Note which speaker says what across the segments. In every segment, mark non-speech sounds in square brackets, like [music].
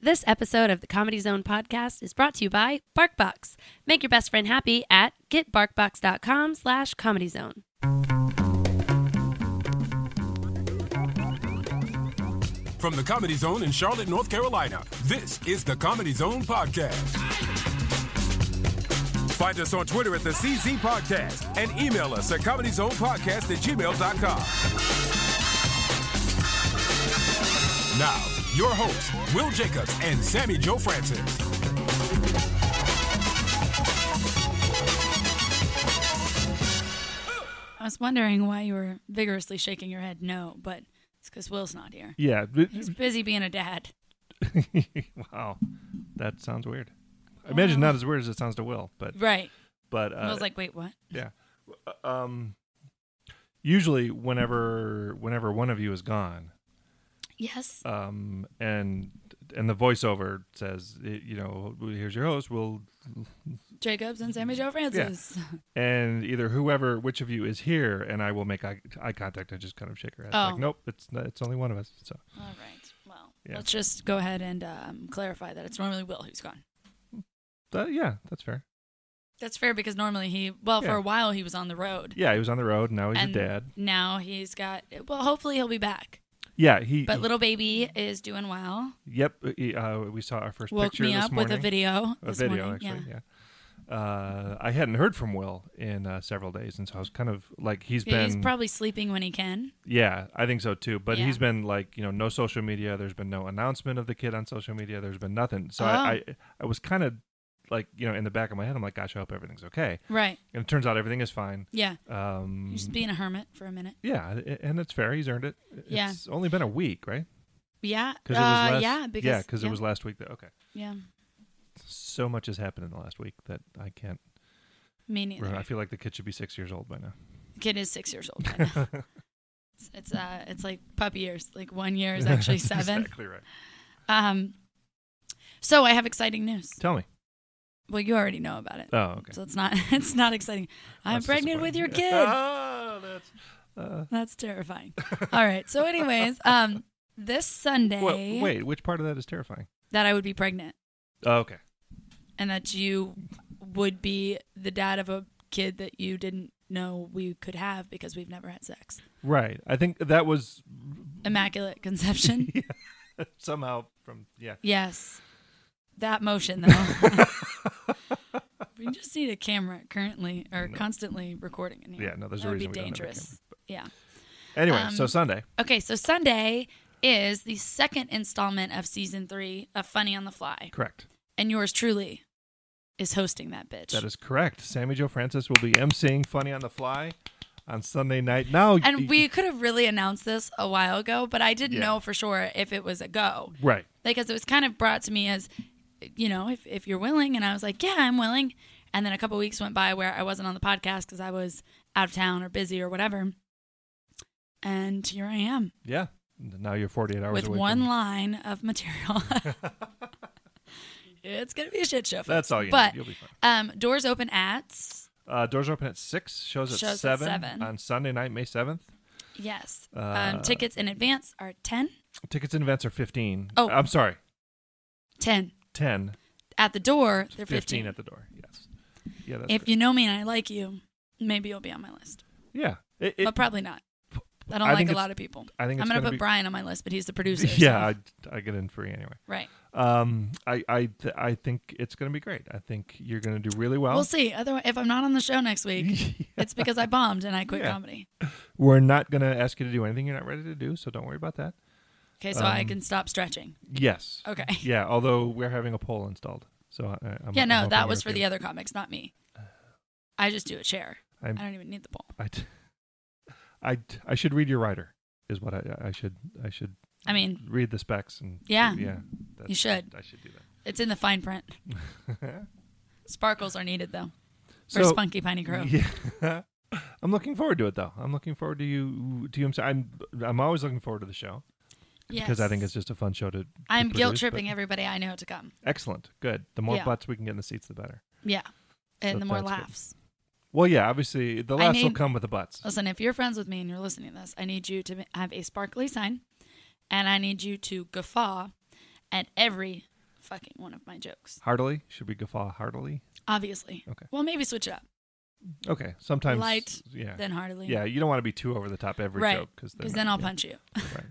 Speaker 1: This episode of the Comedy Zone podcast is brought to you by BarkBox. Make your best friend happy at getbarkbox.com slash comedyzone.
Speaker 2: From the Comedy Zone in Charlotte, North Carolina, this is the Comedy Zone Podcast. Find us on Twitter at the CZ Podcast and email us at comedyzonepodcast at gmail.com. Now, your hosts, Will Jacobs and Sammy Joe Francis.
Speaker 3: I was wondering why you were vigorously shaking your head no, but it's because Will's not here.
Speaker 4: Yeah. [laughs]
Speaker 3: [laughs]
Speaker 4: th-
Speaker 3: He's busy being a dad.
Speaker 4: wow. That sounds weird. I Imagine not as weird as it sounds to Will, but
Speaker 3: Right.
Speaker 4: but uh,
Speaker 3: I was like, wait, what?
Speaker 4: yeah. Uh, Um, usually, whenever whenever one of you is gone,
Speaker 3: Yes.
Speaker 4: um, and and the voiceover says, y- you know, here's your host. Will
Speaker 3: Jacobs and Sammy Joe Francis.
Speaker 4: and either whoever, which of you is here, and I will make eye, eye contact and just kind of shake her head. It's
Speaker 3: Oh.
Speaker 4: Like, nope, it's not, it's only one of us. So
Speaker 3: [laughs] All right. Well,
Speaker 4: Yeah.
Speaker 3: let's just go ahead and um, clarify that it's normally Will who's gone.
Speaker 4: uh, yeah, that's fair.
Speaker 3: That's fair because normally he, well, for
Speaker 4: Yeah.
Speaker 3: a while he was on the road.
Speaker 4: Yeah, he was on the road. Now he's
Speaker 3: and
Speaker 4: a dad.
Speaker 3: Now he's got, well, hopefully he'll be back.
Speaker 4: Yeah, he.
Speaker 3: But little baby is doing well.
Speaker 4: yep, he, uh, we saw our first
Speaker 3: Woke
Speaker 4: picture
Speaker 3: me
Speaker 4: this
Speaker 3: up
Speaker 4: morning.
Speaker 3: with a video.
Speaker 4: a
Speaker 3: this
Speaker 4: video
Speaker 3: morning.
Speaker 4: actually. Yeah. Uh, I hadn't heard from Will in uh, several days, and so I was kind of like he's
Speaker 3: Yeah.
Speaker 4: been.
Speaker 3: He's probably sleeping when he can.
Speaker 4: yeah, I think so too. But
Speaker 3: Yeah.
Speaker 4: he's been like you know no social media. There's been no announcement of the kid on social media. There's been nothing. So
Speaker 3: Oh.
Speaker 4: I, I I was kind of like you know in the back of my head I'm like gosh I hope everything's okay.
Speaker 3: Right.
Speaker 4: And it turns out everything is fine.
Speaker 3: Yeah.
Speaker 4: Um,
Speaker 3: Just being a hermit for a minute.
Speaker 4: yeah, a- and it's fair. He's earned it.
Speaker 3: Yeah.
Speaker 4: It's only been a week, right?
Speaker 3: Yeah.
Speaker 4: Because
Speaker 3: uh,
Speaker 4: it was last,
Speaker 3: yeah, because
Speaker 4: yeah, 'cause it was last week. That, okay,
Speaker 3: yeah.
Speaker 4: so much has happened in the last week that I can't.
Speaker 3: Me neither.
Speaker 4: I feel like the kid should be six years old by now.
Speaker 3: Kid is six years old. by
Speaker 4: [laughs]
Speaker 3: now. It's- it's uh, it's like puppy years. Like one year is
Speaker 4: [laughs]
Speaker 3: actually seven.
Speaker 4: exactly right.
Speaker 3: Um, so I have exciting news.
Speaker 4: Tell me.
Speaker 3: Well, you already know about it,
Speaker 4: Oh, okay.
Speaker 3: so it's not [laughs] it's not exciting. I'm
Speaker 4: That's
Speaker 3: pregnant with your
Speaker 4: disappointing.
Speaker 3: kid.
Speaker 4: [laughs] oh, that's. Uh,
Speaker 3: That's terrifying. All right. So,
Speaker 4: [laughs]
Speaker 3: anyways, um, this Sunday
Speaker 4: well, wait, which part of that is terrifying?
Speaker 3: that I would be pregnant
Speaker 4: Oh, okay.
Speaker 3: and that you would be the dad of a kid that you didn't know we could have because we've never had sex.
Speaker 4: Right. I think that was
Speaker 3: Immaculate
Speaker 4: [laughs]
Speaker 3: conception.
Speaker 4: somehow from. Yeah.
Speaker 3: Yes. That motion, though. [laughs] we just need a camera currently or constantly recording in here.
Speaker 4: Yeah, no, there's
Speaker 3: that
Speaker 4: a
Speaker 3: would
Speaker 4: reason
Speaker 3: be
Speaker 4: we don't have a
Speaker 3: dangerous. yeah.
Speaker 4: Anyway, so
Speaker 3: Um,
Speaker 4: Sunday.
Speaker 3: Okay, so Sunday is the second installment of season three of Funny on the Fly,
Speaker 4: Correct.
Speaker 3: and yours truly is hosting that bitch.
Speaker 4: That is correct. Sammy Joe Francis will be emceeing Funny on the Fly on Sunday night. Now. [laughs]
Speaker 3: and we could have really announced this a while ago, but I didn't
Speaker 4: Yeah.
Speaker 3: know for sure if it was a go.
Speaker 4: Right.
Speaker 3: because it was kind of brought to me as you know if, if you're willing and i was like yeah i'm willing and then a couple weeks went by where i wasn't on the podcast because i was out of town or busy or whatever and here i am
Speaker 4: Yeah. Now you're 48 hours
Speaker 3: with
Speaker 4: away.
Speaker 3: one
Speaker 4: From,
Speaker 3: line of material [laughs] it's gonna be a shit show folks.
Speaker 4: That's all you
Speaker 3: but
Speaker 4: need. You'll be fine.
Speaker 3: um doors open at
Speaker 4: Uh, doors open at six. Shows at
Speaker 3: Shows at
Speaker 4: seven,
Speaker 3: seven.
Speaker 4: on Sunday night, May seventh.
Speaker 3: yes
Speaker 4: Uh,
Speaker 3: um tickets in advance are 10
Speaker 4: Tickets in advance are fifteen.
Speaker 3: Oh.
Speaker 4: I'm sorry,
Speaker 3: 10
Speaker 4: ten.
Speaker 3: at the door they're 15,
Speaker 4: Fifteen at the door. Yes. Yeah. That's
Speaker 3: if you know me and i like you maybe you'll be on my list
Speaker 4: yeah. It, it-
Speaker 3: but probably not I don't
Speaker 4: I
Speaker 3: like
Speaker 4: think
Speaker 3: a
Speaker 4: it's-
Speaker 3: lot of people.
Speaker 4: I think
Speaker 3: I'm
Speaker 4: it's
Speaker 3: gonna,
Speaker 4: gonna
Speaker 3: put
Speaker 4: be-
Speaker 3: Brian on my list, but he's the producer.
Speaker 4: [laughs] yeah,
Speaker 3: so-
Speaker 4: I, I get in free anyway.
Speaker 3: right.
Speaker 4: Um, I I th- I think it's gonna be great. I think you're gonna do really well.
Speaker 3: we'll
Speaker 4: [laughs]
Speaker 3: see. Otherwise, if I'm not on the show next week, it's because I bombed and I quit
Speaker 4: Yeah.
Speaker 3: comedy.
Speaker 4: We're not gonna ask you to do anything you're not ready to do, so don't worry about that.
Speaker 3: Okay, so
Speaker 4: Um,
Speaker 3: I can stop stretching.
Speaker 4: Yes.
Speaker 3: Okay.
Speaker 4: Yeah. Although we're having a poll installed, so I, I'm,
Speaker 3: yeah, no,
Speaker 4: I'm
Speaker 3: that
Speaker 4: hoping
Speaker 3: was
Speaker 4: you're
Speaker 3: for
Speaker 4: okay
Speaker 3: the other comics, not me. I just do a chair.
Speaker 4: with- I'm-
Speaker 3: I don't even need the pole.
Speaker 4: I, t- I, t- I should read your writer is what I, I should I should
Speaker 3: I mean,
Speaker 4: read the specs and
Speaker 3: Yeah.
Speaker 4: yeah that's-
Speaker 3: You should.
Speaker 4: I should do
Speaker 3: it's in the fine print.
Speaker 4: that [laughs]
Speaker 3: Sparkles are needed though for Spunky Piney Crow.
Speaker 4: yeah [laughs] I'm looking forward to it though I'm looking forward to you to you I'm I'm always looking forward to the show because I think it's just a fun show to, to
Speaker 3: I'm
Speaker 4: produce,
Speaker 3: guilt tripping
Speaker 4: but-
Speaker 3: everybody I know to come.
Speaker 4: excellent good the more
Speaker 3: Yeah.
Speaker 4: butts we can get in the seats the better
Speaker 3: Yeah, and
Speaker 4: So
Speaker 3: the more
Speaker 4: that's good.
Speaker 3: laughs.
Speaker 4: well yeah obviously the
Speaker 3: I
Speaker 4: laughs will
Speaker 3: need-
Speaker 4: come with the butts
Speaker 3: Listen, if you're friends with me and you're listening to this, I need you to have a sparkly sign and I need you to guffaw at every fucking one of my jokes.
Speaker 4: Heartily? Should we guffaw heartily?
Speaker 3: Obviously.
Speaker 4: Okay.
Speaker 3: Well, maybe switch it up.
Speaker 4: Okay. Sometimes.
Speaker 3: Light,
Speaker 4: Yeah.
Speaker 3: Then heartily.
Speaker 4: yeah. You don't want to be too over the top every
Speaker 3: Right.
Speaker 4: joke because
Speaker 3: Because then I'll punch you.
Speaker 4: Right.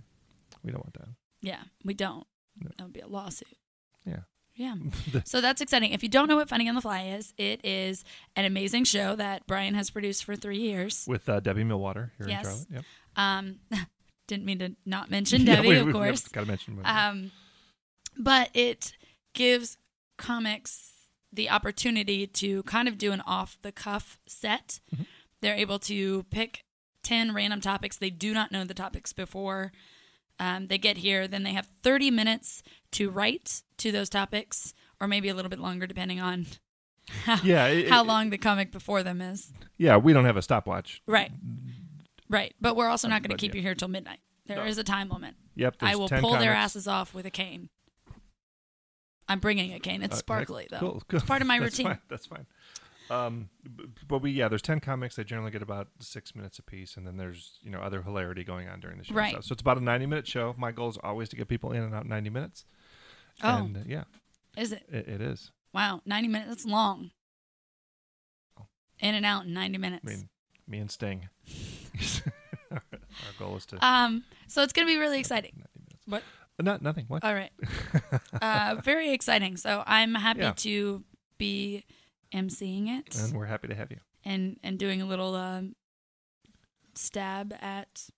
Speaker 4: We don't want that.
Speaker 3: Yeah. We don't.
Speaker 4: No.
Speaker 3: That would be a lawsuit.
Speaker 4: Yeah.
Speaker 3: Yeah.
Speaker 4: [laughs] The-
Speaker 3: So that's exciting. If you don't know what Funny on the Fly is, it is an amazing show that Brian has produced for three years.
Speaker 4: With uh, Debbie Millwater here
Speaker 3: Yes.
Speaker 4: in Charlotte. Yep.
Speaker 3: Um, [laughs] didn't mean to
Speaker 4: [laughs]
Speaker 3: not mention Debbie, of course.
Speaker 4: Got to mention. Debbie.
Speaker 3: Um, but it gives comics the opportunity to kind of do an off the cuff set.
Speaker 4: Mm-hmm.
Speaker 3: They're able to pick 10 random topics. They do not know the topics before um, they get here. Then they have 30 minutes to write to those topics, or maybe a little bit longer, depending on [laughs] how,
Speaker 4: Yeah, it-
Speaker 3: how
Speaker 4: it-
Speaker 3: long the comic before them is.
Speaker 4: yeah, we don't have a stopwatch.
Speaker 3: Right. Right. But we're also not going
Speaker 4: But
Speaker 3: to keep
Speaker 4: yeah.
Speaker 3: you here till midnight. There is
Speaker 4: No.
Speaker 3: a time limit.
Speaker 4: Yep.
Speaker 3: I
Speaker 4: there's
Speaker 3: will
Speaker 4: 10
Speaker 3: pull their
Speaker 4: comics.
Speaker 3: asses off with a cane. I'm bringing a cane. It's
Speaker 4: Uh,
Speaker 3: sparkly though.
Speaker 4: heck, cool, cool.
Speaker 3: It's part of my
Speaker 4: [laughs] That's
Speaker 3: routine.
Speaker 4: fine, That's fine. Um, b- but we yeah, there's ten comics. They generally get about six minutes apiece, and then there's you know other hilarity going on during the show. and
Speaker 3: Right.
Speaker 4: stuff. So it's about a ninety minute show. My goal is always to get people in and out in ninety minutes.
Speaker 3: Oh.
Speaker 4: And, uh, yeah,
Speaker 3: Is it?
Speaker 4: it, it is.
Speaker 3: Wow, 90 minutes. That's long. In and out in 90 minutes.
Speaker 4: I mean, me and Sting. Our goal is to
Speaker 3: um, so it's gonna be really exciting.
Speaker 4: ninety minutes.
Speaker 3: What?
Speaker 4: Not nothing. What? [laughs]
Speaker 3: All right. Uh, very exciting. So I'm happy
Speaker 4: Yeah.
Speaker 3: to be emceeing it
Speaker 4: and we're happy to have you.
Speaker 3: and and doing a little um, stab at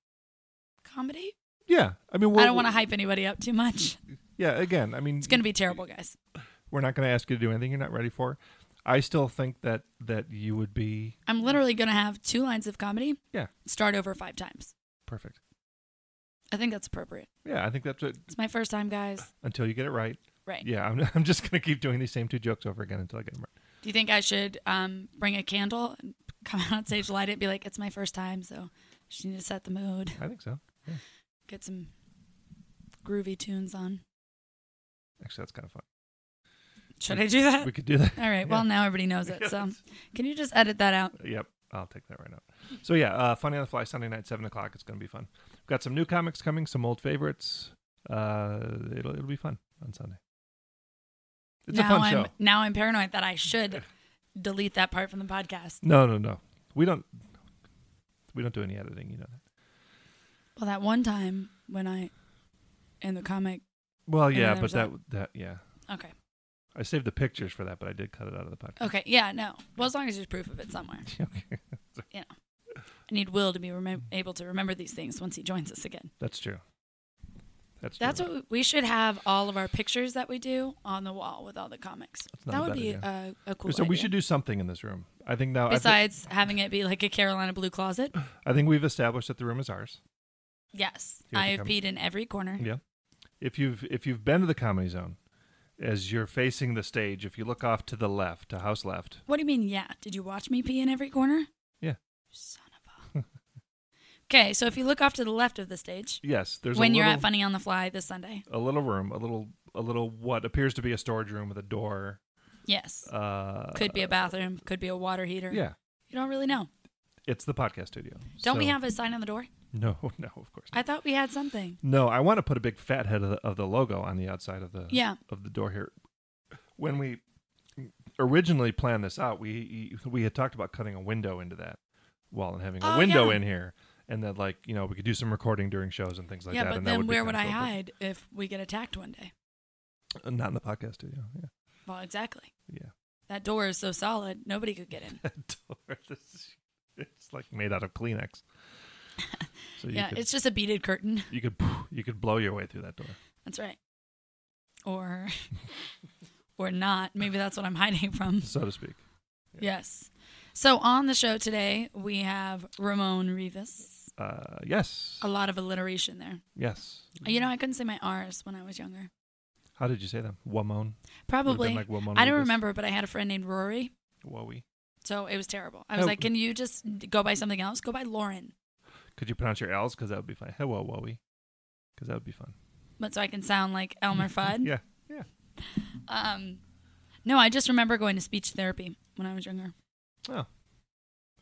Speaker 3: comedy.
Speaker 4: Yeah, I mean,
Speaker 3: I don't want to hype anybody up too much.
Speaker 4: Yeah, again, I mean,
Speaker 3: It's gonna be terrible, guys.
Speaker 4: we're not going to ask you to do anything you're not ready for. I still think that that you would be
Speaker 3: I'm literally gonna have two lines of comedy.
Speaker 4: Yeah.
Speaker 3: Start over five times.
Speaker 4: perfect.
Speaker 3: I think that's appropriate.
Speaker 4: Yeah, I think that's it.
Speaker 3: It's my first time, guys.
Speaker 4: Until you get it right.
Speaker 3: Right.
Speaker 4: Yeah, I'm, [laughs] I'm just going to keep doing these same two jokes over again until I get them right.
Speaker 3: Do you think I should um, bring a candle and [laughs] come out on stage, light it, and be like, "It's my first time, so just need to set the mood,
Speaker 4: I think so.
Speaker 3: get some groovy tunes on."
Speaker 4: Actually, that's kind of fun.
Speaker 3: Should I do that?
Speaker 4: We could do that.
Speaker 3: All right. Well, now everybody knows
Speaker 4: [laughs]
Speaker 3: it. So, can you just edit that out?
Speaker 4: Yep, I'll take that right out. So yeah, uh, Funny on the Fly Sunday night, seven o'clock. It's going to be fun. We've got some new comics coming, some old favorites. Uh, it'll it'll be fun on Sunday. It's
Speaker 3: now
Speaker 4: a fun
Speaker 3: I'm
Speaker 4: show.
Speaker 3: now I'm paranoid that I
Speaker 4: [laughs]
Speaker 3: should delete that part from the podcast.
Speaker 4: No, no, no. We don't. We don't do any editing. You know that.
Speaker 3: Well, that one time when I in the comic.
Speaker 4: Well,
Speaker 3: And
Speaker 4: yeah,
Speaker 3: then
Speaker 4: but
Speaker 3: there's
Speaker 4: that that yeah.
Speaker 3: Okay.
Speaker 4: I saved the pictures for that, but I did cut it out of the podcast.
Speaker 3: Okay. Yeah. No. Well, as long as there's proof of it somewhere.
Speaker 4: [laughs] Okay.
Speaker 3: I need Will to be remem- able to remember these things once he joins us again.
Speaker 4: That's true. That's
Speaker 3: That's
Speaker 4: true.
Speaker 3: what we should have all of our pictures that we do on the wall with all the comics.
Speaker 4: not
Speaker 3: That
Speaker 4: a
Speaker 3: would
Speaker 4: bad
Speaker 3: be a,
Speaker 4: idea.
Speaker 3: a cool.
Speaker 4: so we
Speaker 3: idea.
Speaker 4: should do something in this room. I think now. I thi-
Speaker 3: Besides having it be like a Carolina blue
Speaker 4: [sighs]
Speaker 3: closet.
Speaker 4: I think we've established that the room is ours.
Speaker 3: Yes,
Speaker 4: Here
Speaker 3: I
Speaker 4: they
Speaker 3: have
Speaker 4: come.
Speaker 3: peed in every corner.
Speaker 4: Yeah. [laughs] If you've if you've been to the comedy zone, as you're facing the stage, if you look off to the left, to house left,
Speaker 3: What do you mean? Yeah, did you watch me pee in every corner?
Speaker 4: Yeah.
Speaker 3: Son of a. okay, so if you look off to the left of the stage
Speaker 4: yes, there's
Speaker 3: when
Speaker 4: a
Speaker 3: you're
Speaker 4: little,
Speaker 3: at Funny on the Fly this Sunday.
Speaker 4: a little room, a little a little what appears to be a storage room with a door.
Speaker 3: Yes,
Speaker 4: Uh,
Speaker 3: could be a bathroom, could be a water heater.
Speaker 4: Yeah,
Speaker 3: you don't really know.
Speaker 4: it's the podcast studio.
Speaker 3: Don't we
Speaker 4: So-
Speaker 3: have a sign on the door?
Speaker 4: [laughs] No, no, of course. Not.
Speaker 3: I thought we had something.
Speaker 4: No, I want to put a big fat head of the, of the logo on the outside of the
Speaker 3: Yeah.
Speaker 4: of the door here. When we originally planned this out, we e, we had talked about cutting a window into that wall and having a
Speaker 3: Oh,
Speaker 4: window
Speaker 3: yeah.
Speaker 4: in here, and that like you know we could do some recording during shows and things like
Speaker 3: yeah,
Speaker 4: that.
Speaker 3: but
Speaker 4: and that
Speaker 3: then
Speaker 4: would be
Speaker 3: where would
Speaker 4: kinda
Speaker 3: I
Speaker 4: cool, but-
Speaker 3: hide if we get attacked one day?
Speaker 4: Uh, Not in the podcast studio. Yeah,
Speaker 3: Well, exactly.
Speaker 4: yeah. [laughs]
Speaker 3: That door is so solid, nobody could get in.
Speaker 4: That door, this is- it's like made out of Kleenex. So
Speaker 3: [laughs]
Speaker 4: you
Speaker 3: yeah,
Speaker 4: could,
Speaker 3: it's just a beaded curtain. [laughs]
Speaker 4: you could you could blow your way through that door.
Speaker 3: That's right. Or [laughs] or not. Maybe that's what I'm hiding
Speaker 4: [laughs]
Speaker 3: from.
Speaker 4: so to speak.
Speaker 3: Yes. So on the show today, we have Ramon Rivas.
Speaker 4: Uh, yes,
Speaker 3: A lot of alliteration there.
Speaker 4: yes.
Speaker 3: You know, I couldn't say my R's when I was younger.
Speaker 4: How did you say that? Wamon.
Speaker 3: Probably.
Speaker 4: like Ramon
Speaker 3: I don't
Speaker 4: Rivas.
Speaker 3: remember, but I had a friend named Rory.
Speaker 4: Wowie.
Speaker 3: So it was terrible. I was
Speaker 4: Oh.
Speaker 3: like, can you just go by something else? Go by Lauren.
Speaker 4: Could you pronounce your L's? Because that would be fun. Hello, Wowie. Because that would be fun.
Speaker 3: But so I can sound like
Speaker 4: [laughs]
Speaker 3: Elmer Fudd.
Speaker 4: Yeah, yeah.
Speaker 3: Um, no, I just remember going to speech therapy when I was younger.
Speaker 4: Oh,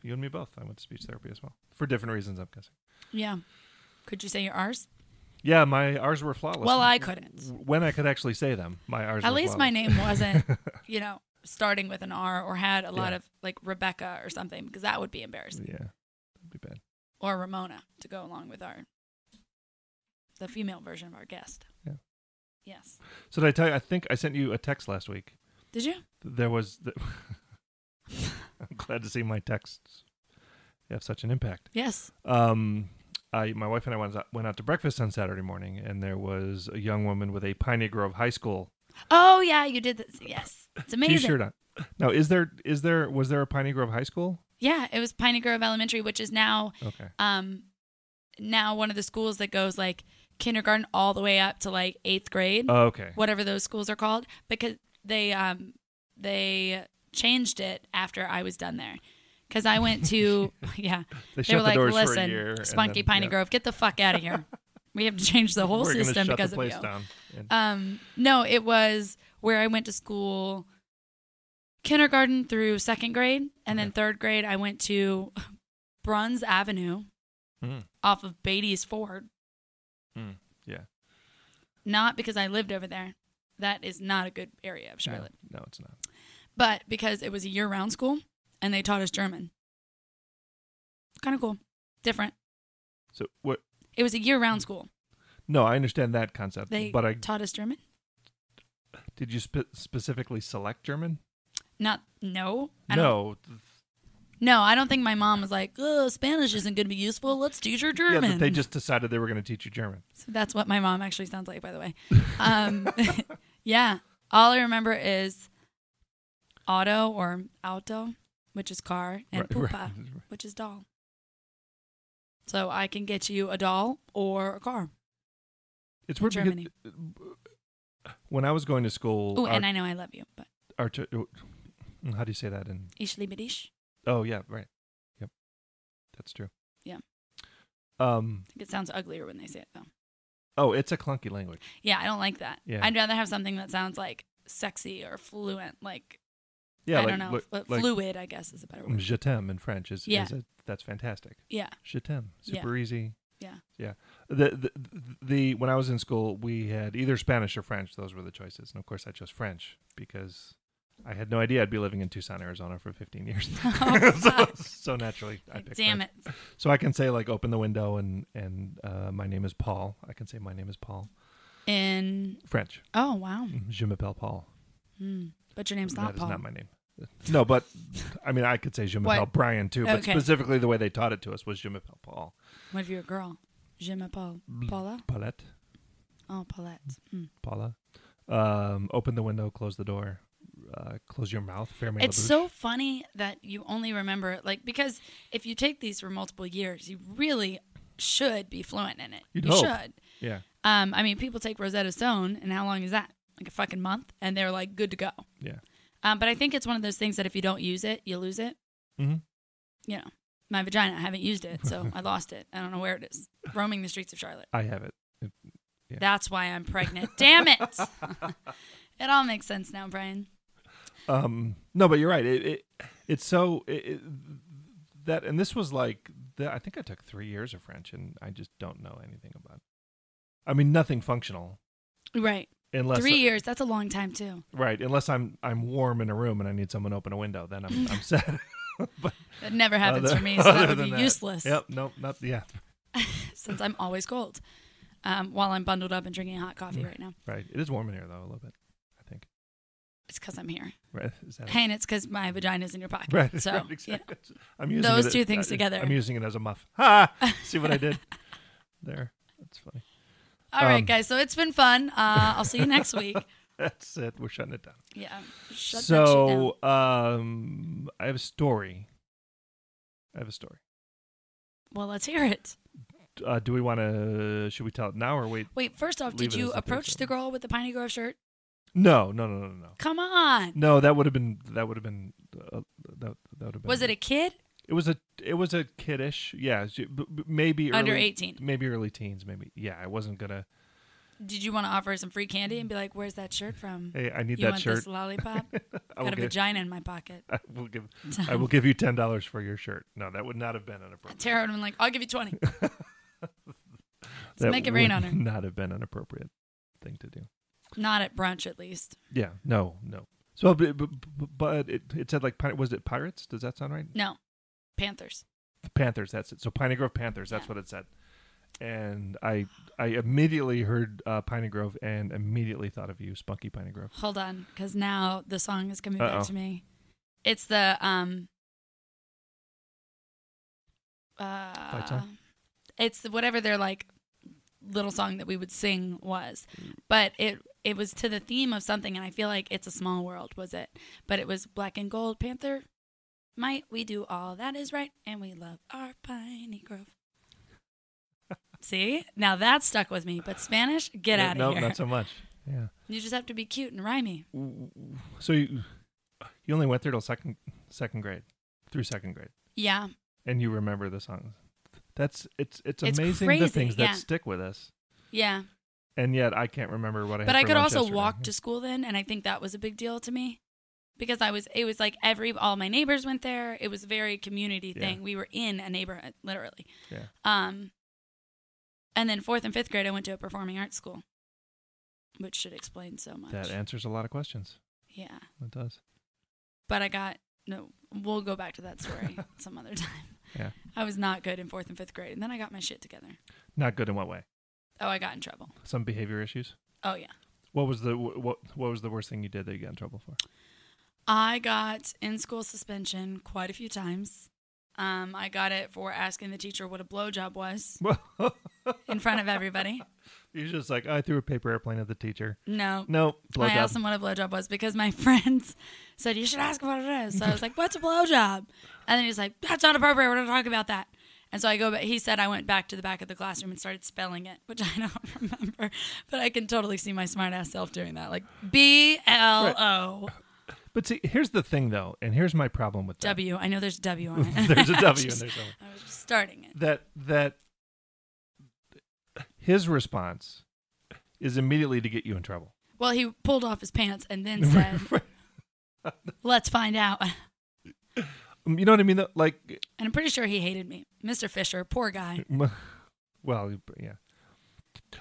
Speaker 4: you and me both. I went to speech therapy as well for different reasons. I'm guessing.
Speaker 3: Yeah. Could you say your R's?
Speaker 4: Yeah, my R's were flawless.
Speaker 3: Well, I couldn't.
Speaker 4: when I could actually say them, my R's.
Speaker 3: At
Speaker 4: were
Speaker 3: least my
Speaker 4: flawless.
Speaker 3: name wasn't,
Speaker 4: [laughs]
Speaker 3: you know, starting with an R or had a lot
Speaker 4: Yeah.
Speaker 3: of like Rebecca or something because that would be embarrassing.
Speaker 4: Yeah, that'd be bad.
Speaker 3: Or Ramona to go along with our the female version of our guest.
Speaker 4: Yeah.
Speaker 3: Yes.
Speaker 4: So did I tell you? I think I sent you a text last week.
Speaker 3: Did you?
Speaker 4: There was. The, [laughs] I'm glad to see my texts have such an impact.
Speaker 3: Yes.
Speaker 4: Um, I, my wife and I went out, went out to breakfast on Saturday morning, and there was a young woman with a Piney Grove High School
Speaker 3: Oh yeah, you did this. Yes. It's amazing.
Speaker 4: [laughs] T-shirt on. Now, is there is there was there a Piney Grove High School?
Speaker 3: Yeah, it was Piney Grove Elementary, which is now
Speaker 4: Okay.
Speaker 3: um now one of the schools that goes like kindergarten all the way up to like eighth grade.
Speaker 4: Oh, okay.
Speaker 3: whatever those schools are called because they um they changed it after I was done there. Cause I went
Speaker 4: [laughs]
Speaker 3: to [laughs] yeah,
Speaker 4: They
Speaker 3: they,
Speaker 4: shut
Speaker 3: were
Speaker 4: the
Speaker 3: like,
Speaker 4: doors for a
Speaker 3: listen,
Speaker 4: year and
Speaker 3: Spunky
Speaker 4: then-
Speaker 3: Piney
Speaker 4: yeah.
Speaker 3: Grove, get the fuck out of here.
Speaker 4: [laughs]
Speaker 3: we have to change the whole
Speaker 4: We're gonna
Speaker 3: system
Speaker 4: shut
Speaker 3: because
Speaker 4: the
Speaker 3: of
Speaker 4: place
Speaker 3: you.
Speaker 4: down. And-
Speaker 3: Um, no, it was where I went to school, kindergarten through second grade, and then
Speaker 4: Okay.
Speaker 3: third grade I went to [laughs] Bruns Avenue
Speaker 4: Mm.
Speaker 3: off of Beatty's Ford.
Speaker 4: Mm, yeah.
Speaker 3: Not because I lived over there. That is not a good area of
Speaker 4: No,
Speaker 3: Charlotte.
Speaker 4: No, it's not.
Speaker 3: but because it was a year round school and they taught us German. Kind of cool. Different.
Speaker 4: So what?
Speaker 3: It was a year round school.
Speaker 4: No, I understand that concept,
Speaker 3: They
Speaker 4: but I
Speaker 3: taught us German.
Speaker 4: did you spe- specifically select German?
Speaker 3: Not, no. I Don't,
Speaker 4: No, th-
Speaker 3: no, I don't think my mom was like, oh, Spanish isn't going to be useful. Let's teach her German.
Speaker 4: Yeah, that they just decided they were going to teach you German.
Speaker 3: So that's what my mom actually sounds like, by the way. Um, [laughs] yeah. All I remember is auto or auto, which is car, and
Speaker 4: Right,
Speaker 3: pupa,
Speaker 4: right.
Speaker 3: which is doll. So I can get you a doll or a car.
Speaker 4: It's weird
Speaker 3: Germany.
Speaker 4: because when I was going to school,
Speaker 3: Oh,
Speaker 4: our,
Speaker 3: and I know I love you, but
Speaker 4: our ch- mm, how do you say that? In
Speaker 3: ich liebe dich.
Speaker 4: oh yeah, right, yep, that's true.
Speaker 3: Yeah.
Speaker 4: Um.
Speaker 3: I think It sounds uglier when they say it though.
Speaker 4: Oh, it's a clunky language.
Speaker 3: Yeah, I don't like that.
Speaker 4: Yeah.
Speaker 3: I'd rather have something that sounds like sexy or fluent, like
Speaker 4: Yeah,
Speaker 3: I
Speaker 4: like,
Speaker 3: don't know,
Speaker 4: like-
Speaker 3: fl-
Speaker 4: like
Speaker 3: fluid. I guess is a better word.
Speaker 4: [laughs] je t'aime in French is,
Speaker 3: Yeah.
Speaker 4: is a, that's fantastic.
Speaker 3: Yeah, [laughs]
Speaker 4: Je t'aime,
Speaker 3: Yeah.
Speaker 4: super easy.
Speaker 3: yeah.
Speaker 4: Yeah. The, the the when I was in school, we had either Spanish or French. Those were the choices, and of course, I chose French because I had no idea I'd be living in Tucson, Arizona, for 15 years.
Speaker 3: [laughs] Oh,
Speaker 4: [laughs] so,
Speaker 3: fuck.
Speaker 4: so naturally, I picked.
Speaker 3: Damn
Speaker 4: French.
Speaker 3: it.
Speaker 4: So I can say like, open the window, and and uh, my name is Paul. I can say my name is Paul.
Speaker 3: In
Speaker 4: French. Mm-hmm.
Speaker 3: oh wow,
Speaker 4: Je m'appelle Paul.
Speaker 3: Hmm. but your name's
Speaker 4: That
Speaker 3: not
Speaker 4: is
Speaker 3: Paul.
Speaker 4: not my name. No, but I mean, I could say Je m'appelle
Speaker 3: What?
Speaker 4: Brian too, but
Speaker 3: Okay.
Speaker 4: specifically the way they taught it to us was Je m'appelle Paul.
Speaker 3: what if you're a girl? Je m'appelle Paula.
Speaker 4: Paulette.
Speaker 3: Oh, Paulette. Mm.
Speaker 4: Paula. Um, open the window, close the door, uh, close your mouth. Fairman
Speaker 3: It's so funny that you only remember it, like because if you take these for multiple years, you really should be fluent in it.
Speaker 4: You'd
Speaker 3: you
Speaker 4: hope.
Speaker 3: should.
Speaker 4: yeah,
Speaker 3: Um, I mean, people take Rosetta Stone, and how long is that? Like a fucking month, and they're like good to go.
Speaker 4: yeah.
Speaker 3: Um, but I think it's one of those things that if you don't use it, you lose it.
Speaker 4: Mhm.
Speaker 3: You know, my vagina, I haven't used it, so
Speaker 4: [laughs]
Speaker 3: I lost it. I don't know where it is. Roaming the streets of Charlotte.
Speaker 4: I have it. Yeah.
Speaker 3: That's why I'm pregnant. Damn it!
Speaker 4: [laughs]
Speaker 3: [laughs] it all makes sense now, Brian.
Speaker 4: Um, no, but you're right. It, it it's so it, it, that, and this was like the, I think I took three years of French, and I just don't know anything about. It. I mean, nothing functional
Speaker 3: Right.
Speaker 4: unless
Speaker 3: Three years. That's a long time too.
Speaker 4: right? Unless I'm I'm warm in a room and I need someone to open a window, then I'm
Speaker 3: [laughs]
Speaker 4: I'm set. but
Speaker 3: That never happens
Speaker 4: other-
Speaker 3: for
Speaker 4: [laughs]
Speaker 3: me, so that
Speaker 4: other
Speaker 3: would be
Speaker 4: than
Speaker 3: useless.
Speaker 4: Yep. Nope. Not yeah.
Speaker 3: [laughs] Since I'm always cold. Um, while I'm bundled up and drinking hot coffee
Speaker 4: Mm.
Speaker 3: right now.
Speaker 4: Right. It is warm in here though a little bit. I think.
Speaker 3: It's because I'm here.
Speaker 4: Right. Is that it?
Speaker 3: And it's because my vagina's in your pocket.
Speaker 4: [laughs] Right. [laughs]
Speaker 3: So,
Speaker 4: right,
Speaker 3: you know.
Speaker 4: exactly. I'm using
Speaker 3: Those
Speaker 4: it
Speaker 3: two
Speaker 4: as-
Speaker 3: things
Speaker 4: uh,
Speaker 3: together.
Speaker 4: I'm using it as a muff. Ha! See what I
Speaker 3: [laughs]
Speaker 4: did there? That's funny.
Speaker 3: All right,
Speaker 4: Um,
Speaker 3: guys. So it's been fun. Uh, I'll
Speaker 4: [laughs]
Speaker 3: see you next week.
Speaker 4: That's it. We're shutting it down.
Speaker 3: Yeah. Shut that shit down.
Speaker 4: so, um, I have a story. I have a story.
Speaker 3: Well, let's hear it.
Speaker 4: Uh, do we want to? Should we tell it now or wait?
Speaker 3: Wait, first off,
Speaker 4: Leave
Speaker 3: did
Speaker 4: it
Speaker 3: you
Speaker 4: as a
Speaker 3: approach
Speaker 4: picture.
Speaker 3: the girl with the Piney Grove shirt?
Speaker 4: No, no, no, no, no.
Speaker 3: Come on.
Speaker 4: No, that would have been. That would have been. Uh, that, that would have been.
Speaker 3: Was it a kid?
Speaker 4: It was a. It was a kiddish. Yeah, she- b- b- maybe
Speaker 3: Under
Speaker 4: early-
Speaker 3: 18.
Speaker 4: Maybe early teens. Maybe. Yeah, I wasn't gonna.
Speaker 3: Did you want to offer her some free candy and be like, where's that shirt from?
Speaker 4: Hey, I need
Speaker 3: you
Speaker 4: that
Speaker 3: want
Speaker 4: shirt.
Speaker 3: this lollipop?
Speaker 4: [laughs] I will
Speaker 3: Got a
Speaker 4: get-
Speaker 3: vagina in my pocket.
Speaker 4: I will give
Speaker 3: [laughs]
Speaker 4: I will give you ten dollars for your shirt. No, that would not have been inappropriate.
Speaker 3: Tara would have been like, I'll give you 20. Let's make it rain on her.
Speaker 4: [laughs] Not have been an appropriate thing to do.
Speaker 3: Not at brunch, at least.
Speaker 4: Yeah. No. No. So, but, but, but it, it said like pir- was it pirates? Does that sound right?
Speaker 3: No, Panthers.
Speaker 4: Panthers. That's it. So Piney Grove Panthers. That's what it said. And I I immediately heard uh, Piney Grove and immediately thought of you, Spunky Piney Grove.
Speaker 3: Hold on, because now the song is coming back
Speaker 4: Uh-oh.
Speaker 3: to me. It's the um. Uh,
Speaker 4: song?
Speaker 3: it's the- whatever their like little song that we would sing was, but it it was to the theme of something, and I feel like it's a small world. Was it? But it was black and gold panther. Might we do all that is right, and we love our piney grove. See, now that stuck with me. But Spanish, get
Speaker 4: No,
Speaker 3: out of
Speaker 4: no,
Speaker 3: here.
Speaker 4: [laughs] not so much. Yeah.
Speaker 3: You just have to be cute and rhymey.
Speaker 4: So you you only went there till second second grade, through second grade,
Speaker 3: Yeah.
Speaker 4: and you remember the songs. That's it's it's
Speaker 3: It's
Speaker 4: amazing the
Speaker 3: crazy,
Speaker 4: things
Speaker 3: yeah.
Speaker 4: that stick with us,
Speaker 3: Yeah.
Speaker 4: and yet I can't remember what I.
Speaker 3: But
Speaker 4: had
Speaker 3: I
Speaker 4: for
Speaker 3: could
Speaker 4: lunch
Speaker 3: also
Speaker 4: yesterday.
Speaker 3: walk to school then and I think that was a big deal to me. Because I was it was like every all my neighbors went there. It was a very community
Speaker 4: Yeah.
Speaker 3: thing. We were in a neighborhood, literally.
Speaker 4: Yeah.
Speaker 3: Um and then fourth and fifth grade I went to a performing arts school. Which should explain so much.
Speaker 4: That answers a lot of questions.
Speaker 3: yeah.
Speaker 4: It does.
Speaker 3: But I got no we'll go back to that
Speaker 4: [laughs]
Speaker 3: story some other time.
Speaker 4: Yeah.
Speaker 3: I was not good in fourth and fifth grade and then I got my shit together.
Speaker 4: Not good in what way?
Speaker 3: Oh, I got in trouble.
Speaker 4: Some behavior issues.
Speaker 3: Oh yeah.
Speaker 4: What was the what What was the worst thing you did that you got in trouble for? [laughs]
Speaker 3: I got in school suspension quite a few times. Um, I got it for asking the teacher what a blowjob was
Speaker 4: Well,
Speaker 3: in front of
Speaker 4: [laughs]
Speaker 3: everybody.
Speaker 4: you're just like I threw a paper airplane at the teacher.
Speaker 3: No.
Speaker 4: No,
Speaker 3: I
Speaker 4: blowjob.
Speaker 3: asked them what a blowjob was because my [laughs] friends said, You should ask what it is. So I was like, What's a blowjob? And then he's like, That's not appropriate. We're not talking about that. And so I go, but he said I went back to the back of the classroom and started spelling it, which [laughs] I don't remember, but I can totally see my smart ass self doing that. Like B L O
Speaker 4: But see, here's the thing though, and here's my problem with that.
Speaker 3: W. I know there's W on it.
Speaker 4: [laughs] There's a
Speaker 3: [laughs] I
Speaker 4: W in
Speaker 3: just-
Speaker 4: there somewhere.
Speaker 3: I was just starting it.
Speaker 4: that that his response is immediately to get you in trouble.
Speaker 3: Well, he pulled off his pants and
Speaker 4: [laughs]
Speaker 3: then said, "Let's find out." And
Speaker 4: Um, you know what I mean? though? Like,
Speaker 3: I'm pretty sure he hated me, Mr. Fisher, poor guy.
Speaker 4: m- [laughs] well, yeah.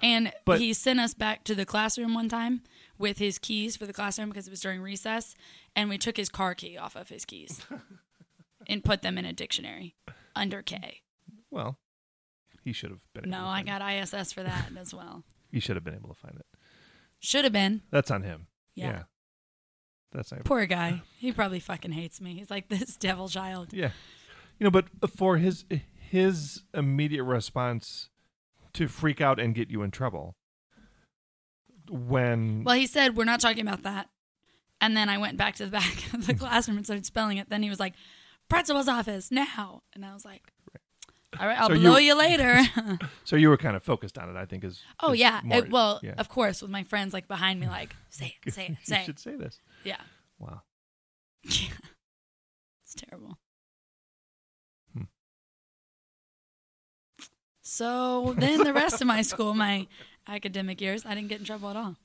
Speaker 3: And
Speaker 4: But-
Speaker 3: he sent us back to the classroom one time with his keys for the classroom because it was during recess, and we took his car key off of his keys and put them in a dictionary under K.
Speaker 4: Well, he should have been. able
Speaker 3: No,
Speaker 4: to
Speaker 3: I
Speaker 4: find
Speaker 3: got ISS for that as well.
Speaker 4: It. He should have been able to find it.
Speaker 3: Should have been.
Speaker 4: That's on him.
Speaker 3: Yeah.
Speaker 4: That's not.
Speaker 3: Poor guy. He probably fucking hates me. He's like this devil child.
Speaker 4: Yeah. You know, but uh, for his his immediate response to freak out and get you in trouble when
Speaker 3: Well, he said, We're not talking about that. And then I went back to the back [laughs] of the classroom and started spelling it. Then he was like, Principal's office now. And I was like, All right, I'll
Speaker 4: So you-
Speaker 3: blow you,
Speaker 4: [laughs]
Speaker 3: later.
Speaker 4: so you were kind of focused on it. I think is.
Speaker 3: [laughs] oh,
Speaker 4: is
Speaker 3: yeah.
Speaker 4: more-
Speaker 3: It- well,
Speaker 4: yeah. [laughs]
Speaker 3: of course, with my friends like behind me, like, Say it, say it,
Speaker 4: you
Speaker 3: say it.
Speaker 4: should say this.
Speaker 3: Yeah.
Speaker 4: Wow.
Speaker 3: Yeah. It's terrible.
Speaker 4: Hmm.
Speaker 3: So then the rest of my school, my academic years, I didn't get in trouble at all.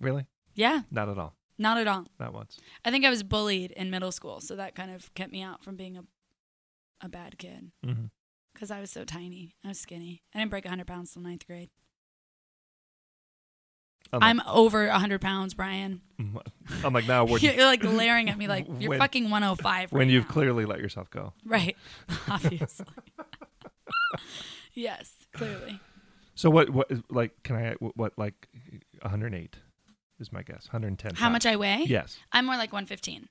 Speaker 4: Really?
Speaker 3: Yeah,
Speaker 4: Not at all.
Speaker 3: not at all.
Speaker 4: Not once.
Speaker 3: I think I was bullied in middle school, so that kind of kept me out from being a a bad kid
Speaker 4: Mm-hmm.
Speaker 3: because I was so tiny. I was skinny. I didn't break 100 pounds till ninth grade.
Speaker 4: Oh
Speaker 3: I'm over 100 pounds, Brian.
Speaker 4: I'm. [laughs] I'm like now Oh,
Speaker 3: [laughs]
Speaker 4: when,
Speaker 3: You're like glaring at me
Speaker 4: [laughs]
Speaker 3: like you're
Speaker 4: When-
Speaker 3: fucking 105.
Speaker 4: when
Speaker 3: right
Speaker 4: you've
Speaker 3: now."
Speaker 4: clearly let yourself go.
Speaker 3: right, [laughs] obviously. [laughs] yes, clearly.
Speaker 4: So what? What? is- Like, can I? What? what, Like, 108 is my guess. 110.
Speaker 3: How much I weigh?
Speaker 4: Yes. [laughs]
Speaker 3: I'm more like 115.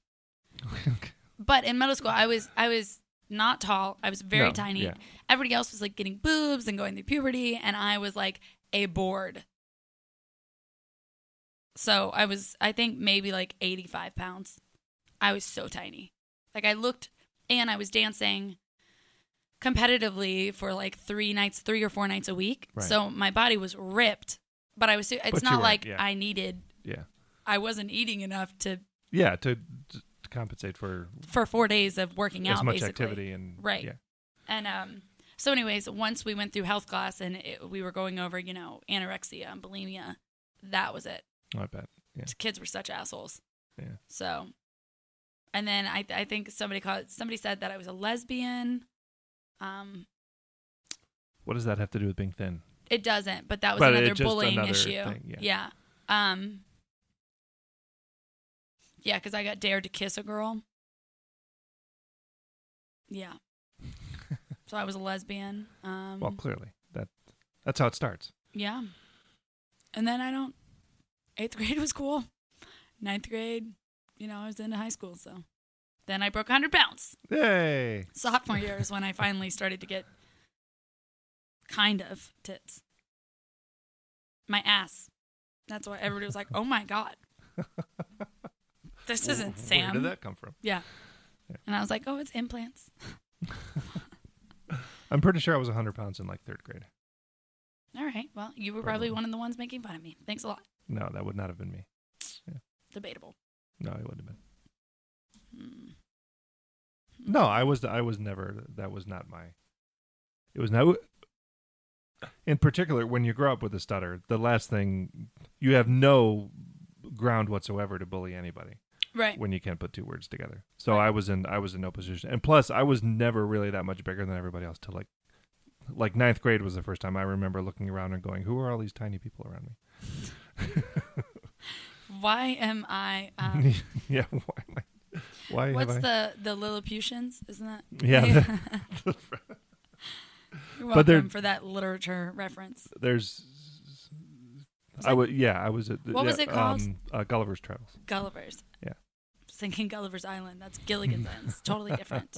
Speaker 3: But in middle school, I was I was not tall. I was very
Speaker 4: No,
Speaker 3: tiny.
Speaker 4: yeah.
Speaker 3: Everybody else was like getting boobs and going through puberty, and I was like a board. So I was, I think maybe like 85 pounds. I was so tiny. Like I looked, and I was dancing competitively for like three nights, three or four nights a week.
Speaker 4: Right.
Speaker 3: So my body was ripped, but I was. It's
Speaker 4: But you
Speaker 3: not
Speaker 4: weren't,
Speaker 3: like
Speaker 4: yeah.
Speaker 3: I needed.
Speaker 4: yeah.
Speaker 3: I wasn't eating enough to
Speaker 4: Yeah. To, to compensate for
Speaker 3: for four days of working out
Speaker 4: as much
Speaker 3: basically.
Speaker 4: activity and
Speaker 3: Right.
Speaker 4: Yeah.
Speaker 3: and um so anyways once we went through health class and it, we were going over you know anorexia and bulimia that was it
Speaker 4: Not bad. Yeah.
Speaker 3: kids were such assholes
Speaker 4: Yeah.
Speaker 3: so and then i i think somebody called somebody said that i was a lesbian um
Speaker 4: What does that have to do with being thin?
Speaker 3: It doesn't, but that was
Speaker 4: But it
Speaker 3: another
Speaker 4: just
Speaker 3: bullying
Speaker 4: another
Speaker 3: issue.
Speaker 4: thing,
Speaker 3: yeah. yeah. Um Yeah, cuz I got dared to kiss a girl.
Speaker 4: [laughs]
Speaker 3: Yeah. so I was a lesbian. Um
Speaker 4: Well, clearly that that's how it starts.
Speaker 3: yeah. And then I don't 8th [laughs] grade was cool. Ninth grade, you know, I was into high school, so then I broke 100 pounds.
Speaker 4: Yay!
Speaker 3: sophomore year is when I finally started to get kind of tits. My ass. That's why everybody was like, "Oh my
Speaker 4: [laughs]
Speaker 3: god, this isn't
Speaker 4: Where did
Speaker 3: Sam."
Speaker 4: that come from?
Speaker 3: yeah. And I was like, "Oh, it's implants."
Speaker 4: I'm pretty sure I was 100 pounds in like third grade.
Speaker 3: All right. Well, you were probably one of the ones making fun of me. Thanks a lot.
Speaker 4: No, that would not have been me.
Speaker 3: Debatable.
Speaker 4: No, it wouldn't have been.
Speaker 3: Hmm.
Speaker 4: No, I was. I was never. That was not my. It was not. In particular, when you grow up with a stutter, the last thing you have no ground whatsoever to bully anybody
Speaker 3: Right.
Speaker 4: when you can't put two words together. So I was in. I was in no position, and plus, I was never really that much bigger than everybody else. Till like, like ninth grade was the first time I remember looking around and going, "Who are all these tiny people around me?"
Speaker 3: Why am I? Um,
Speaker 4: [laughs] yeah. Why? Am I, why have
Speaker 3: what's
Speaker 4: I?
Speaker 3: the the Lilliputians? Isn't that?
Speaker 4: [laughs] Yeah, [laughs]
Speaker 3: You're
Speaker 4: But they're-
Speaker 3: welcome for that literature reference.
Speaker 4: there's I would yeah I was at
Speaker 3: What was
Speaker 4: yeah,
Speaker 3: it called?
Speaker 4: um, uh, Gulliver's Travels
Speaker 3: Gulliver's.
Speaker 4: Yeah.
Speaker 3: Thinking Gulliver's Island. That's
Speaker 4: [laughs]
Speaker 3: Gilligan's Island. It's totally different.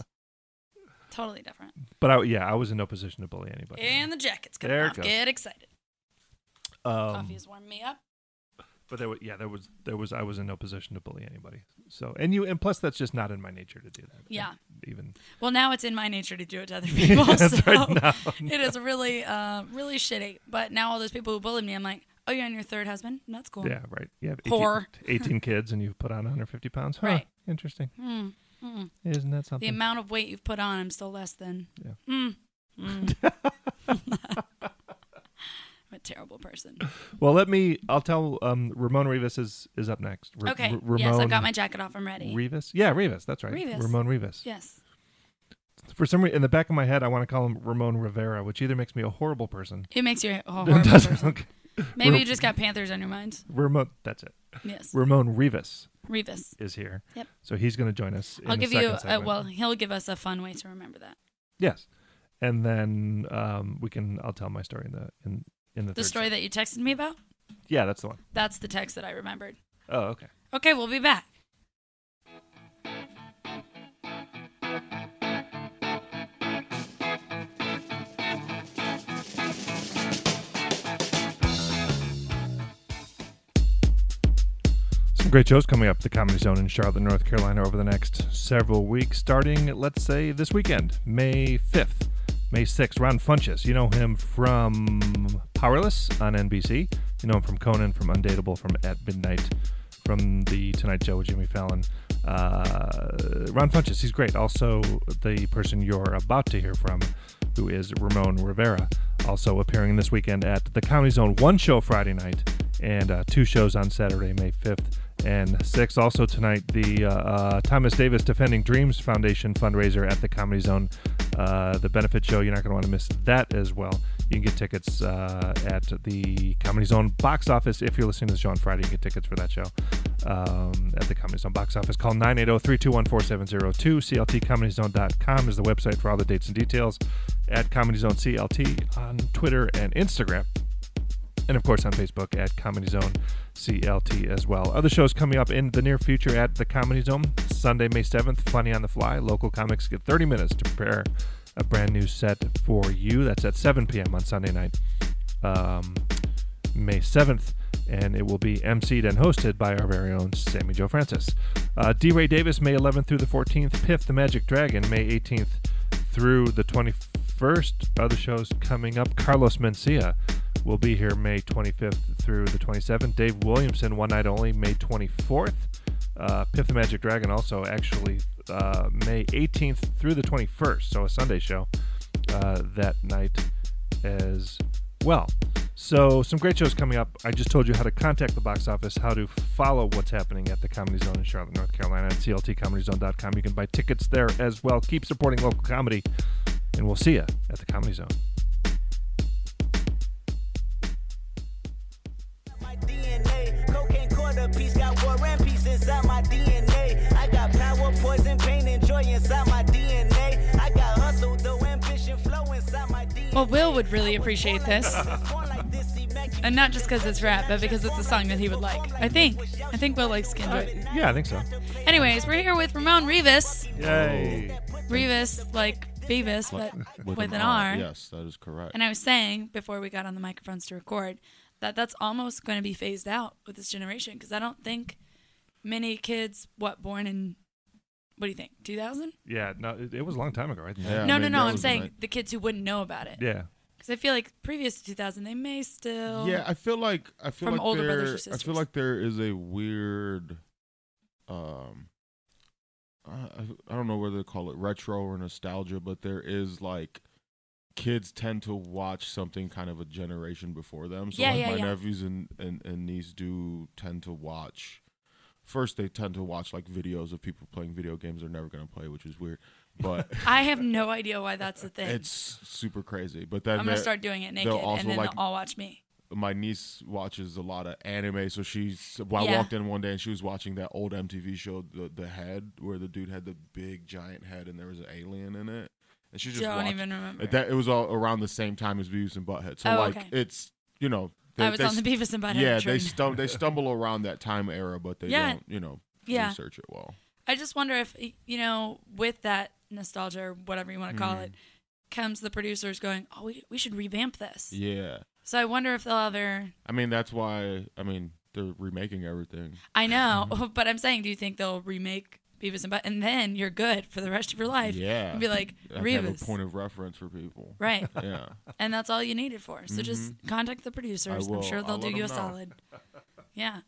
Speaker 3: totally different.
Speaker 4: but I yeah I was in no position to bully anybody
Speaker 3: And the jacket's coming
Speaker 4: There it
Speaker 3: off.
Speaker 4: goes.
Speaker 3: Get excited.
Speaker 4: um,
Speaker 3: Coffee has warmed me up.
Speaker 4: but there was yeah there was there was I was in no position to bully anybody so and you and plus that's just not in my nature to do that
Speaker 3: Yeah.
Speaker 4: even
Speaker 3: Well, now it's in my nature to do it to
Speaker 4: [laughs]
Speaker 3: other [laughs] people. so
Speaker 4: That's right, now-
Speaker 3: [laughs] it
Speaker 4: [laughs]
Speaker 3: is really, uh, really shitty. But now all those people who bullied me, I'm like, oh, you're on your third husband? That's cool.
Speaker 4: yeah right you have 18,
Speaker 3: Whore.
Speaker 4: 18 kids and you've put on 150 pounds huh,
Speaker 3: Right.
Speaker 4: interesting
Speaker 3: Mm, mm.
Speaker 4: isn't that
Speaker 3: The
Speaker 4: something
Speaker 3: amount of weight you've put on, I'm still less than.
Speaker 4: Yeah.
Speaker 3: Mm.
Speaker 4: [laughs]
Speaker 3: Mm. [laughs] I'm a terrible person.
Speaker 4: well let me I'll tell um Ramon Rivas is is up next Ra-
Speaker 3: Okay.
Speaker 4: Ra- Ramon
Speaker 3: yes, I've got my jacket off. I'm ready.
Speaker 4: Rivas yeah Rivas that's right
Speaker 3: Rivas.
Speaker 4: Ramon Rivas
Speaker 3: yes.
Speaker 4: For some reason, in the back of my head, I want to call him Ramon Rivera, which either makes me a horrible person.
Speaker 3: It makes you a
Speaker 4: [laughs]
Speaker 3: horrible
Speaker 4: It doesn't-
Speaker 3: person.
Speaker 4: okay.
Speaker 3: Maybe
Speaker 4: We're-
Speaker 3: you just got Panthers on your mind.
Speaker 4: Ramon, that's it.
Speaker 3: Yes.
Speaker 4: Ramon Rivas
Speaker 3: Revis.
Speaker 4: is here.
Speaker 3: Yep.
Speaker 4: So he's going to join us. In
Speaker 3: I'll
Speaker 4: the
Speaker 3: give
Speaker 4: second
Speaker 3: you, a,
Speaker 4: segment.
Speaker 3: well, he'll give us a fun way to remember that.
Speaker 4: Yes, and then um, we can. I'll tell my story in the in in the,
Speaker 3: The story that you texted me about,
Speaker 4: yeah, that's the one.
Speaker 3: that's the text that I remembered.
Speaker 4: Oh, okay.
Speaker 3: Okay, we'll be back.
Speaker 4: Some great shows coming up at the Comedy Zone in Charlotte, North Carolina over the next several weeks, starting, let's say, this weekend, May 5th. May 6th, Ron Funches. You know him from Powerless on NBC. You know him from Conan, from Undateable, from At Midnight, from The Tonight Show with Jimmy Fallon. Uh, Ron Funches, he's great. Also, the person you're about to hear from, who is Ramon Rivera, also appearing this weekend at the Comedy Zone. One show Friday night and uh, two shows on Saturday, May 5th and 6th. Also tonight, the uh, uh, Thomas Davis Defending Dreams Foundation fundraiser at the Comedy Zone, uh, the benefit show. You're not going to want to miss that as well. You can get tickets uh, at the Comedy Zone box office. If you're listening to the show on Friday, you can get tickets for that show um, at the Comedy Zone box office. Call 980-321-4702. CLTComedyZone.com is the website for all the dates and details. At Comedy Zone CLT on Twitter and Instagram and of course on Facebook at Comedy Zone CLT as well. Other shows coming up in the near future at the Comedy Zone. Sunday, May 7th, Funny on the Fly. Local comics get 30 minutes to prepare a brand new set for you. That's at 7 p.m. on Sunday night, um, May 7th. And it will be emceed and hosted by our very own Sammy Joe Francis. Uh, D. Ray Davis, May 11th through the 14th. Piff the Magic Dragon, May 18th through the 21st. Other shows coming up. Carlos Mencia will be here May 25th through the 27th. Dave Williamson, one night only, May 24th. Uh, Piff the Magic Dragon also actually uh, May 18th through the 21st, so a Sunday show uh, that night as well. So some great shows coming up. I just told you how to contact the box office, how to follow what's happening at the Comedy Zone in Charlotte, North Carolina at cltcomedyzone.com. You can buy tickets there as well. Keep supporting local comedy, and we'll see you at the Comedy Zone.
Speaker 5: joy inside my DNA. I got hustle, though ambition flow inside my DNA.
Speaker 3: Well, Will would really appreciate this. And not just because it's rap, but because it's a song that he would like. I think. I think Will likes Skin to It.
Speaker 4: yeah, I think so.
Speaker 3: Anyways, we're here with Ramon Rivas.
Speaker 4: Yay.
Speaker 3: Rivas, like Beavis, but with, an, R.
Speaker 6: Yes, that is correct.
Speaker 3: And I was saying before we got on the microphones to record that that's almost going to be phased out with this generation because I don't think many kids, what, born in, what do you think, 2000?
Speaker 4: Yeah, no, it, it was a long time ago, right?
Speaker 6: Yeah.
Speaker 3: no,
Speaker 6: I
Speaker 3: no,
Speaker 6: mean,
Speaker 3: no.
Speaker 6: that
Speaker 3: I'm
Speaker 6: was
Speaker 3: saying
Speaker 6: like-
Speaker 3: the kids who wouldn't know about it.
Speaker 4: Yeah.
Speaker 3: Because I feel like previous to 2000, they may still.
Speaker 6: yeah, I feel like I feel
Speaker 3: From
Speaker 6: like
Speaker 3: older brothers or
Speaker 6: there. I
Speaker 3: sisters.
Speaker 6: feel like there is a weird, um, I, I- I don't know whether to call it retro or nostalgia, but there is like kids tend to watch something kind of a generation before them. So
Speaker 3: Yeah,
Speaker 6: like
Speaker 3: yeah,
Speaker 6: my
Speaker 3: yeah.
Speaker 6: nephews and, and and niece do tend to watch. First, they tend to watch like videos of people playing video games they're never going to play, which is weird, but.
Speaker 3: I have no idea why [laughs] that's a thing.
Speaker 6: It's super crazy, but then
Speaker 3: I'm going to
Speaker 6: there-
Speaker 3: start doing it naked
Speaker 6: they'll also
Speaker 3: and then
Speaker 6: like
Speaker 3: they'll all watch me.
Speaker 6: my niece watches a lot of anime, so she's. Well, I
Speaker 3: Yeah.
Speaker 6: walked in one day and she was watching that old MTV show, the the head, where the dude had the big giant head and there was an alien in it, and she just
Speaker 3: Don't
Speaker 6: watched-
Speaker 3: even remember.
Speaker 6: It- That it was all around the same time as Beavis and Butthead, so
Speaker 3: Oh,
Speaker 6: like
Speaker 3: okay.
Speaker 6: it's you know.
Speaker 3: I was on the
Speaker 6: st-
Speaker 3: Beavis and Butthead
Speaker 6: Yeah,
Speaker 3: train.
Speaker 6: they
Speaker 3: [laughs]
Speaker 6: stum- they stumble around that time era, but they
Speaker 3: Yeah.
Speaker 6: don't you know
Speaker 3: Yeah.
Speaker 6: research it well.
Speaker 3: I just wonder if you know, with that nostalgia or whatever you want to call
Speaker 6: Mm-hmm.
Speaker 3: it, comes the producers going, "Oh, we, we should revamp this."
Speaker 6: Yeah,
Speaker 3: So I wonder if they'll ever.
Speaker 6: I mean that's why I mean they're remaking everything.
Speaker 3: I
Speaker 6: Mm-hmm.
Speaker 3: know, [laughs] but I'm saying, do you think they'll remake Beavis and Butt, and then you're good for the rest of your life?
Speaker 6: Yeah,
Speaker 3: and be like
Speaker 6: [laughs] I have a
Speaker 3: Revis,
Speaker 6: point of reference for people. [laughs]
Speaker 3: right?
Speaker 6: Yeah.
Speaker 3: and that's all you need it for. So just contact the producers. I'm
Speaker 6: Mm-hmm. will.
Speaker 3: sure they'll
Speaker 6: I'll
Speaker 3: do
Speaker 6: let
Speaker 3: you a
Speaker 6: 'em know. [laughs]
Speaker 3: solid. Yeah.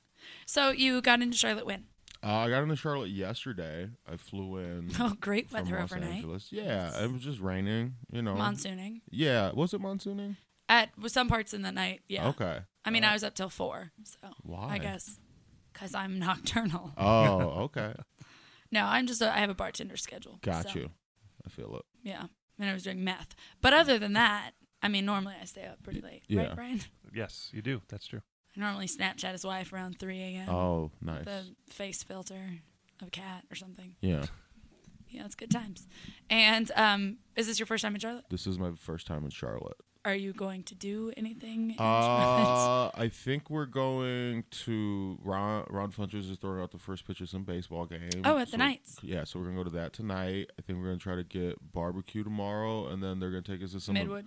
Speaker 3: So you got into Charlotte Wynn.
Speaker 6: Uh, I got into Charlotte yesterday. I flew in.
Speaker 3: [laughs] [laughs] Oh, great
Speaker 6: from
Speaker 3: weather
Speaker 6: Los
Speaker 3: overnight.
Speaker 6: Angeles. Yeah, it was just raining. You know.
Speaker 3: Monsooning
Speaker 6: Yeah, was it monsooning?
Speaker 3: at some parts in the night. Yeah. [laughs]
Speaker 6: Okay.
Speaker 3: I mean, I was up till four, so I
Speaker 6: Why?
Speaker 3: guess because I'm [laughs] nocturnal.
Speaker 6: Oh, okay.
Speaker 3: No, I'm just a, I have a bartender schedule.
Speaker 6: Got
Speaker 3: so,
Speaker 6: you. I feel it.
Speaker 3: Yeah, and I was doing meth. But other than that, I mean, normally I stay up pretty late,
Speaker 6: Yeah.
Speaker 3: right, Brian?
Speaker 4: Yes, you do. That's true.
Speaker 3: I normally Snapchat his wife around three a.m.
Speaker 6: Oh, nice.
Speaker 3: The face filter of a cat or something.
Speaker 6: Yeah,
Speaker 3: Yeah, it's good times. And um, is this your first time in Charlotte?
Speaker 6: this is my first time in Charlotte.
Speaker 3: Are you going to do anything [laughs] in Charlotte? [laughs]
Speaker 6: Uh, I think we're going to Ron. Ron Funches is throwing out the first pitch of some baseball game.
Speaker 3: Oh, at the
Speaker 6: So-
Speaker 3: Knights.
Speaker 6: Yeah, so we're gonna go to that tonight. I think we're gonna try to get barbecue tomorrow, and then they're gonna take us to some.
Speaker 3: Midwood,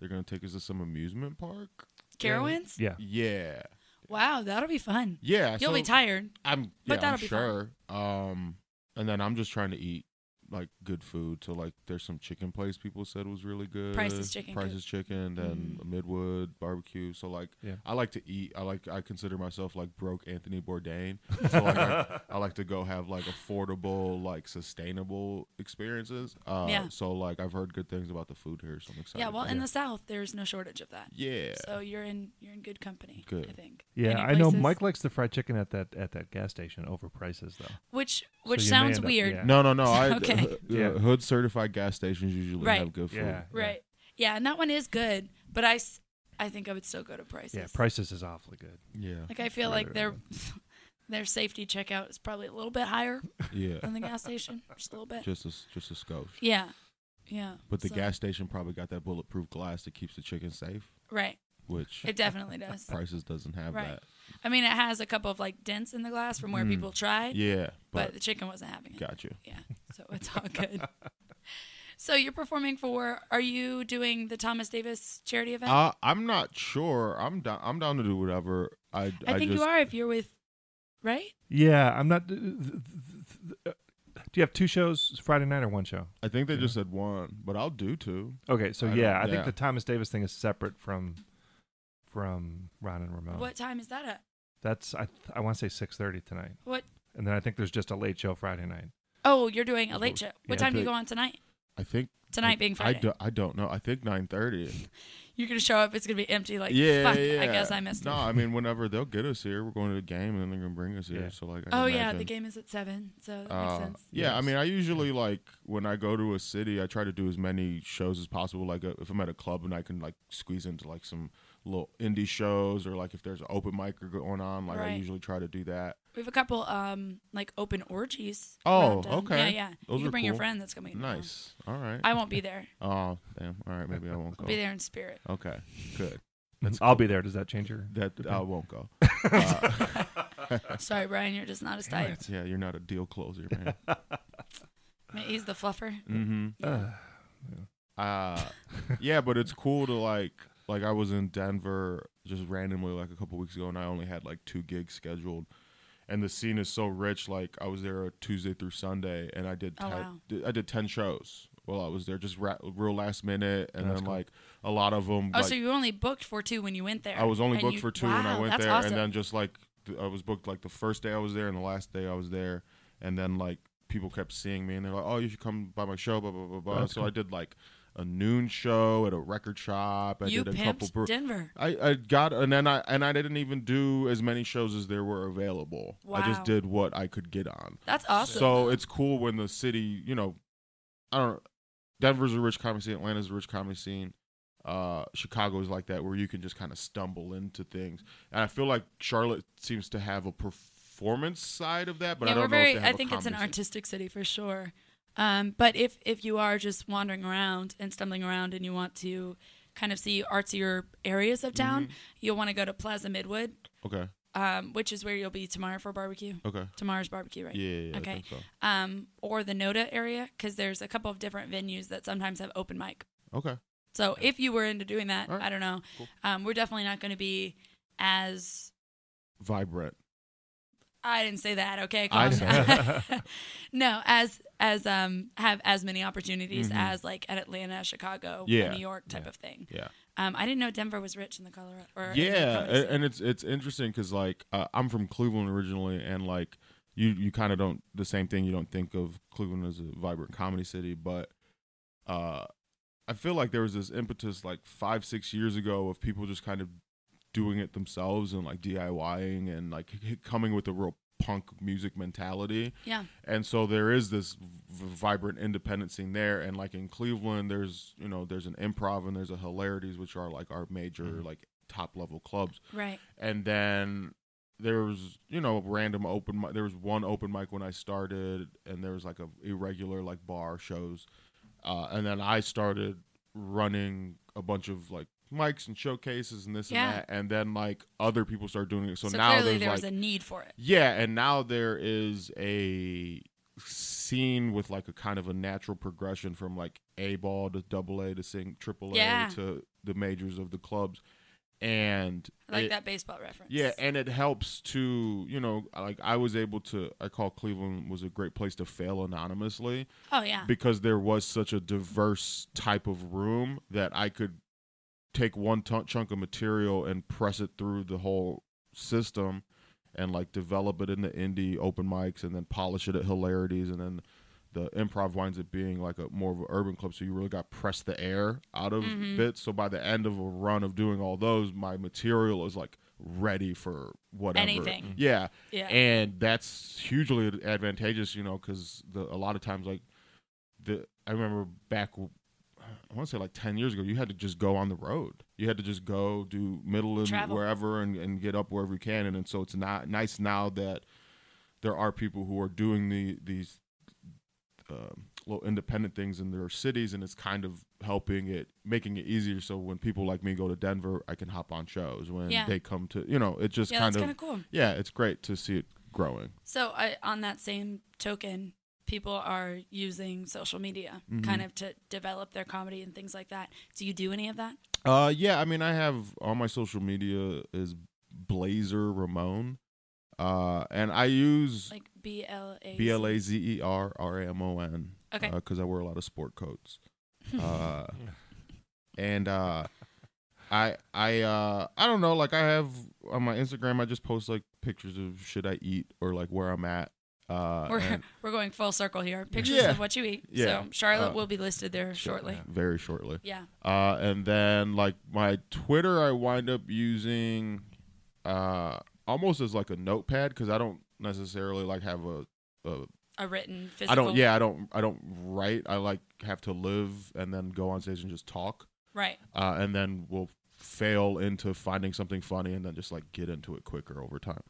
Speaker 6: They're gonna take us to some amusement park.
Speaker 3: Carowinds.
Speaker 4: Yeah.
Speaker 6: Yeah,
Speaker 3: Wow, that'll be fun.
Speaker 6: yeah.
Speaker 3: You'll
Speaker 6: so
Speaker 3: be tired.
Speaker 6: I'm,
Speaker 3: but
Speaker 6: yeah,
Speaker 3: that'll
Speaker 6: I'm
Speaker 3: be
Speaker 6: sure. Um, and then I'm just trying to eat like good food. So like, there's some chicken place people said was really good.
Speaker 3: Price's Chicken Mm-hmm.
Speaker 6: Price's
Speaker 3: Coop.
Speaker 6: Chicken, then Midwood barbecue. So like,
Speaker 4: Yeah.
Speaker 6: I like to eat. I like I consider myself like broke Anthony Bourdain. So like, I, I like to go have like affordable, like sustainable experiences. Uh,
Speaker 3: Yeah.
Speaker 6: So like, I've heard good things about the food here, so I'm excited.
Speaker 3: Yeah, well,
Speaker 6: about
Speaker 3: in
Speaker 6: it.
Speaker 3: the South, there's no shortage of that.
Speaker 6: yeah.
Speaker 3: So you're in you're in good company.
Speaker 6: Good.
Speaker 3: I think.
Speaker 4: Yeah,
Speaker 3: Any
Speaker 4: I know
Speaker 3: places?
Speaker 4: Mike likes the fried chicken at that at that gas station over prices though.
Speaker 3: Which which
Speaker 4: you may
Speaker 3: sounds
Speaker 4: end up-
Speaker 3: weird.
Speaker 4: yeah.
Speaker 6: no, no,
Speaker 3: [laughs]
Speaker 6: no. I,
Speaker 3: Okay.
Speaker 6: uh,
Speaker 4: Yeah.
Speaker 6: Hood certified gas stations usually
Speaker 3: Right.
Speaker 6: have good food.
Speaker 4: Yeah.
Speaker 3: Right. Yeah, and that one is good, but I, s- I think I would still go to prices.
Speaker 4: Yeah, prices is awfully good.
Speaker 6: Yeah.
Speaker 3: Like I feel
Speaker 4: Right,
Speaker 3: like
Speaker 4: right,
Speaker 3: their [laughs] their safety checkout is probably a little bit higher
Speaker 6: Yeah.
Speaker 3: than the gas station, [laughs] just a little bit.
Speaker 6: Just a s- just a scotch.
Speaker 3: yeah. Yeah.
Speaker 6: But the
Speaker 3: so-
Speaker 6: gas station probably got that bulletproof glass that keeps the chicken safe,
Speaker 3: Right.
Speaker 6: which
Speaker 3: It definitely does.
Speaker 6: [laughs] prices doesn't have
Speaker 3: Right.
Speaker 6: that.
Speaker 3: I mean, it has a couple of like dents in the glass from where people tried,
Speaker 6: Mm. Yeah,
Speaker 3: but,
Speaker 6: but,
Speaker 3: the chicken wasn't having it.
Speaker 6: got you.
Speaker 3: Yeah. So it's all good. so you're performing for are you doing the Thomas Davis charity event?
Speaker 6: Uh, I'm not sure. I'm down. I'm down to do whatever. I
Speaker 3: I think
Speaker 6: just,
Speaker 3: you are if you're with, right?
Speaker 4: Yeah, I'm not. th- th- th- th- th- uh, Do you have two shows Friday night or one show?
Speaker 6: I think they just said one, but I'll do two.
Speaker 4: Okay, so
Speaker 6: I don't-
Speaker 4: yeah, I think
Speaker 6: yeah.
Speaker 4: the Thomas Davis thing is separate from from Ron and
Speaker 6: Oh.
Speaker 4: Ramon.
Speaker 3: What time is that at?
Speaker 4: That's I th- I want to say six thirty tonight,
Speaker 3: What?
Speaker 4: and then I think there's just a late show Friday night.
Speaker 3: Oh, you're doing a late show.
Speaker 6: Yeah,
Speaker 3: What time do you
Speaker 6: but-
Speaker 3: go on tonight?
Speaker 6: I think
Speaker 3: Tonight
Speaker 6: I-
Speaker 3: being
Speaker 6: I,
Speaker 3: Friday.
Speaker 6: do, I don't know. I think nine thirty.
Speaker 3: You're gonna show up. It's gonna be empty. [laughs] Like,
Speaker 6: yeah,
Speaker 3: fuck,
Speaker 6: yeah.
Speaker 3: I guess I missed.
Speaker 6: No,
Speaker 3: it.
Speaker 6: I mean whenever they'll get us here, we're going to the game, and then they're gonna bring us here.
Speaker 4: Yeah.
Speaker 6: So like, I
Speaker 3: Oh yeah, the
Speaker 6: imagine-
Speaker 3: game is at seven, so that
Speaker 6: Uh,
Speaker 3: makes sense.
Speaker 6: Yeah, I
Speaker 4: Yes.
Speaker 6: mean, I usually like when I go to a city, I try to do as many shows as possible. Like uh, if I'm at a club and I can like squeeze into like some little indie shows, or like if there's an open mic or going on, like I
Speaker 3: Right.
Speaker 6: usually try to do that.
Speaker 3: We have a couple um like open orgies.
Speaker 6: Oh,
Speaker 3: We'll have to-
Speaker 6: okay.
Speaker 3: Yeah, yeah.
Speaker 6: Those
Speaker 3: you can
Speaker 6: are
Speaker 3: bring your
Speaker 6: cool.
Speaker 3: friend. That's coming.
Speaker 6: Nice. All right.
Speaker 3: I won't be there.
Speaker 6: oh damn. All right. Maybe I won't go.
Speaker 3: I'll be there in spirit.
Speaker 6: Okay. Good.
Speaker 4: I'll be there. Does that change your?
Speaker 6: That I
Speaker 4: Depend-
Speaker 6: won't go.
Speaker 3: Sorry, Brian. You're just not his type.
Speaker 6: Yeah, you're not a deal closer, man.
Speaker 3: I mean, He's the fluffer.
Speaker 6: mm-hmm.
Speaker 4: [laughs]
Speaker 6: uh yeah but it's cool to like like i was in denver just randomly like a couple weeks ago and i only had like two gigs scheduled and the scene is so rich like i was there tuesday through sunday and i did
Speaker 3: Oh,
Speaker 6: 10
Speaker 3: wow.
Speaker 6: di- i did 10 shows while i was there just ra- real last minute and
Speaker 4: That's
Speaker 6: then
Speaker 4: cool.
Speaker 6: like a lot of them
Speaker 3: Oh,
Speaker 6: like,
Speaker 3: so you only booked for two when you went there.
Speaker 6: i was only
Speaker 3: And
Speaker 6: booked
Speaker 3: you-
Speaker 6: for two and i
Speaker 3: wow,
Speaker 6: went
Speaker 3: that's
Speaker 6: there
Speaker 3: awesome.
Speaker 6: and then just like th- i was booked like the first day i was there and the last day i was there and then like people kept seeing me and they're like oh you should come by my show blah blah blah blah
Speaker 4: That's
Speaker 6: so
Speaker 4: cool.
Speaker 6: i did like a noon show at a record shop. I
Speaker 3: you
Speaker 6: did a
Speaker 3: pimped
Speaker 6: couple. brew-
Speaker 3: Denver.
Speaker 6: I, I got and then I and I didn't even do as many shows as there were available. I
Speaker 3: Wow.
Speaker 6: just did what I could get on.
Speaker 3: That's awesome.
Speaker 6: So it's cool when the city, you know, I don't. Denver's a rich comedy scene. Atlanta's a rich comedy scene. Uh, Chicago's like that, where you can just kind of stumble into things. And I feel like Charlotte seems to have a performance side of that, but
Speaker 3: yeah,
Speaker 6: I don't
Speaker 3: we're
Speaker 6: know
Speaker 3: very.
Speaker 6: if they have
Speaker 3: I think
Speaker 6: a
Speaker 3: it's an
Speaker 6: comedy scene.
Speaker 3: artistic city for sure. Um, but if if you are just wandering around and stumbling around and you want to kind of see artsier areas of town,
Speaker 6: Mm-hmm.
Speaker 3: you'll want to go to Plaza Midwood,
Speaker 6: Okay.
Speaker 3: um, which is where you'll be tomorrow for barbecue.
Speaker 6: Okay.
Speaker 3: Tomorrow's barbecue, right?
Speaker 6: Yeah. yeah, yeah, I
Speaker 3: okay.
Speaker 6: think so.
Speaker 3: Um, or the Noda area because there's a couple of different venues that sometimes have open mic.
Speaker 6: Okay.
Speaker 3: So if you were into doing that,
Speaker 6: All right.
Speaker 3: I don't know.
Speaker 6: Cool.
Speaker 3: Um, we're definitely not going to be as
Speaker 6: Vibrant.
Speaker 3: I didn't say that. Okay,
Speaker 6: I
Speaker 3: calm
Speaker 6: said
Speaker 3: down. [laughs]
Speaker 6: [laughs]
Speaker 3: no, as as um have as many opportunities as like at Atlanta, Chicago,
Speaker 6: Mm-hmm. Yeah.
Speaker 3: New York type of thing.
Speaker 6: Yeah.
Speaker 3: Um, I didn't know Denver was rich in the Colorado. Or in the
Speaker 6: yeah
Speaker 3: comedy
Speaker 6: a-
Speaker 3: scene.
Speaker 6: and it's it's interesting because like uh, i'm from cleveland originally and like you you kind of don't the same thing you don't think of cleveland as a vibrant comedy city but uh i feel like there was this impetus like five six years ago of people just kind of doing it themselves and like diying and like coming with a real punk music mentality
Speaker 3: yeah,
Speaker 6: and so there is this v- vibrant independent scene there and like in cleveland there's you know there's an improv and there's a hilarities which are like our major
Speaker 3: Mm-hmm.
Speaker 6: like top level clubs
Speaker 3: right.
Speaker 6: and then there was you know random open mic there was one open mic when i started and there was like a irregular like bar shows uh, and then i started running a bunch of like mics and showcases and this
Speaker 3: Yeah.
Speaker 6: and that and then like other people started doing it so,
Speaker 3: So,
Speaker 6: now
Speaker 3: clearly
Speaker 6: there's
Speaker 3: there
Speaker 6: like
Speaker 3: was a need for it.
Speaker 6: yeah, and now there is a scene with like a kind of a natural progression from like A ball to double A to sing triple A
Speaker 3: Yeah.
Speaker 6: to the majors of the clubs. And
Speaker 3: I like
Speaker 6: it-
Speaker 3: that baseball reference.
Speaker 6: yeah, and it helps to, you know, like I was able to I call Cleveland was a great place to fail anonymously
Speaker 3: oh yeah.
Speaker 6: because there was such a diverse type of room that I could take one t- chunk of material and press it through the whole system and like develop it in the indie open mics and then polish it at hilarities and then the improv winds up being like a more of an urban club so you really got pressed the air out of
Speaker 3: Mm-hmm.
Speaker 6: bits so by the end of a run of doing all those my material is like ready for whatever
Speaker 3: Anything.
Speaker 6: yeah
Speaker 3: Yeah.
Speaker 6: and that's hugely advantageous you know because a lot of times like the I remember back I want to say like 10 years ago you had to just go on the road you had to just go do middle and
Speaker 3: Travel.
Speaker 6: wherever and, and get up wherever you can and, and so it's not nice now that there are people who are doing the these um little independent things in their cities and it's kind of helping it making it easier so when people like me go to Denver I can hop on shows when
Speaker 3: Yeah.
Speaker 6: they come to you know it just
Speaker 3: yeah,
Speaker 6: kind
Speaker 3: that's kind
Speaker 6: of
Speaker 3: of cool.
Speaker 6: yeah it's great to see it growing
Speaker 3: So I, on that same token, people are using social media
Speaker 6: Mm-hmm.
Speaker 3: kind of to develop their comedy and things like that. Do you do any of that?
Speaker 6: Uh, yeah. I mean, I have all my social media is Blazer Ramon, uh, and I use
Speaker 3: Like B L A
Speaker 6: B L A Z E R R A M O N.
Speaker 3: Okay.
Speaker 6: Because I wear a lot of sport coats.
Speaker 3: [laughs]
Speaker 6: Uh, and uh, I I uh I don't know. Like I have on my Instagram, I just post like pictures of shit I eat or like where I'm at. Uh,
Speaker 3: [laughs] We're
Speaker 6: and-
Speaker 3: we're going full circle here. Pictures
Speaker 6: Yeah.
Speaker 3: of what you eat.
Speaker 6: Yeah.
Speaker 3: So Charlotte
Speaker 6: Uh,
Speaker 3: will be listed there shortly.
Speaker 6: very shortly.
Speaker 3: Yeah.
Speaker 6: Uh, and then like my Twitter, I wind up using uh, almost as like a notepad because I don't necessarily like have a. a
Speaker 3: A written physical.
Speaker 6: I don't. Yeah, I don't. I don't write. I like have to live and then go on stage and just talk,
Speaker 3: Right.
Speaker 6: uh, and then we'll fail into finding something funny and then just like get into it quicker over time.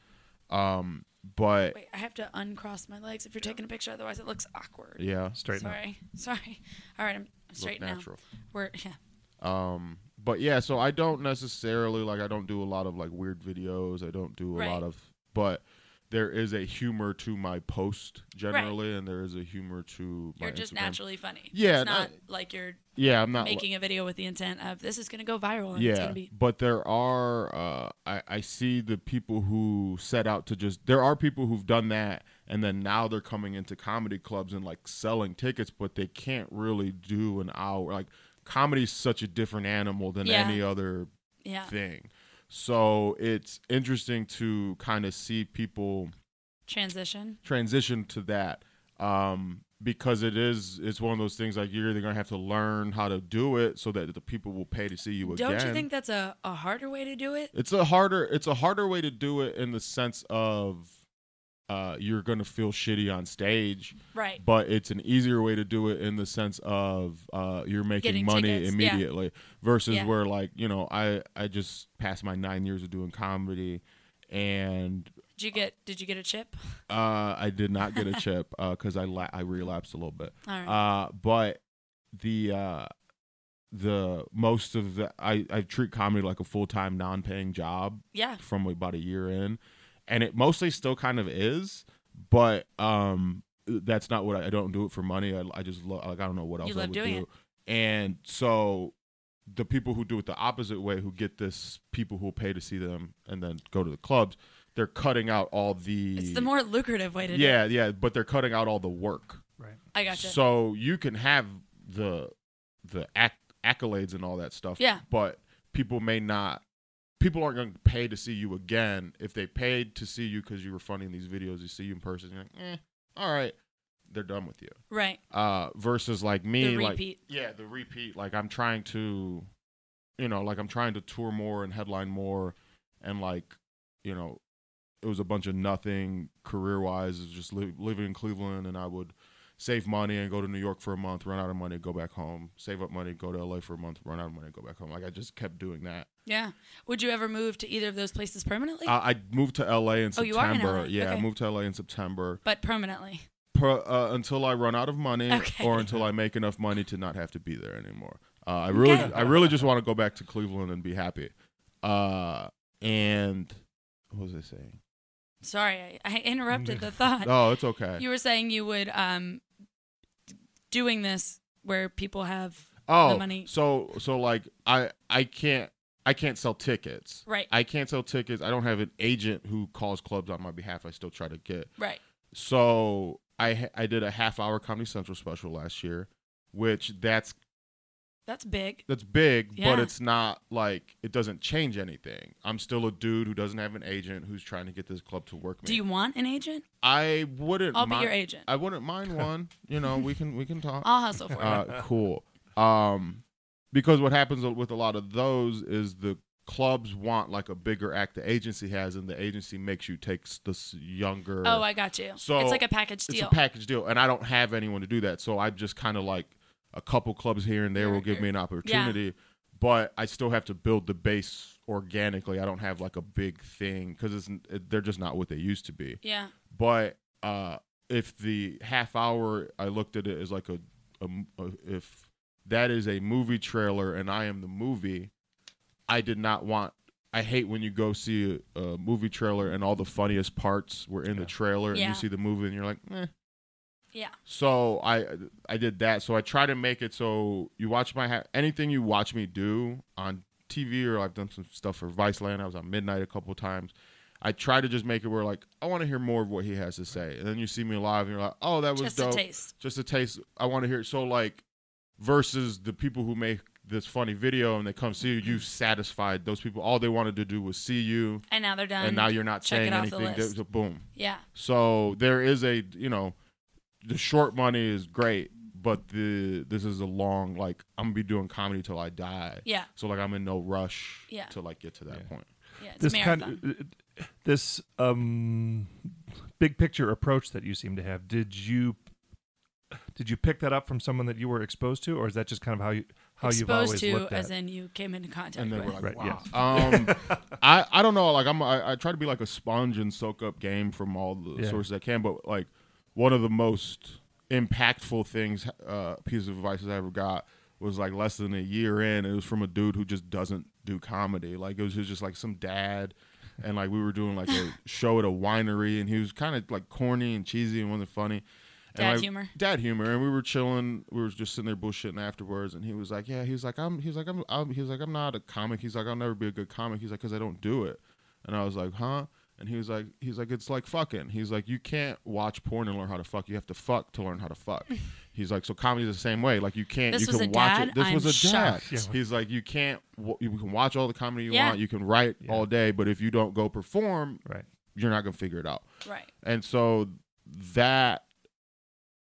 Speaker 6: Um, but
Speaker 3: Wait, I have to uncross my legs if you're taking a picture, otherwise it looks awkward.
Speaker 6: yeah,
Speaker 4: Straighten up.
Speaker 3: Sorry, [laughs] sorry. All right, I'm, I'm straight
Speaker 6: look
Speaker 3: now.
Speaker 6: natural.
Speaker 3: We're yeah.
Speaker 6: Um, but yeah, so I don't necessarily like I don't do a lot of like weird videos. I don't do a
Speaker 3: Right.
Speaker 6: lot of, but there is a humor to my post generally, and there is a humor to my
Speaker 3: You're just
Speaker 6: Instagram.
Speaker 3: naturally funny.
Speaker 6: Yeah,
Speaker 3: it's not
Speaker 6: not-
Speaker 3: like you're
Speaker 6: Yeah, I'm not li-
Speaker 3: making a video with the intent of this is gonna go viral. And
Speaker 6: yeah,
Speaker 3: it's gonna be
Speaker 6: but there are uh, I I see the people who set out to just there are people who've done that and then now they're coming into comedy clubs and like selling tickets, but they can't really do an hour like comedy's such a different animal than
Speaker 3: Yeah.
Speaker 6: any other
Speaker 3: yeah.
Speaker 6: thing. So it's interesting to kind of see people
Speaker 3: transition.
Speaker 6: transition to that um, because it is it's one of those things like you're either gonna have to learn how to do it so that the people will pay to see you again.
Speaker 3: Don't you think that's a, a harder way to do it?
Speaker 6: it's a harder it's a harder way to do it in the sense of uh, you're gonna feel shitty on stage,
Speaker 3: Right.
Speaker 6: but it's an easier way to do it in the sense of uh, you're making
Speaker 3: Getting
Speaker 6: money
Speaker 3: tickets, yeah.
Speaker 6: immediately versus
Speaker 3: Yeah.
Speaker 6: where like you know I I just passed my nine years of doing comedy and
Speaker 3: Did you get did you get a chip?
Speaker 6: uh, I did
Speaker 3: [laughs]
Speaker 6: not get a chip because I la- I relapsed a little bit.
Speaker 3: All right.
Speaker 6: Uh, but the uh, the most of the I, I treat comedy like a full time non paying job
Speaker 3: yeah.
Speaker 6: from about a year in, and it mostly still kind of is, but um, that's not what I, I don't do it for money. I, I just love like I don't know what else
Speaker 3: You
Speaker 6: I
Speaker 3: love
Speaker 6: would
Speaker 3: doing
Speaker 6: do,
Speaker 3: it.
Speaker 6: and so the people who do it the opposite way, who get this people who pay to see them and then go to the clubs, they're cutting out all the
Speaker 3: It's the more lucrative way to do it.
Speaker 6: yeah, yeah, but they're cutting out all the work.
Speaker 4: Right.
Speaker 3: I gotcha.
Speaker 6: So you can have the the acc- accolades and all that stuff.
Speaker 3: Yeah.
Speaker 6: But people may not. People aren't going to pay to see you again if they paid to see you because you were funny in these videos. You see you in person, you're like, eh, all right, they're done with you.
Speaker 3: right.
Speaker 6: Uh, versus like me,
Speaker 3: The
Speaker 6: like
Speaker 3: repeat.
Speaker 6: yeah, the repeat. Like I'm trying to, you know, like I'm trying to tour more and headline more, and like, you know, it was a bunch of nothing career wise. Just li- living in Cleveland, and I would save money and go to New York for a month, run out of money, go back home, save up money, go to LA for a month, run out of money, go back home. Like I just kept doing that.
Speaker 3: Yeah. Would you ever move to either of those places permanently?
Speaker 6: I, I moved to LA in
Speaker 3: Oh, you are in
Speaker 6: September.
Speaker 3: LA.
Speaker 6: Yeah, I
Speaker 3: Okay.
Speaker 6: moved to LA in September.
Speaker 3: but permanently.
Speaker 6: per, uh, until I run out of money
Speaker 3: [laughs] Okay.
Speaker 6: or until I make enough money to not have to be there anymore. Uh, I really,
Speaker 3: Okay.
Speaker 6: I really just want to go back to Cleveland and be happy. Uh, and what was I saying?
Speaker 3: Sorry, I, I interrupted
Speaker 6: [laughs]
Speaker 3: the thought.
Speaker 6: Oh, it's okay.
Speaker 3: You were saying you would um doing this where people have
Speaker 6: oh,
Speaker 3: the money.
Speaker 6: so so like I I can't I can't sell tickets.
Speaker 3: Right.
Speaker 6: I can't sell tickets. I don't have an agent who calls clubs on my behalf. I still try to get
Speaker 3: Right.
Speaker 6: So I ha- I did a half hour Comedy Central special last year, which that's
Speaker 3: That's big.
Speaker 6: that's big, but
Speaker 3: Yeah.
Speaker 6: it's not like it doesn't change anything. I'm still a dude who doesn't have an agent who's trying to get this club to work. Me.
Speaker 3: Do you want an agent?
Speaker 6: I wouldn't.
Speaker 3: I'll be
Speaker 6: mi-
Speaker 3: your agent.
Speaker 6: I
Speaker 3: [laughs]
Speaker 6: wouldn't mind one. You know, we can we can talk.
Speaker 3: I'll hustle for you.
Speaker 6: Uh, cool. Um, because what happens with a lot of those is the clubs want like a bigger act the agency has, and the agency makes you take s- this younger.
Speaker 3: oh, I got you.
Speaker 6: So
Speaker 3: it's like a package deal.
Speaker 6: It's a package deal, and I don't have anyone to do that. So I just kind of like a couple clubs here and there will give me an opportunity, but I still have to build the base organically. I don't have like a big thing because it's n- it, they're just not what they used to be.
Speaker 3: yeah.
Speaker 6: But uh, if the half hour, I looked at it as like a, a m- a- if that is a movie trailer and I am the movie, I did not want. I hate when you go see a, a movie trailer and all the funniest parts were in the
Speaker 4: Yeah.
Speaker 6: trailer, and
Speaker 3: Yeah.
Speaker 6: you see the movie and you're like, eh.
Speaker 3: Yeah.
Speaker 6: So I I did that. So I try to make it so you watch my ha- anything you watch me do on TV or I've done some stuff for Vice Land. I was on Midnight a couple times. I try to just make it where like I want to hear more of what he has to say, and then you see me live and you're like, oh, that was
Speaker 3: Just a
Speaker 6: dope.
Speaker 3: taste.
Speaker 6: Just a taste. I want to hear. it. So like versus the people who make this funny video and they come see you, you've satisfied those people. All they wanted to do was see you,
Speaker 3: And now they're done.
Speaker 6: and now you're not
Speaker 3: check it
Speaker 6: saying
Speaker 3: off the
Speaker 6: anything.
Speaker 3: list.
Speaker 6: There's a boom.
Speaker 3: Yeah.
Speaker 6: So there is a you know, the short money is great, but the this is a long like I'm gonna be doing comedy till I die.
Speaker 3: Yeah.
Speaker 6: So like I'm in no rush.
Speaker 3: Yeah.
Speaker 6: To like get to that
Speaker 4: Yeah.
Speaker 6: point.
Speaker 3: Yeah. It's
Speaker 4: This
Speaker 3: a marathon.
Speaker 4: kind of, this um big picture approach that you seem to have. Did you did you pick that up from someone that you were exposed to, or is that just kind of how you how you've
Speaker 3: Exposed
Speaker 4: always
Speaker 3: to,
Speaker 4: looked at.
Speaker 3: as in you came into contact
Speaker 6: and they
Speaker 3: with.
Speaker 6: were like,
Speaker 4: Right,
Speaker 6: "Wow."
Speaker 4: yes.
Speaker 6: Um,
Speaker 4: [laughs]
Speaker 6: I I don't know. Like I'm I, I try to be like a sponge and soak up game from all the
Speaker 4: Yeah.
Speaker 6: sources I can. But like one of the most impactful things, uh, piece of advice I ever got was like less than a year in. It was from a dude who just doesn't do comedy. Like it was, it was just like some dad. And like we were doing like a show at a winery, and he was kind of like corny and cheesy and wasn't funny. And,
Speaker 3: Dad
Speaker 6: like,
Speaker 3: humor.
Speaker 6: dad humor and we were chilling we were just sitting there bullshitting afterwards and he was like yeah he was like i'm he was like i'm, I'm he was like i'm not a comic he's like i'll never be a good comic he's like because i don't do it and i was like huh and he was like he's like it's like fucking he's like you can't watch porn and learn how to fuck you have to fuck to learn how
Speaker 3: [laughs]
Speaker 6: to fuck he's like so comedy's the same way like you can't
Speaker 3: This
Speaker 6: you
Speaker 3: was
Speaker 6: can
Speaker 3: a
Speaker 6: watch
Speaker 3: dad?
Speaker 6: it this
Speaker 3: I'm
Speaker 6: was a dad
Speaker 3: shocked.
Speaker 6: he's like you can't w- you can watch all the comedy you
Speaker 3: Yeah.
Speaker 6: want you can write
Speaker 4: Yeah.
Speaker 6: all day but if you don't go perform
Speaker 4: right.
Speaker 6: you're not gonna figure it out
Speaker 3: right.
Speaker 6: and so that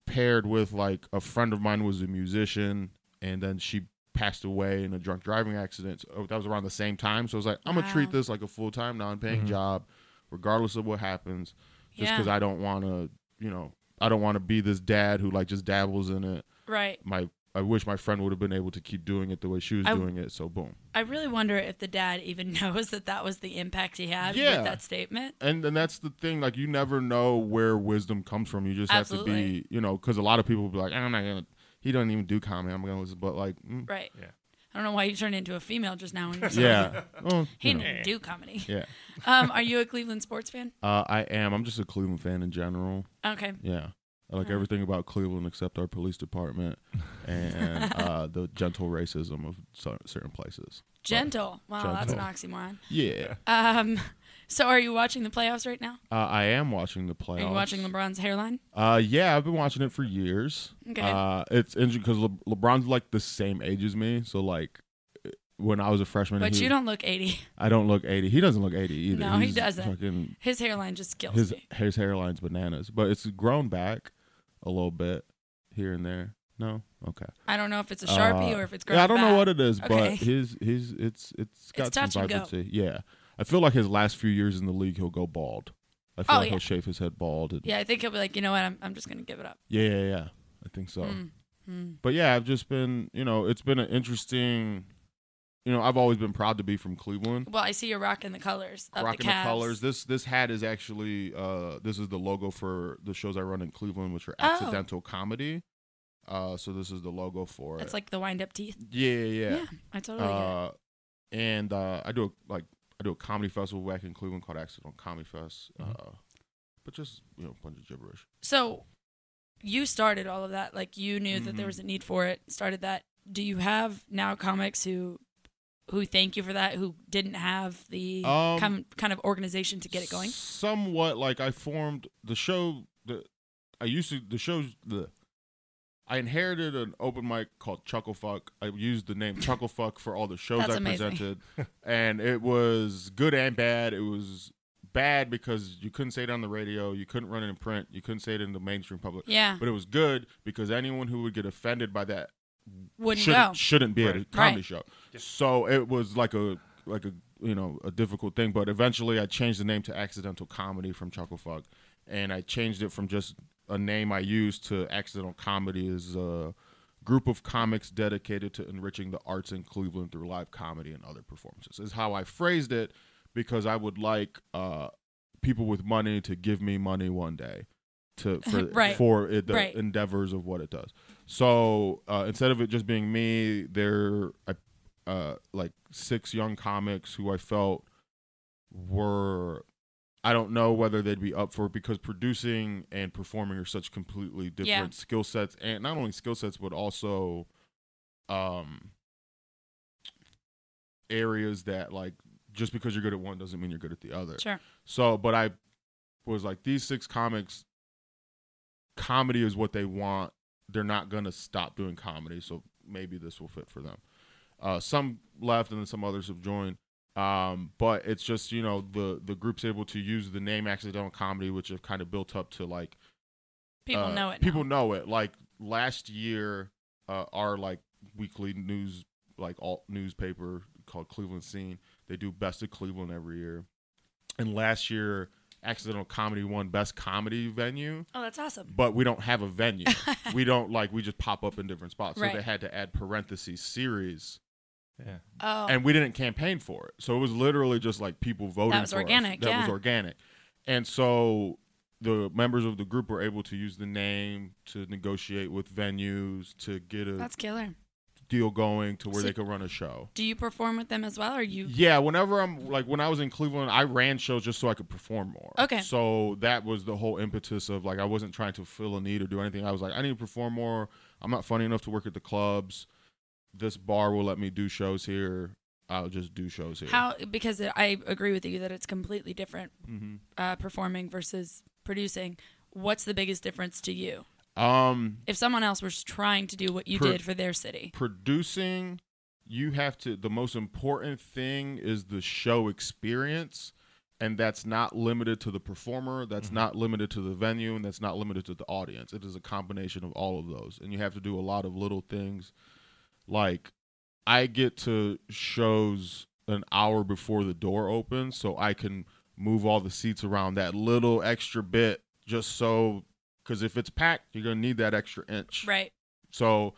Speaker 6: paired with like a friend of mine was a musician and then she passed away in a drunk driving accident. So oh, that was around the same time. So I was like, I'm
Speaker 3: Wow.
Speaker 6: gonna treat this like a full time non paying
Speaker 4: Mhm.
Speaker 6: job, regardless of what happens. Just
Speaker 3: Yeah.
Speaker 6: because I don't wanna, you know, I don't wanna be this dad who like just dabbles in it.
Speaker 3: Right.
Speaker 6: My I wish my friend would have been able to keep doing it the way she was
Speaker 3: I-
Speaker 6: doing it. So boom.
Speaker 3: I really wonder if the dad even [laughs] knows that that was the impact he had
Speaker 6: Yeah.
Speaker 3: with that statement.
Speaker 6: and and that's the thing like you never know where wisdom comes from you just have to
Speaker 3: Absolutely.
Speaker 6: be you know because a lot of people will be like i'm not gonna he doesn't even do comedy i'm gonna listen but like mm,
Speaker 3: Right.
Speaker 4: Yeah.
Speaker 3: I don't know why you turned into a female just now.
Speaker 6: [laughs]
Speaker 3: When you were saying [laughs]
Speaker 6: yeah Oh,
Speaker 3: He
Speaker 6: you know.
Speaker 3: didn't do comedy.
Speaker 6: yeah
Speaker 3: [laughs] Um, are you a Cleveland sports fan?
Speaker 6: uh, i am i'm just a cleveland fan in general
Speaker 3: Okay.
Speaker 6: yeah I like everything about Cleveland except our
Speaker 3: [laughs]
Speaker 6: police department and uh, the gentle racism of cer- certain places.
Speaker 3: Gentle. Wow, that's an oxymoron.
Speaker 6: Yeah,
Speaker 3: Um, [laughs] so are you watching the playoffs right now?
Speaker 6: uh, I am watching the playoffs.
Speaker 3: Are you watching LeBron's hairline?
Speaker 6: Uh, yeah, I've been watching it for years.
Speaker 3: Okay.
Speaker 6: Uh, it's interesting because Le- LeBron's like the same age as me, so like when I was a freshman,
Speaker 3: But
Speaker 6: he-
Speaker 3: you don't look 80.
Speaker 6: I don't look eighty. He doesn't look eighty either.
Speaker 3: No, he
Speaker 6: He's
Speaker 3: doesn't.
Speaker 6: Fucking
Speaker 3: His hairline just kills
Speaker 6: his
Speaker 3: me.
Speaker 6: his hairline's bananas, but it's grown back a little bit here and there. No, okay.
Speaker 3: I don't know if it's a sharpie
Speaker 6: Uh,
Speaker 3: or if it's.
Speaker 6: yeah, I don't know what
Speaker 3: it is.
Speaker 6: it is, but
Speaker 3: Okay.
Speaker 6: his his it's it's got
Speaker 3: touch
Speaker 6: some
Speaker 3: and go.
Speaker 6: vibrancy. Yeah, I feel like his last few years in the league, he'll go bald. I feel
Speaker 3: Oh,
Speaker 6: like
Speaker 3: yeah.
Speaker 6: he'll shave his head bald. and-
Speaker 3: Yeah, I think he'll be like, you know what? I'm, I'm just gonna give it up.
Speaker 6: yeah, yeah, yeah. I think so.
Speaker 3: Mm, mm.
Speaker 6: but yeah, I've just been, you know, it's been an interesting, you know, I've always been proud to be from Cleveland.
Speaker 3: Well, I see you're rocking the colors of
Speaker 6: Rocking
Speaker 3: the Cavs.
Speaker 6: colors. This this hat is actually uh this is the logo for the shows I run in Cleveland, which are
Speaker 3: Oh.
Speaker 6: accidental comedy. Uh, so this is the logo for
Speaker 3: It's
Speaker 6: it.
Speaker 3: like the wind up teeth.
Speaker 6: yeah, yeah, yeah.
Speaker 3: Yeah, I totally get it.
Speaker 6: uh, and uh, I do a, like I do a comedy festival back in Cleveland called Accidental Comedy Fest.
Speaker 3: Mm-hmm.
Speaker 6: Uh, but just you know, a bunch of gibberish.
Speaker 3: So, you started all of that. Like you knew that there
Speaker 6: Mhm.
Speaker 3: was a need for it. Started that. Do you have now comics who, who thank you for that? Who didn't have the
Speaker 6: Um,
Speaker 3: com- kind of organization to get it going?
Speaker 6: Somewhat like I formed the show that I used to the shows the I inherited an open mic called Chuckle Fuck. I used the name
Speaker 3: [laughs]
Speaker 6: Chuckle Fuck for all the shows
Speaker 3: That's
Speaker 6: I
Speaker 3: amazing. [laughs]
Speaker 6: presented. and it was good and bad. It was bad because you couldn't say it on the radio, you couldn't run it in print, you couldn't say it in the mainstream public.
Speaker 3: Yeah,
Speaker 6: But it was good because anyone who would get offended by that
Speaker 3: wouldn't
Speaker 6: shouldn't,
Speaker 3: go.
Speaker 6: shouldn't be at a
Speaker 4: Right.
Speaker 6: comedy
Speaker 3: Right.
Speaker 6: show. So it was like a like a you know a difficult thing. But eventually, I changed the name to Accidental Comedy from Chuckle Fuck, and I changed it from just a name I used to Accidental Comedy is a group of comics dedicated to enriching the arts in Cleveland through live comedy and other performances. Is how I phrased it because I would like uh, people with money to give me money one day to for
Speaker 3: [laughs] Right.
Speaker 6: for it, the
Speaker 3: Right.
Speaker 6: endeavors of what it does. So uh, instead of it just being me, there I uh, like six young comics who I felt were I don't know whether they'd be up for it because producing and performing are such completely different
Speaker 3: Yeah.
Speaker 6: skill sets, and not only skill sets but also um areas that like just because you're good at one doesn't mean you're good at the other.
Speaker 3: Sure.
Speaker 6: So, but I was like, these six comics, comedy is what they want. They're not gonna stop doing comedy, so maybe this will fit for them. Uh, some left, and then some others have joined. Um, but it's just you know the the group's able to use the name accidental comedy, which have kind of built up to like
Speaker 3: People
Speaker 6: uh,
Speaker 3: know it. now.
Speaker 6: People know it. Like last year, uh, our like weekly news, like alt newspaper called Cleveland Scene. They do Best of Cleveland every year, and last year Accidental Comedy won Best Comedy Venue,
Speaker 3: Oh, that's awesome.
Speaker 6: but we don't have
Speaker 3: [laughs]
Speaker 6: a venue. we don't like we just pop up in different spots.
Speaker 3: Right.
Speaker 6: So they had to add parentheses series,
Speaker 4: Yeah.
Speaker 3: Oh,
Speaker 6: and we didn't campaign for it. So it was literally just like people voting.
Speaker 3: was
Speaker 6: for us.
Speaker 3: organic,
Speaker 6: That was
Speaker 3: yeah.
Speaker 6: organic, and so the members of the group were able to use the name to negotiate with venues to get a
Speaker 3: Oh, that's killer.
Speaker 6: deal going to where
Speaker 3: So-
Speaker 6: they could run a show.
Speaker 3: Do you perform with them as well, or you?
Speaker 6: Yeah, whenever I'm like when I was in Cleveland, I ran shows just so I could perform more.
Speaker 3: Okay.
Speaker 6: So that was the whole impetus of like I wasn't trying to fill a need or do anything. I was like, I need to perform more. I'm not funny enough to work at the clubs. This bar will let me do shows here. I'll just do shows here.
Speaker 3: How? Because it, I agree with you that it's completely different
Speaker 6: Mhm.
Speaker 3: uh, performing versus producing. What's the biggest difference to you?
Speaker 6: Um,
Speaker 3: If someone else was trying to do what you
Speaker 6: Per-
Speaker 3: did for their city,
Speaker 6: producing, you have to. The most important thing is the show experience, and that's not limited to the performer. That's not limited to the venue, and that's not limited to the audience. It is a combination of all of those, and you have to do a lot of little things. Like, I get to shows an hour before the door opens, so I can move all the seats around that little extra bit, just so. Because if it's packed, you're gonna need that extra inch.
Speaker 3: right?
Speaker 6: So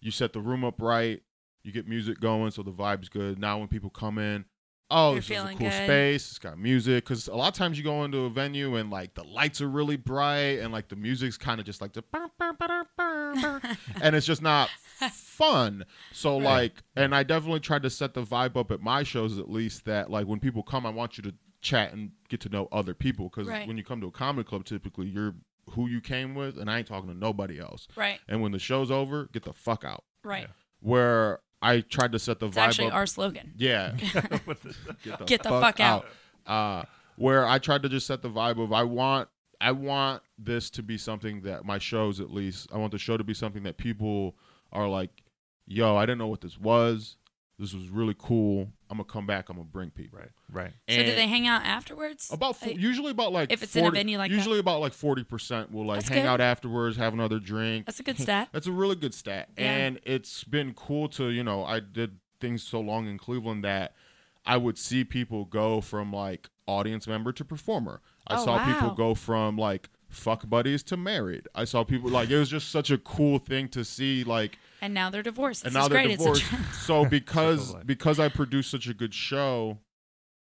Speaker 6: you set the room up right, you get music going, so the vibe's good. Now when people come in, oh,
Speaker 3: You're
Speaker 6: this is a
Speaker 3: feeling
Speaker 6: cool
Speaker 3: good.
Speaker 6: space. It's got music because a lot of times you go into a venue and like the lights are really bright and like the music's kind of just like the
Speaker 3: [laughs]
Speaker 6: bah, bah, bah, bah, bah, bah, and it's just not fun. So like, and I definitely tried to set the vibe up at my shows at least that like when people come, I want you to chat and get to know other people because
Speaker 3: Right.
Speaker 6: when you come to a comedy club, typically you're who you came with, and I ain't talking to nobody else.
Speaker 3: Right.
Speaker 6: And when the show's over, get the fuck out.
Speaker 3: Right.
Speaker 6: Where I tried to set the
Speaker 3: It's
Speaker 6: vibe
Speaker 3: actually
Speaker 6: up.
Speaker 3: our slogan. [laughs]
Speaker 6: yeah.
Speaker 4: What the-
Speaker 3: Get the fuck out.
Speaker 6: Uh, where I tried to just set the vibe of I want I want this to be something that my shows at least I want the show to be something that people are like, yo, I didn't know what this was. This was really cool. I'm gonna come back. I'm gonna bring people.
Speaker 4: right. [laughs] Right.
Speaker 3: So do
Speaker 6: And
Speaker 3: they hang out afterwards?
Speaker 6: about fo-
Speaker 3: I-
Speaker 6: usually about like
Speaker 3: if it's in a venue like that.
Speaker 6: usually about like forty percent will like
Speaker 3: That's
Speaker 6: hang
Speaker 3: good.
Speaker 6: out afterwards, have another drink,
Speaker 3: that's a
Speaker 6: [laughs]
Speaker 3: good stat.
Speaker 6: That's a really good stat.
Speaker 3: Yeah.
Speaker 6: And it's been cool to, you know, I did things so long in Cleveland that I would see people go from like audience member to performer. I
Speaker 3: Oh,
Speaker 6: saw people
Speaker 3: wow.
Speaker 6: go from like fuck buddies to married. I saw people like it was just such a cool thing to see like
Speaker 3: And now they're divorced. This
Speaker 6: and now
Speaker 3: is
Speaker 6: they're
Speaker 3: great. It's a
Speaker 6: divorced.
Speaker 3: trend. [laughs]
Speaker 6: so because
Speaker 4: Circle life.
Speaker 6: because I produced such a good show,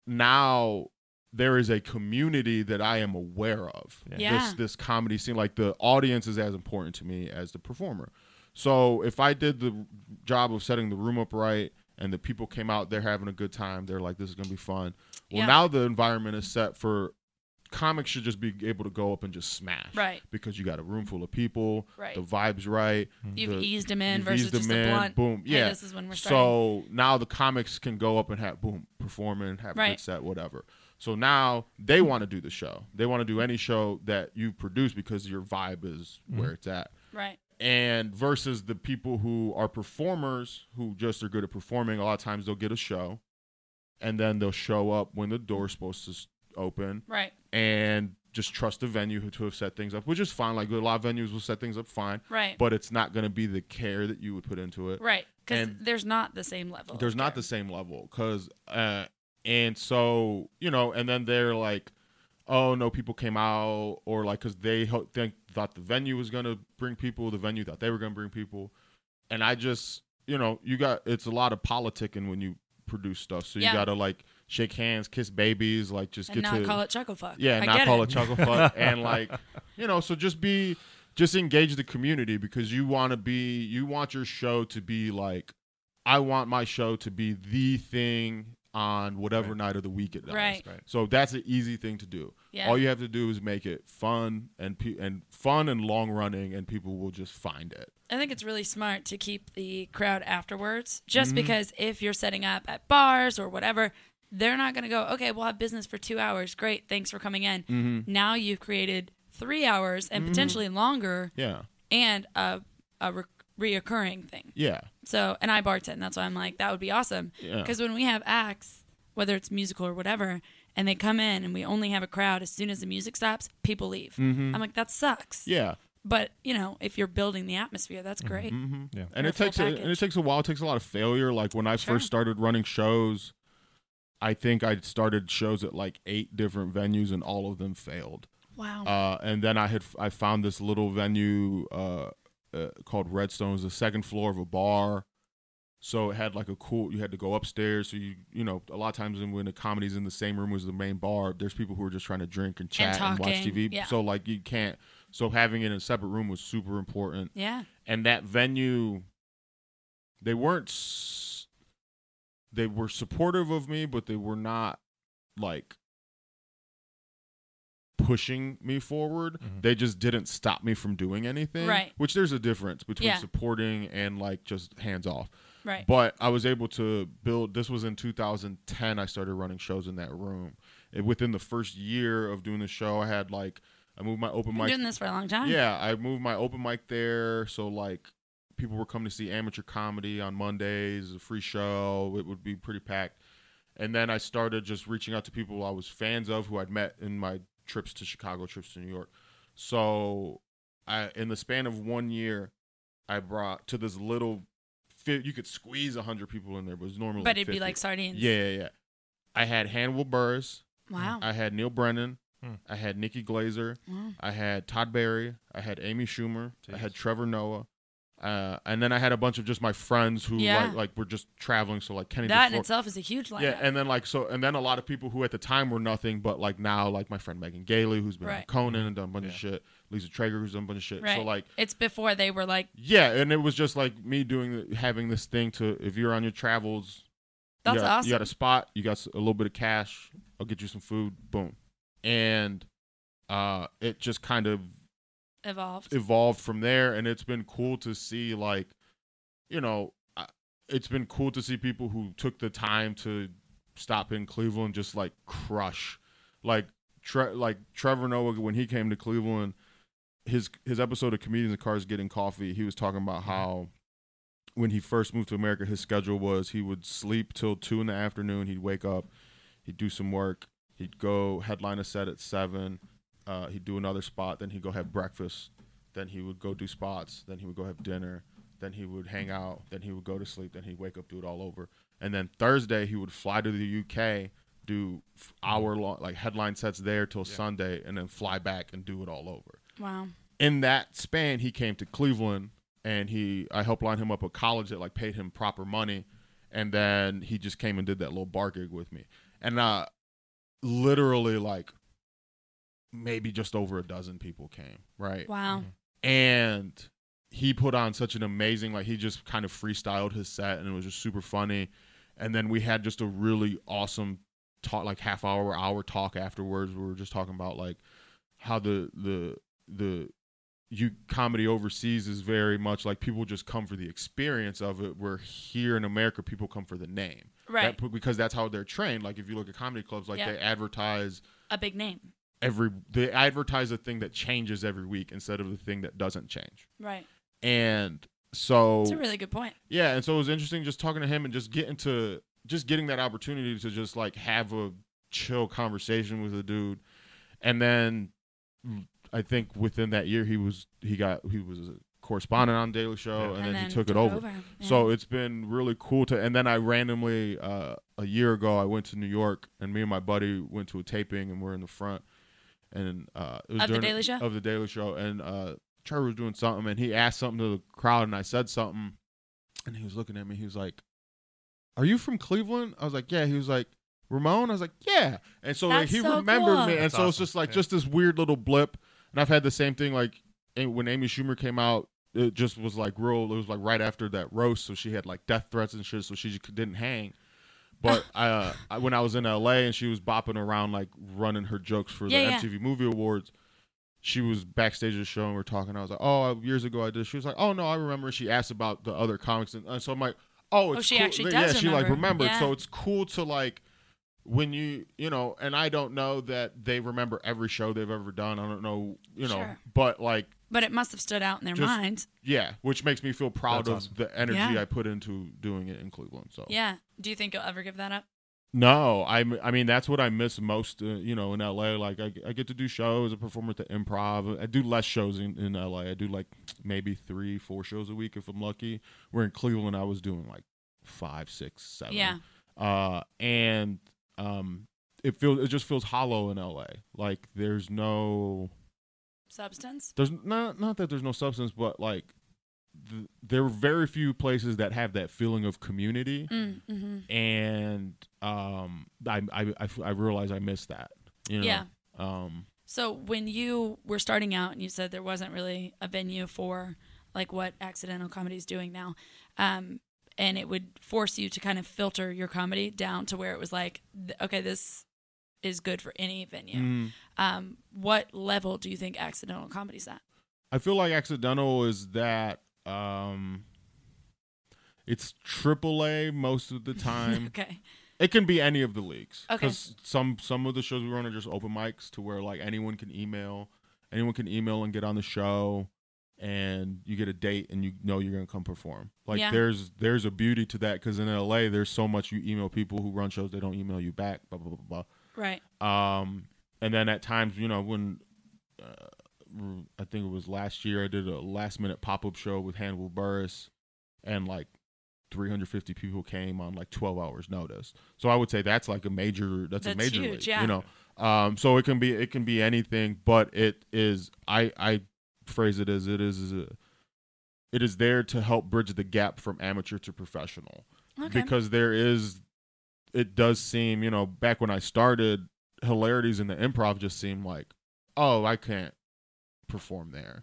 Speaker 6: now there is a community that I am aware of.
Speaker 4: Yeah.
Speaker 3: Yeah.
Speaker 6: This this comedy scene, like the audience, is as important to me as the performer. So if I did the job of setting the room up right and the people came out, they're having a good time. They're like, this is gonna be fun. Well,
Speaker 3: Yeah.
Speaker 6: now the environment is set for comics should just be able to go up and just smash
Speaker 3: Right.
Speaker 6: because you got a room full of people
Speaker 3: Right.
Speaker 6: the vibes right
Speaker 3: You've
Speaker 6: the-
Speaker 3: eased them in
Speaker 6: you've
Speaker 3: versus
Speaker 6: eased them
Speaker 3: just a
Speaker 6: in,
Speaker 3: blunt.
Speaker 6: Boom.
Speaker 3: Hey,
Speaker 6: Yeah.
Speaker 3: this is when we're
Speaker 6: so now the comics can go up and have boom perform and have a
Speaker 3: Right.
Speaker 6: good set, whatever. So now they want to do the show. They want to do any show that you produce because your vibe is
Speaker 3: Mm-hmm.
Speaker 6: where it's at.
Speaker 3: right.
Speaker 6: And versus the people who are performers who just are good at performing, a lot of times they'll get a show, and then they'll show up when the door's supposed to s- open,
Speaker 3: Right.
Speaker 6: and just trust the venue to have set things up, which is fine. Like a lot of venues will set things up fine,
Speaker 3: Right.
Speaker 6: But it's not going to be the care that you would put into it.
Speaker 3: Right. Because
Speaker 6: And-
Speaker 3: there's not the same level. of
Speaker 6: There's not
Speaker 3: care.
Speaker 6: the same level because, uh, and so you know, and then they're like, oh no, people came out, or like because they ho- think thought the venue was going to bring people, the venue thought they were going to bring people, and I just you know you got it's a lot of politicking when you produce stuff, so you
Speaker 3: Yeah.
Speaker 6: got to like shake hands, kiss babies, like just
Speaker 3: And
Speaker 6: get
Speaker 3: not
Speaker 6: to
Speaker 3: call it chuckle fuck.
Speaker 6: yeah,
Speaker 3: I
Speaker 6: and not
Speaker 3: get
Speaker 6: call
Speaker 3: it. [laughs]
Speaker 6: it chuckle fuck, and like, you know, so just be, just engage the community because you want to be, you want your show to be like, I want my show to be the thing on whatever night of the week it does.
Speaker 3: Right.
Speaker 4: Right.
Speaker 6: So that's an easy thing to do.
Speaker 3: Yeah.
Speaker 6: All you have to do is make it fun and pe- and fun and long running, and people will just find it.
Speaker 3: I think it's really smart to keep the crowd afterwards, just
Speaker 6: Mm-hmm.
Speaker 3: because if you're setting up at bars or whatever, they're not going to go, okay, we'll have business for two hours. Great. Thanks for coming in.
Speaker 6: Mm-hmm.
Speaker 3: Now you've created three hours and potentially longer
Speaker 6: Yeah.
Speaker 3: and a, a re- reoccurring thing.
Speaker 6: Yeah.
Speaker 3: So, and I bartend. That's why I'm like, that would be awesome.
Speaker 6: Yeah.
Speaker 3: Because when we have acts, whether it's musical or whatever, and they come in and we only have a crowd, as soon as the music stops, people leave. I'm like, that sucks.
Speaker 6: Mm-hmm. Yeah.
Speaker 3: But, you know, if you're building the atmosphere, that's great.
Speaker 6: and
Speaker 3: Or
Speaker 6: it
Speaker 3: full
Speaker 4: Mm-hmm.
Speaker 6: takes a, and
Speaker 3: package.
Speaker 6: it takes a while. It takes a lot of failure. Like when I
Speaker 3: Sure.
Speaker 6: first started running shows, I think I started shows at like eight different venues and all of them failed.
Speaker 3: Wow.
Speaker 6: Uh, and then I had I found this little venue uh, uh, called Redstone's, the second floor of a bar. So it had like a cool. You had to go upstairs. So you you know a lot of times when the comedy's in the same room as the main bar, there's people who are just trying to drink and chat and, watch
Speaker 3: talking,
Speaker 6: TV.
Speaker 3: yeah.
Speaker 6: So like you can't. So having it in a separate room was super important
Speaker 3: yeah.
Speaker 6: and that venue they weren't s- they were supportive of me but they were not like pushing me forward
Speaker 4: Mhm.
Speaker 6: they just didn't stop me from doing anything
Speaker 3: Right.
Speaker 6: which there's a difference between
Speaker 3: Yeah.
Speaker 6: supporting and like just hands off
Speaker 3: Right.
Speaker 6: but I was able to build. This was in 2010. I started running shows in that room. And within the first year of doing the show, I had like I moved my open
Speaker 3: Been
Speaker 6: mic
Speaker 3: doing this for a long time.
Speaker 6: yeah, I moved my open mic there, so like people were coming to see amateur comedy on Mondays, a free show. It would be pretty packed. And then I started just reaching out to people I was fans of who I'd met in my trips to Chicago, trips to New York. So, I in the span of one year, I brought to this little fi- you could squeeze 100 people in there, but it was normally
Speaker 3: But it'd be
Speaker 6: 50.
Speaker 3: like sardines.
Speaker 6: Yeah, yeah, yeah. I had Hannibal Burris,
Speaker 3: Wow.
Speaker 6: I had Neil Brennan,
Speaker 4: Hmm.
Speaker 6: I had Nikki Glazer,
Speaker 3: Wow.
Speaker 6: I had Todd Barry. I had Amy Schumer. I had
Speaker 4: Jeez.
Speaker 6: Trevor Noah. Uh, and then I had a bunch of just my friends who
Speaker 3: Yeah.
Speaker 6: like, like were just traveling. So like Kennedy.
Speaker 3: that in
Speaker 6: Ford-
Speaker 3: itself is a huge lineup.
Speaker 6: yeah, and then like so, and then a lot of people who at the time were nothing, but like now, like my friend Megan Gailey, who's been on
Speaker 3: Right.
Speaker 6: Conan and done a bunch of
Speaker 4: Yeah.
Speaker 6: shit, Lisa Traeger, who's done a bunch of shit.
Speaker 3: right.
Speaker 6: So like,
Speaker 3: it's before they were like,
Speaker 6: yeah, and it was just like me doing the- having this thing to if you're on your travels,
Speaker 3: that's
Speaker 6: you got,
Speaker 3: awesome.
Speaker 6: You got a spot. You got s- a little bit of cash. I'll get you some food. Boom, and uh, it just kind of
Speaker 3: evolved.
Speaker 6: evolved from there and it's been cool to see like you know I- it's been cool to see people who took the time to stop in cleveland just like crush like tre- like trevor noah when he came to cleveland his his episode of comedians in cars getting coffee he was talking about how when he first moved to america his schedule was he would sleep till two in the afternoon he'd wake up he'd do some work he'd go headline a set at seven uh, he'd do another spot then he'd go have breakfast then he would go do spots then he would go have dinner then he would hang out then he would go to sleep then he'd wake up do it all over and then thursday he would fly to the uk do hour long like headline sets there till sunday and then fly back and do it all over
Speaker 3: wow.
Speaker 6: in that span he came to cleveland and he i helped line him up a college that like paid him proper money and then he just came and did that little bar gig with me and uh literally like maybe just over a dozen people came right
Speaker 3: Wow.
Speaker 6: and he put on such an amazing like he just kind of freestyled his set and it was just super funny and then we had just a really awesome talk like half hour hour talk afterwards we were just talking about like how the the the you comedy overseas is very much like people just come for the experience of it where here in america people come for the name
Speaker 3: Right.
Speaker 6: That- because that's how they're trained like if you look at comedy clubs like
Speaker 3: Yeah.
Speaker 6: they advertise
Speaker 3: a big name.
Speaker 6: every they advertise a thing that changes every week instead of the thing that doesn't change.
Speaker 3: Right.
Speaker 6: And so
Speaker 3: It's
Speaker 6: Oh.
Speaker 3: a really good point.
Speaker 6: yeah, and so it was interesting just talking to him and just getting to just getting that opportunity to just like have a chill conversation with a dude. And then mm, I think within that year he was he got he was a correspondent on Daily Show and, then, he took, it over.
Speaker 3: Yeah.
Speaker 6: So it's been really cool to. And then I randomly, uh, a year ago, I went to New York, and me and my buddy went to a taping, and we're in the front. And uh, it was
Speaker 3: Of The
Speaker 6: during
Speaker 3: Daily Show?
Speaker 6: Of the Daily Show, and uh, Trevor was doing something, and he asked something to the crowd, and I said something, and he was looking at me. He was like, "Are you from Cleveland?" I was like, "Yeah." He was like. Ramon, I was like, yeah, and so like,
Speaker 3: That's
Speaker 6: he
Speaker 3: so
Speaker 6: remembered
Speaker 3: cool.
Speaker 6: me, and
Speaker 4: That's
Speaker 6: so it's
Speaker 4: awesome.
Speaker 6: just like
Speaker 4: Yeah.
Speaker 6: just this weird little blip. And I've had the same thing like and when Amy Schumer came out, it just was like real. It was like right after that roast, so she had like death threats and shit, so she just didn't hang.
Speaker 3: [laughs]
Speaker 6: But uh, I, when I was in LA and she was bopping around like running her jokes for
Speaker 3: Yeah,
Speaker 6: the
Speaker 3: yeah.
Speaker 6: MTV Movie Awards, she was backstage at the show and we are talking. I was like, oh, years ago I did. this." She was like, oh no, I remember. She asked about the other comics, and, and so I'm like, oh, it's
Speaker 3: she
Speaker 6: cool.
Speaker 3: actually
Speaker 6: yeah,
Speaker 3: does
Speaker 6: she like
Speaker 3: remember.
Speaker 6: remembered. So
Speaker 3: Yeah.
Speaker 6: it's cool to like when you you know and i don't know that they remember every show they've ever done i don't know you know
Speaker 3: Sure.
Speaker 6: but like
Speaker 3: but it must have stood out in their
Speaker 6: Just-
Speaker 3: mind.
Speaker 6: yeah which makes me feel proud
Speaker 4: That's
Speaker 6: of
Speaker 4: awesome.
Speaker 6: the energy
Speaker 3: Yeah.
Speaker 6: i put into doing it in cleveland so
Speaker 3: Yeah. Do you think you'll ever give that up?
Speaker 6: no i i mean that's what i miss most uh, you know in la like I, I get to do shows i perform at the improv i do less shows in, in la i do like maybe three four shows a week if i'm lucky where in cleveland i was doing like five six seven
Speaker 3: Yeah.
Speaker 6: uh, and um it feels it just feels hollow in LA. Like there's no
Speaker 3: Substance.
Speaker 6: there's not not that there's no substance, but like th- there are very few places that have that feeling of community,
Speaker 3: Mm, hmm
Speaker 6: and um I I I, f- I realize I missed that. You know?
Speaker 3: Yeah.
Speaker 6: Um.
Speaker 3: So when you were starting out and you said there wasn't really a venue for like what accidental comedy is doing now, um, and it would force you to kind of filter your comedy down to where it was like, th- okay, this is good for any venue.
Speaker 6: mm.
Speaker 3: Um, what level do you think accidental comedy's at?
Speaker 6: I feel like accidental is that um it's triple A most
Speaker 3: [laughs]
Speaker 6: of the time.
Speaker 3: okay.
Speaker 6: It can be any of the leagues.
Speaker 3: Okay.
Speaker 6: some some of the shows we run are just open mics to where like anyone can email, anyone can email and get on the show, and you get a date and you know you're gonna come perform. Like
Speaker 3: Yeah.
Speaker 6: there's there's a beauty to that because in LA there's so much you email people who run shows they don't email you back. Blah blah blah blah. blah.
Speaker 3: Right.
Speaker 6: Um, and then at times, you know, when uh, r- I think it was last year, I did a last minute pop up show with Hannibal Burris, and like 350 people came on like 12 hours notice. So I would say that's like a major. That's, a
Speaker 3: That's
Speaker 6: major.
Speaker 3: huge,
Speaker 6: league,
Speaker 3: yeah.
Speaker 6: You know, um, so it can be it can be anything, but it is. I I phrase it as it is. is a, it is there to help bridge the gap from amateur to professional
Speaker 3: Okay.
Speaker 6: because there is it does seem you know back when i started hilarities in the improv just seemed like oh i can't perform there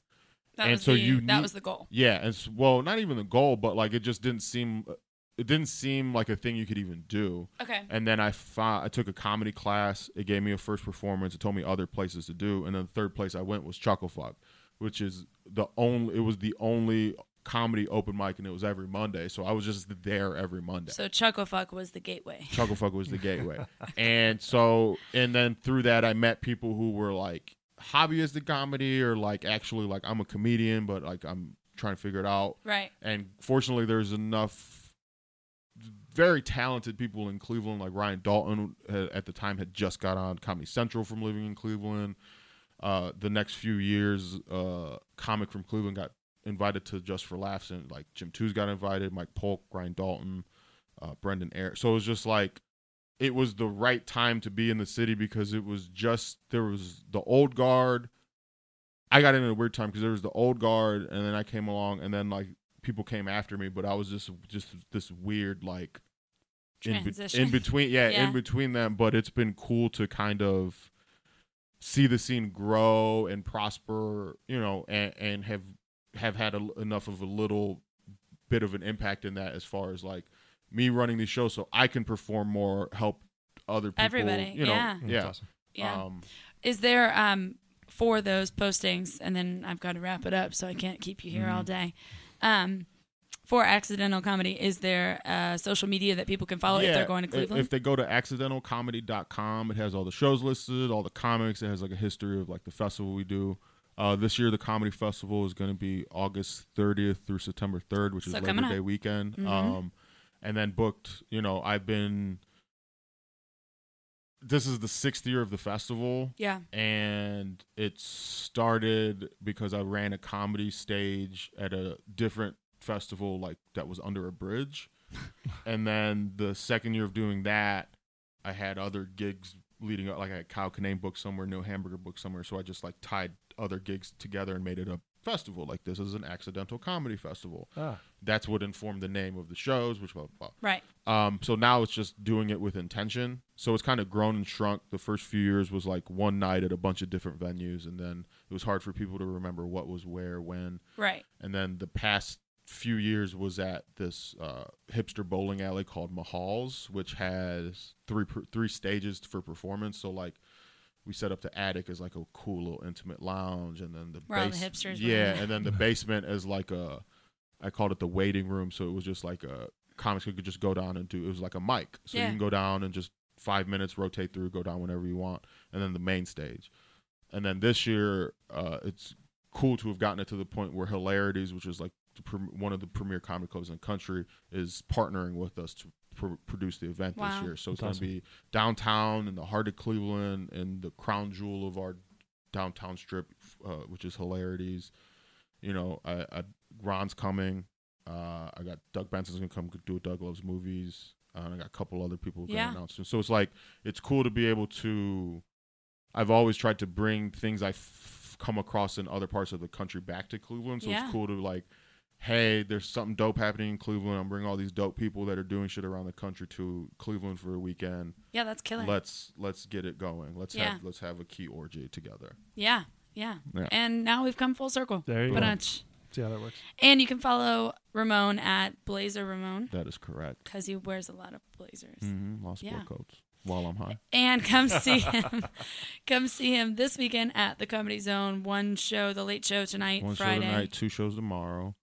Speaker 3: that
Speaker 6: and
Speaker 3: was
Speaker 6: so
Speaker 3: the,
Speaker 6: you
Speaker 3: that
Speaker 6: need-
Speaker 3: was the goal.
Speaker 6: yeah and s well not even the goal but like it just didn't seem uh, it didn't seem like a thing you could even do
Speaker 3: Okay.
Speaker 6: and then I fi- I took a comedy class. It gave me a first performance. It told me other places to do. And then the third place I went was Chuckle Fuck, which is the only. It was the only comedy open mic, and it was every Monday. So I was just there every Monday.
Speaker 3: So [laughs] Chuckle Fuck was the gateway.
Speaker 6: Chuckle Fuck was the gateway. and so, and then through that, I met people who were like hobbyists in comedy or like actually like I'm a comedian, but like I'm trying to figure it out.
Speaker 3: Right.
Speaker 6: And fortunately, there's enough very talented people in Cleveland, like Ryan Dalton uh, at the time had just got on Comedy Central from living in Cleveland. Uh, the next few years, uh, comic from Cleveland got invited to Just for Laughs, and like Jim Tooze got invited, Mike Polk, Ryan Dalton, uh, Brendan Air. So it was just like it was the right time to be in the city because it was just there was the old guard. I got in at a weird time because there was the old guard, and then I came along, and then like people came after me, but I was just just this weird like in, be-
Speaker 3: Transition.
Speaker 6: in between, yeah,
Speaker 3: Yeah.
Speaker 6: in between them. But it's been cool to kind of see the scene grow and prosper, you know, and and have have had a, enough of a little bit of an impact in that as far as like me running these shows so I can perform more, help other people,
Speaker 3: Everybody,
Speaker 6: you know,
Speaker 3: yeah.
Speaker 4: That's
Speaker 6: yeah.
Speaker 4: awesome.
Speaker 3: Yeah.
Speaker 6: Um,
Speaker 3: Is there um for those postings and then I've got to wrap it up so I can't keep you here
Speaker 6: Mm-hmm.
Speaker 3: all day. Um for accidental comedy, is there uh, social media that people can follow if they're going to
Speaker 6: i-
Speaker 3: Cleveland?
Speaker 6: If they go to accidentalcomedy.com, it has all the shows listed, all the comics. It has like a history of like the festival we do. Uh, this year, the comedy festival is going to be August 30th through September 3rd, which
Speaker 3: So
Speaker 6: is
Speaker 3: coming up.
Speaker 6: Labor
Speaker 3: Mm-hmm.
Speaker 6: Day weekend. Um, and then booked, you know, I've been. This is the sixth year of the festival
Speaker 3: yeah.
Speaker 6: and it started because I ran a comedy stage at a different festival like that was under a bridge. and then the second year of doing that, I had other gigs leading up like I had Kyle Kinane book somewhere, New Hamburger book somewhere, so I just like tied other gigs together and made it a festival. Like this is an accidental comedy festival.
Speaker 4: Ah.
Speaker 6: That's what informed the name of the shows, which blah blah blah.
Speaker 3: Right.
Speaker 6: Um, so now it's just doing it with intention. So it's kind of grown and shrunk. The first few years was like one night at a bunch of different venues, and then it was hard for people to remember what was where, when.
Speaker 3: Right.
Speaker 6: And then the past few years was at this uh, hipster bowling alley called Mahal's, which has three per- three stages for performance. So like we set up the attic as like a cool little intimate lounge, and then the
Speaker 3: Where all the
Speaker 6: base-
Speaker 3: hipsters were.
Speaker 6: yeah, and then the basement as like a I called it the waiting room, so it was just like a comics could just go down and do it was like a mic, so
Speaker 3: Yeah.
Speaker 6: you can go down and just five minutes rotate through, go down whenever you want, and then the main stage, and then this year uh, it's cool to have gotten it to the point where Hilarities, which is like the prem- one of the premier comedy clubs in the country, is partnering with us to pr- produce the event
Speaker 3: Wow.
Speaker 6: this year. So it's
Speaker 4: That's awesome.
Speaker 6: going to be downtown in the heart of Cleveland and the crown jewel of our downtown strip, uh, which is Hilarities. You know, I, I, Ron's coming. Uh, I got Doug Benson's gonna come do a Doug Loves Movies. Uh, and I got a couple other people who
Speaker 3: Yeah.
Speaker 6: got announced. So it's like it's cool to be able to. I've always tried to bring things I f- come across in other parts of the country back to Cleveland. So
Speaker 3: Yeah.
Speaker 6: it's cool to like, hey, there's something dope happening in Cleveland. I'm bringing all these dope people that are doing shit around the country to Cleveland for a weekend.
Speaker 3: Yeah, that's killer.
Speaker 6: Let's let's get it going. Let's
Speaker 3: Yeah.
Speaker 6: have let's have a key orgy together.
Speaker 3: yeah, yeah,
Speaker 6: Yeah.
Speaker 3: And now we've come full circle.
Speaker 4: There you go.
Speaker 3: Ba-dunch.
Speaker 4: See how that works.
Speaker 3: And you can follow Ramon at Blazer Ramon
Speaker 6: That is correct.
Speaker 3: because he wears a lot of blazers.
Speaker 6: Mm-hmm. Lost
Speaker 3: Yeah.
Speaker 6: sport coats while I'm high.
Speaker 3: And
Speaker 6: [laughs]
Speaker 3: come see him. come see him this weekend at the Comedy Zone. One show, the late show tonight,
Speaker 6: One
Speaker 3: Friday.
Speaker 6: show tonight, two shows tomorrow,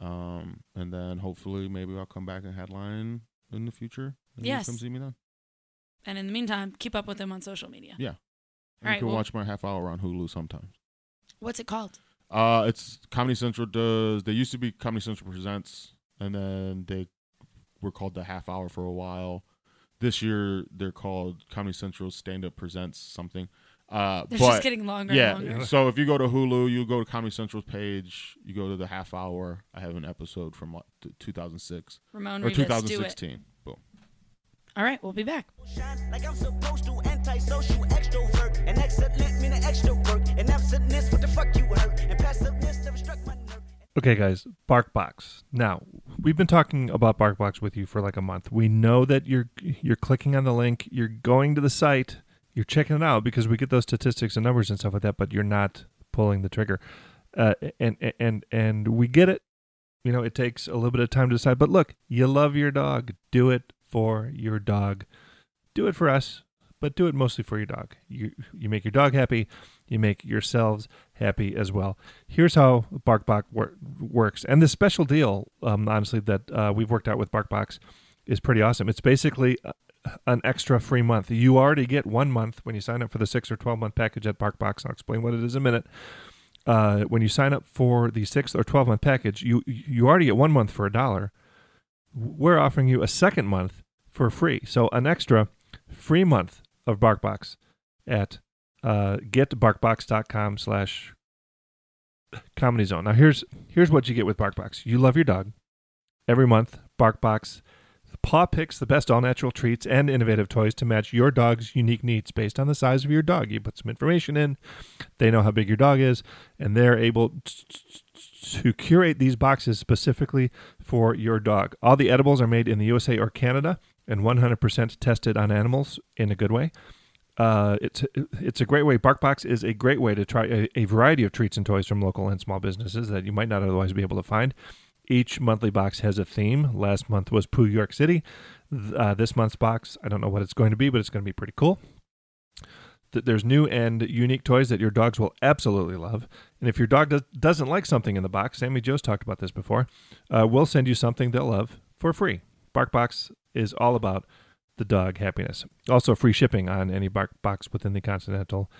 Speaker 6: um, and then hopefully maybe I'll come back and headline in the future. And you
Speaker 3: Yes.
Speaker 6: come see me then.
Speaker 3: And in the meantime, keep up with him on social media.
Speaker 6: Yeah, And
Speaker 3: All
Speaker 6: you
Speaker 3: right.
Speaker 6: can
Speaker 3: Well,
Speaker 6: watch my half hour on Hulu sometimes.
Speaker 3: what's it called?
Speaker 6: Uh, it's Comedy Central does. They used to be Comedy Central Presents, and then they were called the Half Hour for a while. This year they're called Comedy Central Stand Up Presents something. Uh,
Speaker 3: They're
Speaker 6: but
Speaker 3: just getting longer
Speaker 6: yeah,
Speaker 3: and longer.
Speaker 6: so if you go to Hulu, you go to Comedy Central's page, you go to the Half Hour. I have an episode from like, t- 2006
Speaker 3: Ramon
Speaker 6: or
Speaker 3: Rivas, do it.
Speaker 6: 2016. Boom.
Speaker 3: All right, we'll be back.
Speaker 5: Shine like I'm supposed to. Antisocial extrovert. And excellent mean an extrovert. And absentness, what the fuck you hurt. And passiveness never struck my nerve.
Speaker 4: Okay, guys, BarkBox. Now we've been talking about BarkBox with you for like a month. We know that you're you're clicking on the link, you're going to the site, you're checking it out because we get those statistics and numbers and stuff like that. But you're not pulling the trigger, uh, and and and we get it. You know, it takes a little bit of time to decide. But look, you love your dog. Do it for your dog. Do it for us, but do it mostly for your dog. You you make your dog happy. You make yourselves happy as well here's how BarkBox wor- works, and this special deal, um, honestly, that uh, we've worked out with BarkBox is pretty awesome. It's basically uh, an extra free month. You already get one month when you sign up for the six or twelve month package at BarkBox. I'll explain what it is in a minute. Uh, when you sign up for the six or twelve month package, you you already get one month for a dollar. We're offering you a second month for free, so an extra free month of BarkBox at uh, getbarkbox.com slash Comedy Zone. Now here's here's what you get with BarkBox. You love your dog. Every month, BarkBox paw picks the best all natural treats and innovative toys to match your dog's unique needs based on the size of your dog. You put some information in, they know how big your dog is, and they're able t- t- t- to curate these boxes specifically for your dog. All the edibles are made in the USA or Canada and 100% tested on animals in a good way. Uh, it's it's a great way. BarkBox is a great way to try a, a variety of treats and toys from local and small businesses that you might not otherwise be able to find. Each monthly box has a theme. Last month was Pooh York City. Th- Uh, this month's box, I don't know what it's going to be, but it's going to be pretty cool. Th- There's new and unique toys that your dogs will absolutely love. And if your dog does, doesn't like something in the box, Sammy Joe's talked about this before, uh, we'll send you something they'll love for free. BarkBox is all about the dog happiness. Also, free shipping on any bark box within the continental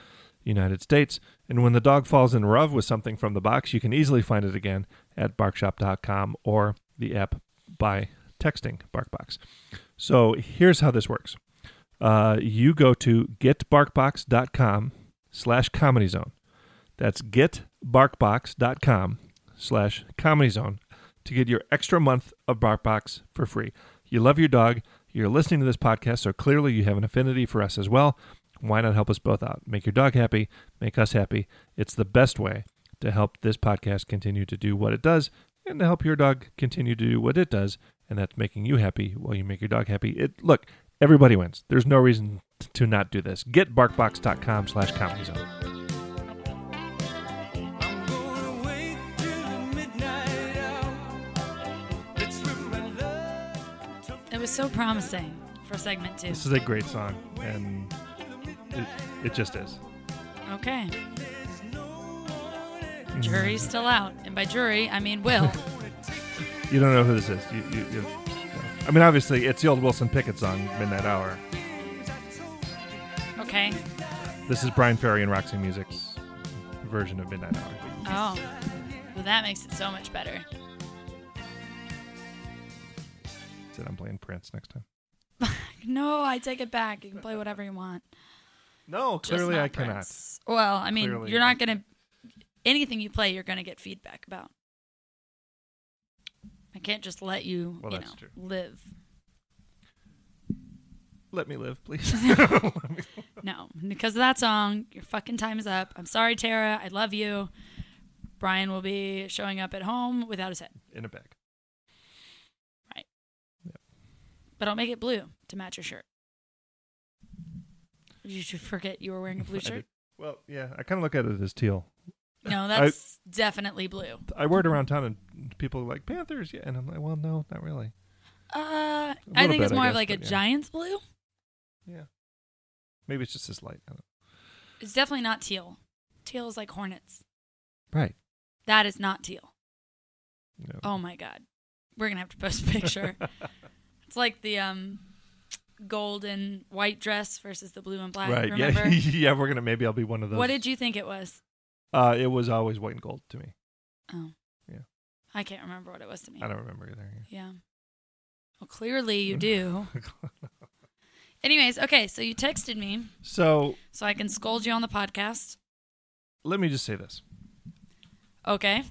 Speaker 4: United States. And when the dog falls in love with something from the box, you can easily find it again at barkshop.com or the app by texting BarkBox. So here's how this works. Uh, you go to getbarkbox.com slash comedy zone. That's getbarkbox.com slash comedy zone to get your extra month of BarkBox for free. You love your dog. You're listening to this podcast, so clearly you have an affinity for us as well. Why not help us both out? Make your dog happy, make us happy. It's the best way to help this podcast continue to do what it does and to help your dog continue to do what it does, and that's making you happy while you make your dog happy. It look, everybody wins. There's no reason t- to not do this. Get barkbox.com slash comedy zone.
Speaker 5: I'm gonna wait till the midnight hour. Let's rip my love.
Speaker 3: It was so promising for segment two.
Speaker 4: This is a great song, and it, it just is.
Speaker 3: Okay.
Speaker 4: Mm.
Speaker 3: Jury's still out. And by jury, I mean Will. [laughs]
Speaker 4: You don't know who this is. You, you, you, I mean, obviously, it's the old Wilson Pickett song, Midnight Hour.
Speaker 3: Okay.
Speaker 4: This is Brian Ferry and Roxy Music's version of Midnight Hour.
Speaker 3: Oh. Well, that makes it so much better.
Speaker 4: Said I'm playing Prince next time.
Speaker 3: No, I take it back. You can play whatever you want.
Speaker 4: No,
Speaker 3: Just
Speaker 4: clearly
Speaker 3: not
Speaker 4: I cannot.
Speaker 3: Prince. Well, I mean,
Speaker 4: Clearly
Speaker 3: you're not
Speaker 4: I-
Speaker 3: going to. Anything you play, you're going to get feedback about. I can't just let you,
Speaker 4: Well,
Speaker 3: you know,
Speaker 4: that's true.
Speaker 3: live.
Speaker 4: Let me live,
Speaker 3: [laughs]
Speaker 4: please. [laughs] Let me-
Speaker 3: No, because of that song, your fucking time is up. I'm sorry, Tara. I love you. Brian will be showing up at home without his head,
Speaker 4: In a bag.
Speaker 3: but I'll make it blue to match your shirt. Did you should forget you were wearing a blue
Speaker 4: I
Speaker 3: shirt?
Speaker 4: did. Well, yeah, I kind of look at it as teal.
Speaker 3: No,
Speaker 4: I-
Speaker 3: that's definitely blue.
Speaker 4: I wear it around town, and people are like Panthers, yeah, and I'm like, well, no, not really.
Speaker 3: Uh, I
Speaker 4: little
Speaker 3: think
Speaker 4: bit,
Speaker 3: it's
Speaker 4: I
Speaker 3: more
Speaker 4: guess,
Speaker 3: of like a
Speaker 4: but yeah.
Speaker 3: Giants blue.
Speaker 4: Yeah, maybe it's just this light. I don't
Speaker 3: It's definitely not teal. Teal is like Hornets.
Speaker 4: know. Right.
Speaker 3: That is not teal.
Speaker 4: No.
Speaker 3: Oh my god, we're gonna have to post a
Speaker 4: [laughs]
Speaker 3: picture. it's like the um, golden white dress versus the blue and black.
Speaker 4: right.
Speaker 3: Remember?
Speaker 4: Yeah. [laughs] yeah. We're gonna maybe I'll be one of those.
Speaker 3: What did you think it was?
Speaker 4: Uh, it was always white and gold to me.
Speaker 3: Oh.
Speaker 4: Yeah.
Speaker 3: I can't remember what it was to me.
Speaker 4: I don't Mm. remember either.
Speaker 3: Yeah. Well, clearly you do. Anyways, okay, so you texted me
Speaker 4: [laughs] so
Speaker 3: so I can scold you on the podcast.
Speaker 4: let me just say this:
Speaker 3: Okay.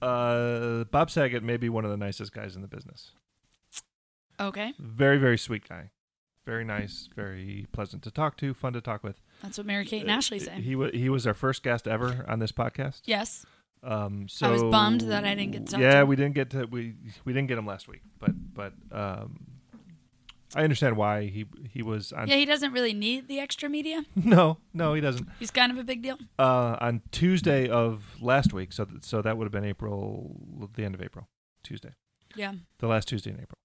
Speaker 4: uh, Bob Saget may be one of the nicest guys in the business.
Speaker 3: Okay.
Speaker 4: Very, very sweet guy. Very nice. Very pleasant to talk to. Fun to talk with.
Speaker 3: That's what Mary Kate and Ashley say.
Speaker 4: Uh, He was he was our first guest ever on this podcast.
Speaker 3: yes.
Speaker 4: Um, so
Speaker 3: I was bummed that I didn't get to talk
Speaker 4: yeah,
Speaker 3: to him.
Speaker 4: we didn't get to we we didn't get him last week, but but um, I understand why he he was on.
Speaker 3: Yeah, he doesn't really need the extra media.
Speaker 4: [laughs] no, no, he doesn't.
Speaker 3: He's kind of a big deal.
Speaker 4: Uh, on Tuesday of last week, so th- so that would have been April, the end of April, Tuesday,
Speaker 3: Yeah.
Speaker 4: the last Tuesday in April.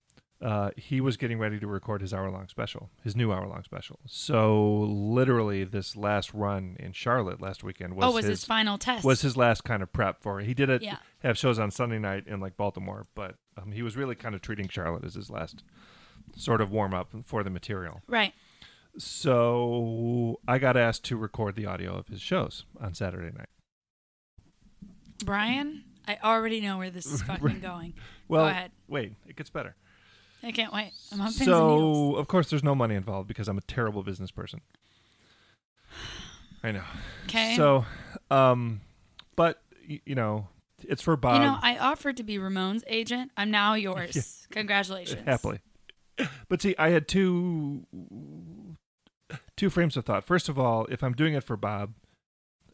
Speaker 4: Uh, he was getting ready to record his hour long special, his new hour long special. So literally, this last run in Charlotte last weekend was
Speaker 3: oh, was his, final test.
Speaker 4: was his last kind of prep for it. He did it
Speaker 3: Yeah.
Speaker 4: have shows on Sunday night in like Baltimore, but um, he was really kind of treating Charlotte as his last sort of warm up for the material.
Speaker 3: Right.
Speaker 4: So I got asked to record the audio of his shows on Saturday night.
Speaker 3: Brian, I already know where this
Speaker 4: [laughs]
Speaker 3: is fucking going.
Speaker 4: Well,
Speaker 3: Go ahead.
Speaker 4: wait, it gets better.
Speaker 3: I can't wait. I'm on pins and needles.
Speaker 4: So of course there's no money involved because I'm a terrible business person. I know.
Speaker 3: Okay.
Speaker 4: So, um, but y- you know, it's for Bob
Speaker 3: you know, I offered to be Ramon's agent. I'm now
Speaker 4: [laughs]
Speaker 3: yours. Congratulations.
Speaker 4: happily. But see, I had two two frames of thought. First of all, if I'm doing it for Bob,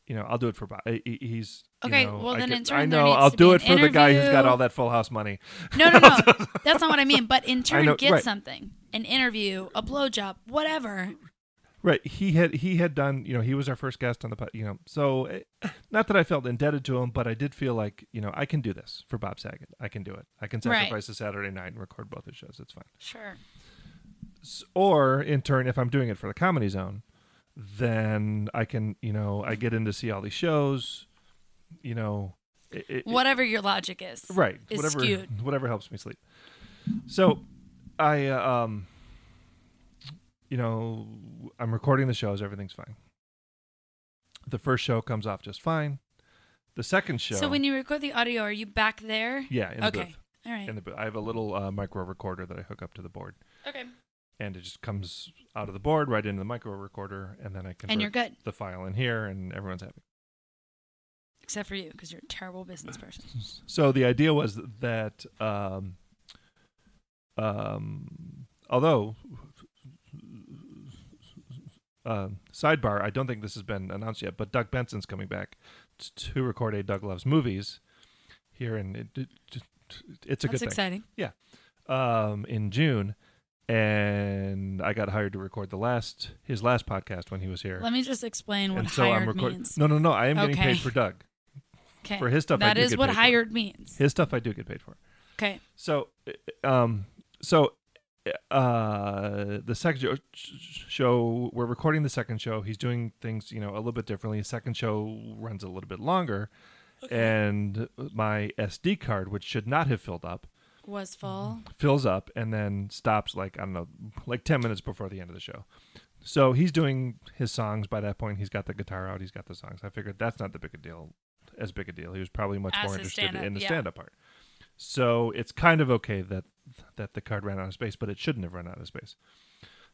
Speaker 4: you know, I'll do it for Bob. I- he- He's you
Speaker 3: Okay,
Speaker 4: know,
Speaker 3: well,
Speaker 4: I
Speaker 3: then
Speaker 4: get-
Speaker 3: in turn
Speaker 4: I
Speaker 3: there
Speaker 4: know
Speaker 3: needs
Speaker 4: I'll
Speaker 3: to
Speaker 4: do
Speaker 3: be an
Speaker 4: it for the guy who's got
Speaker 3: interview.
Speaker 4: all that Full House money.
Speaker 3: No, no,
Speaker 4: [laughs]
Speaker 3: no. That's not what I mean. But in turn,
Speaker 4: know,
Speaker 3: get
Speaker 4: right.
Speaker 3: something. An interview, a blowjob, whatever.
Speaker 4: Right. He had he had done, you know, he was our first guest on the pod, you know. So eh, not that I felt indebted to him, but I did feel like, you know, I can do this for Bob Saget. I can do it. I can
Speaker 3: Right.
Speaker 4: sacrifice a Saturday night and record both his shows. It's fine.
Speaker 3: Sure.
Speaker 4: s- or in turn if i'm doing it for the comedy zone then i can you know i get in to see all these shows you know it, it-
Speaker 3: Whatever your logic is.
Speaker 4: it- right
Speaker 3: Is
Speaker 4: whatever
Speaker 3: skewed.
Speaker 4: [laughs] whatever helps me sleep so i uh, um you know i'm recording the shows everything's fine the first show comes off just fine the second show
Speaker 3: So when you record the audio, are you back there?
Speaker 4: yeah in the
Speaker 3: okay.
Speaker 4: booth
Speaker 3: All right.
Speaker 4: in the booth i have a little uh, micro recorder that i hook up to the board
Speaker 3: okay.
Speaker 4: and it just comes out of the board right into the micro recorder, and then I convert
Speaker 3: you're good.
Speaker 4: the file in here, and everyone's happy.
Speaker 3: Except for you, because you're a terrible
Speaker 4: [laughs]
Speaker 3: business person.
Speaker 4: So the idea was that, um, um, although, um sidebar, I don't think this has been announced yet, but Doug Benson's coming back t- to record a Doug Loves Movies here, and it, it, it- it's a
Speaker 3: That's
Speaker 4: good thing.
Speaker 3: exciting.
Speaker 4: um, in June, and I got hired to record the last his last podcast when he was here.
Speaker 3: Let me just explain what
Speaker 4: and so
Speaker 3: hired
Speaker 4: I'm recording.
Speaker 3: means.
Speaker 4: No, no, no. I am getting
Speaker 3: Okay.
Speaker 4: paid for Doug.
Speaker 3: okay.
Speaker 4: for his stuff, I
Speaker 3: That
Speaker 4: do
Speaker 3: is
Speaker 4: get
Speaker 3: what
Speaker 4: paid for.
Speaker 3: hired means.
Speaker 4: His stuff I do get paid for.
Speaker 3: Okay.
Speaker 4: So, uh, um, so uh, the second show, show we're recording the second show. He's doing things you know a little bit differently. The second show runs a little bit longer, and my SD card, which should not have filled up,
Speaker 3: Was full.
Speaker 4: fills up and then stops like I don't know, like ten minutes before the end of the show. So he's doing his songs by that point. He's got the guitar out. He's got the songs. I figured that's not the big a deal, as big a deal. He was probably much
Speaker 3: As
Speaker 4: more
Speaker 3: his
Speaker 4: interested
Speaker 3: stand-up,
Speaker 4: in the
Speaker 3: yeah.
Speaker 4: stand-up part. So it's kind of okay that that the card ran out of space, but it shouldn't have run out of space.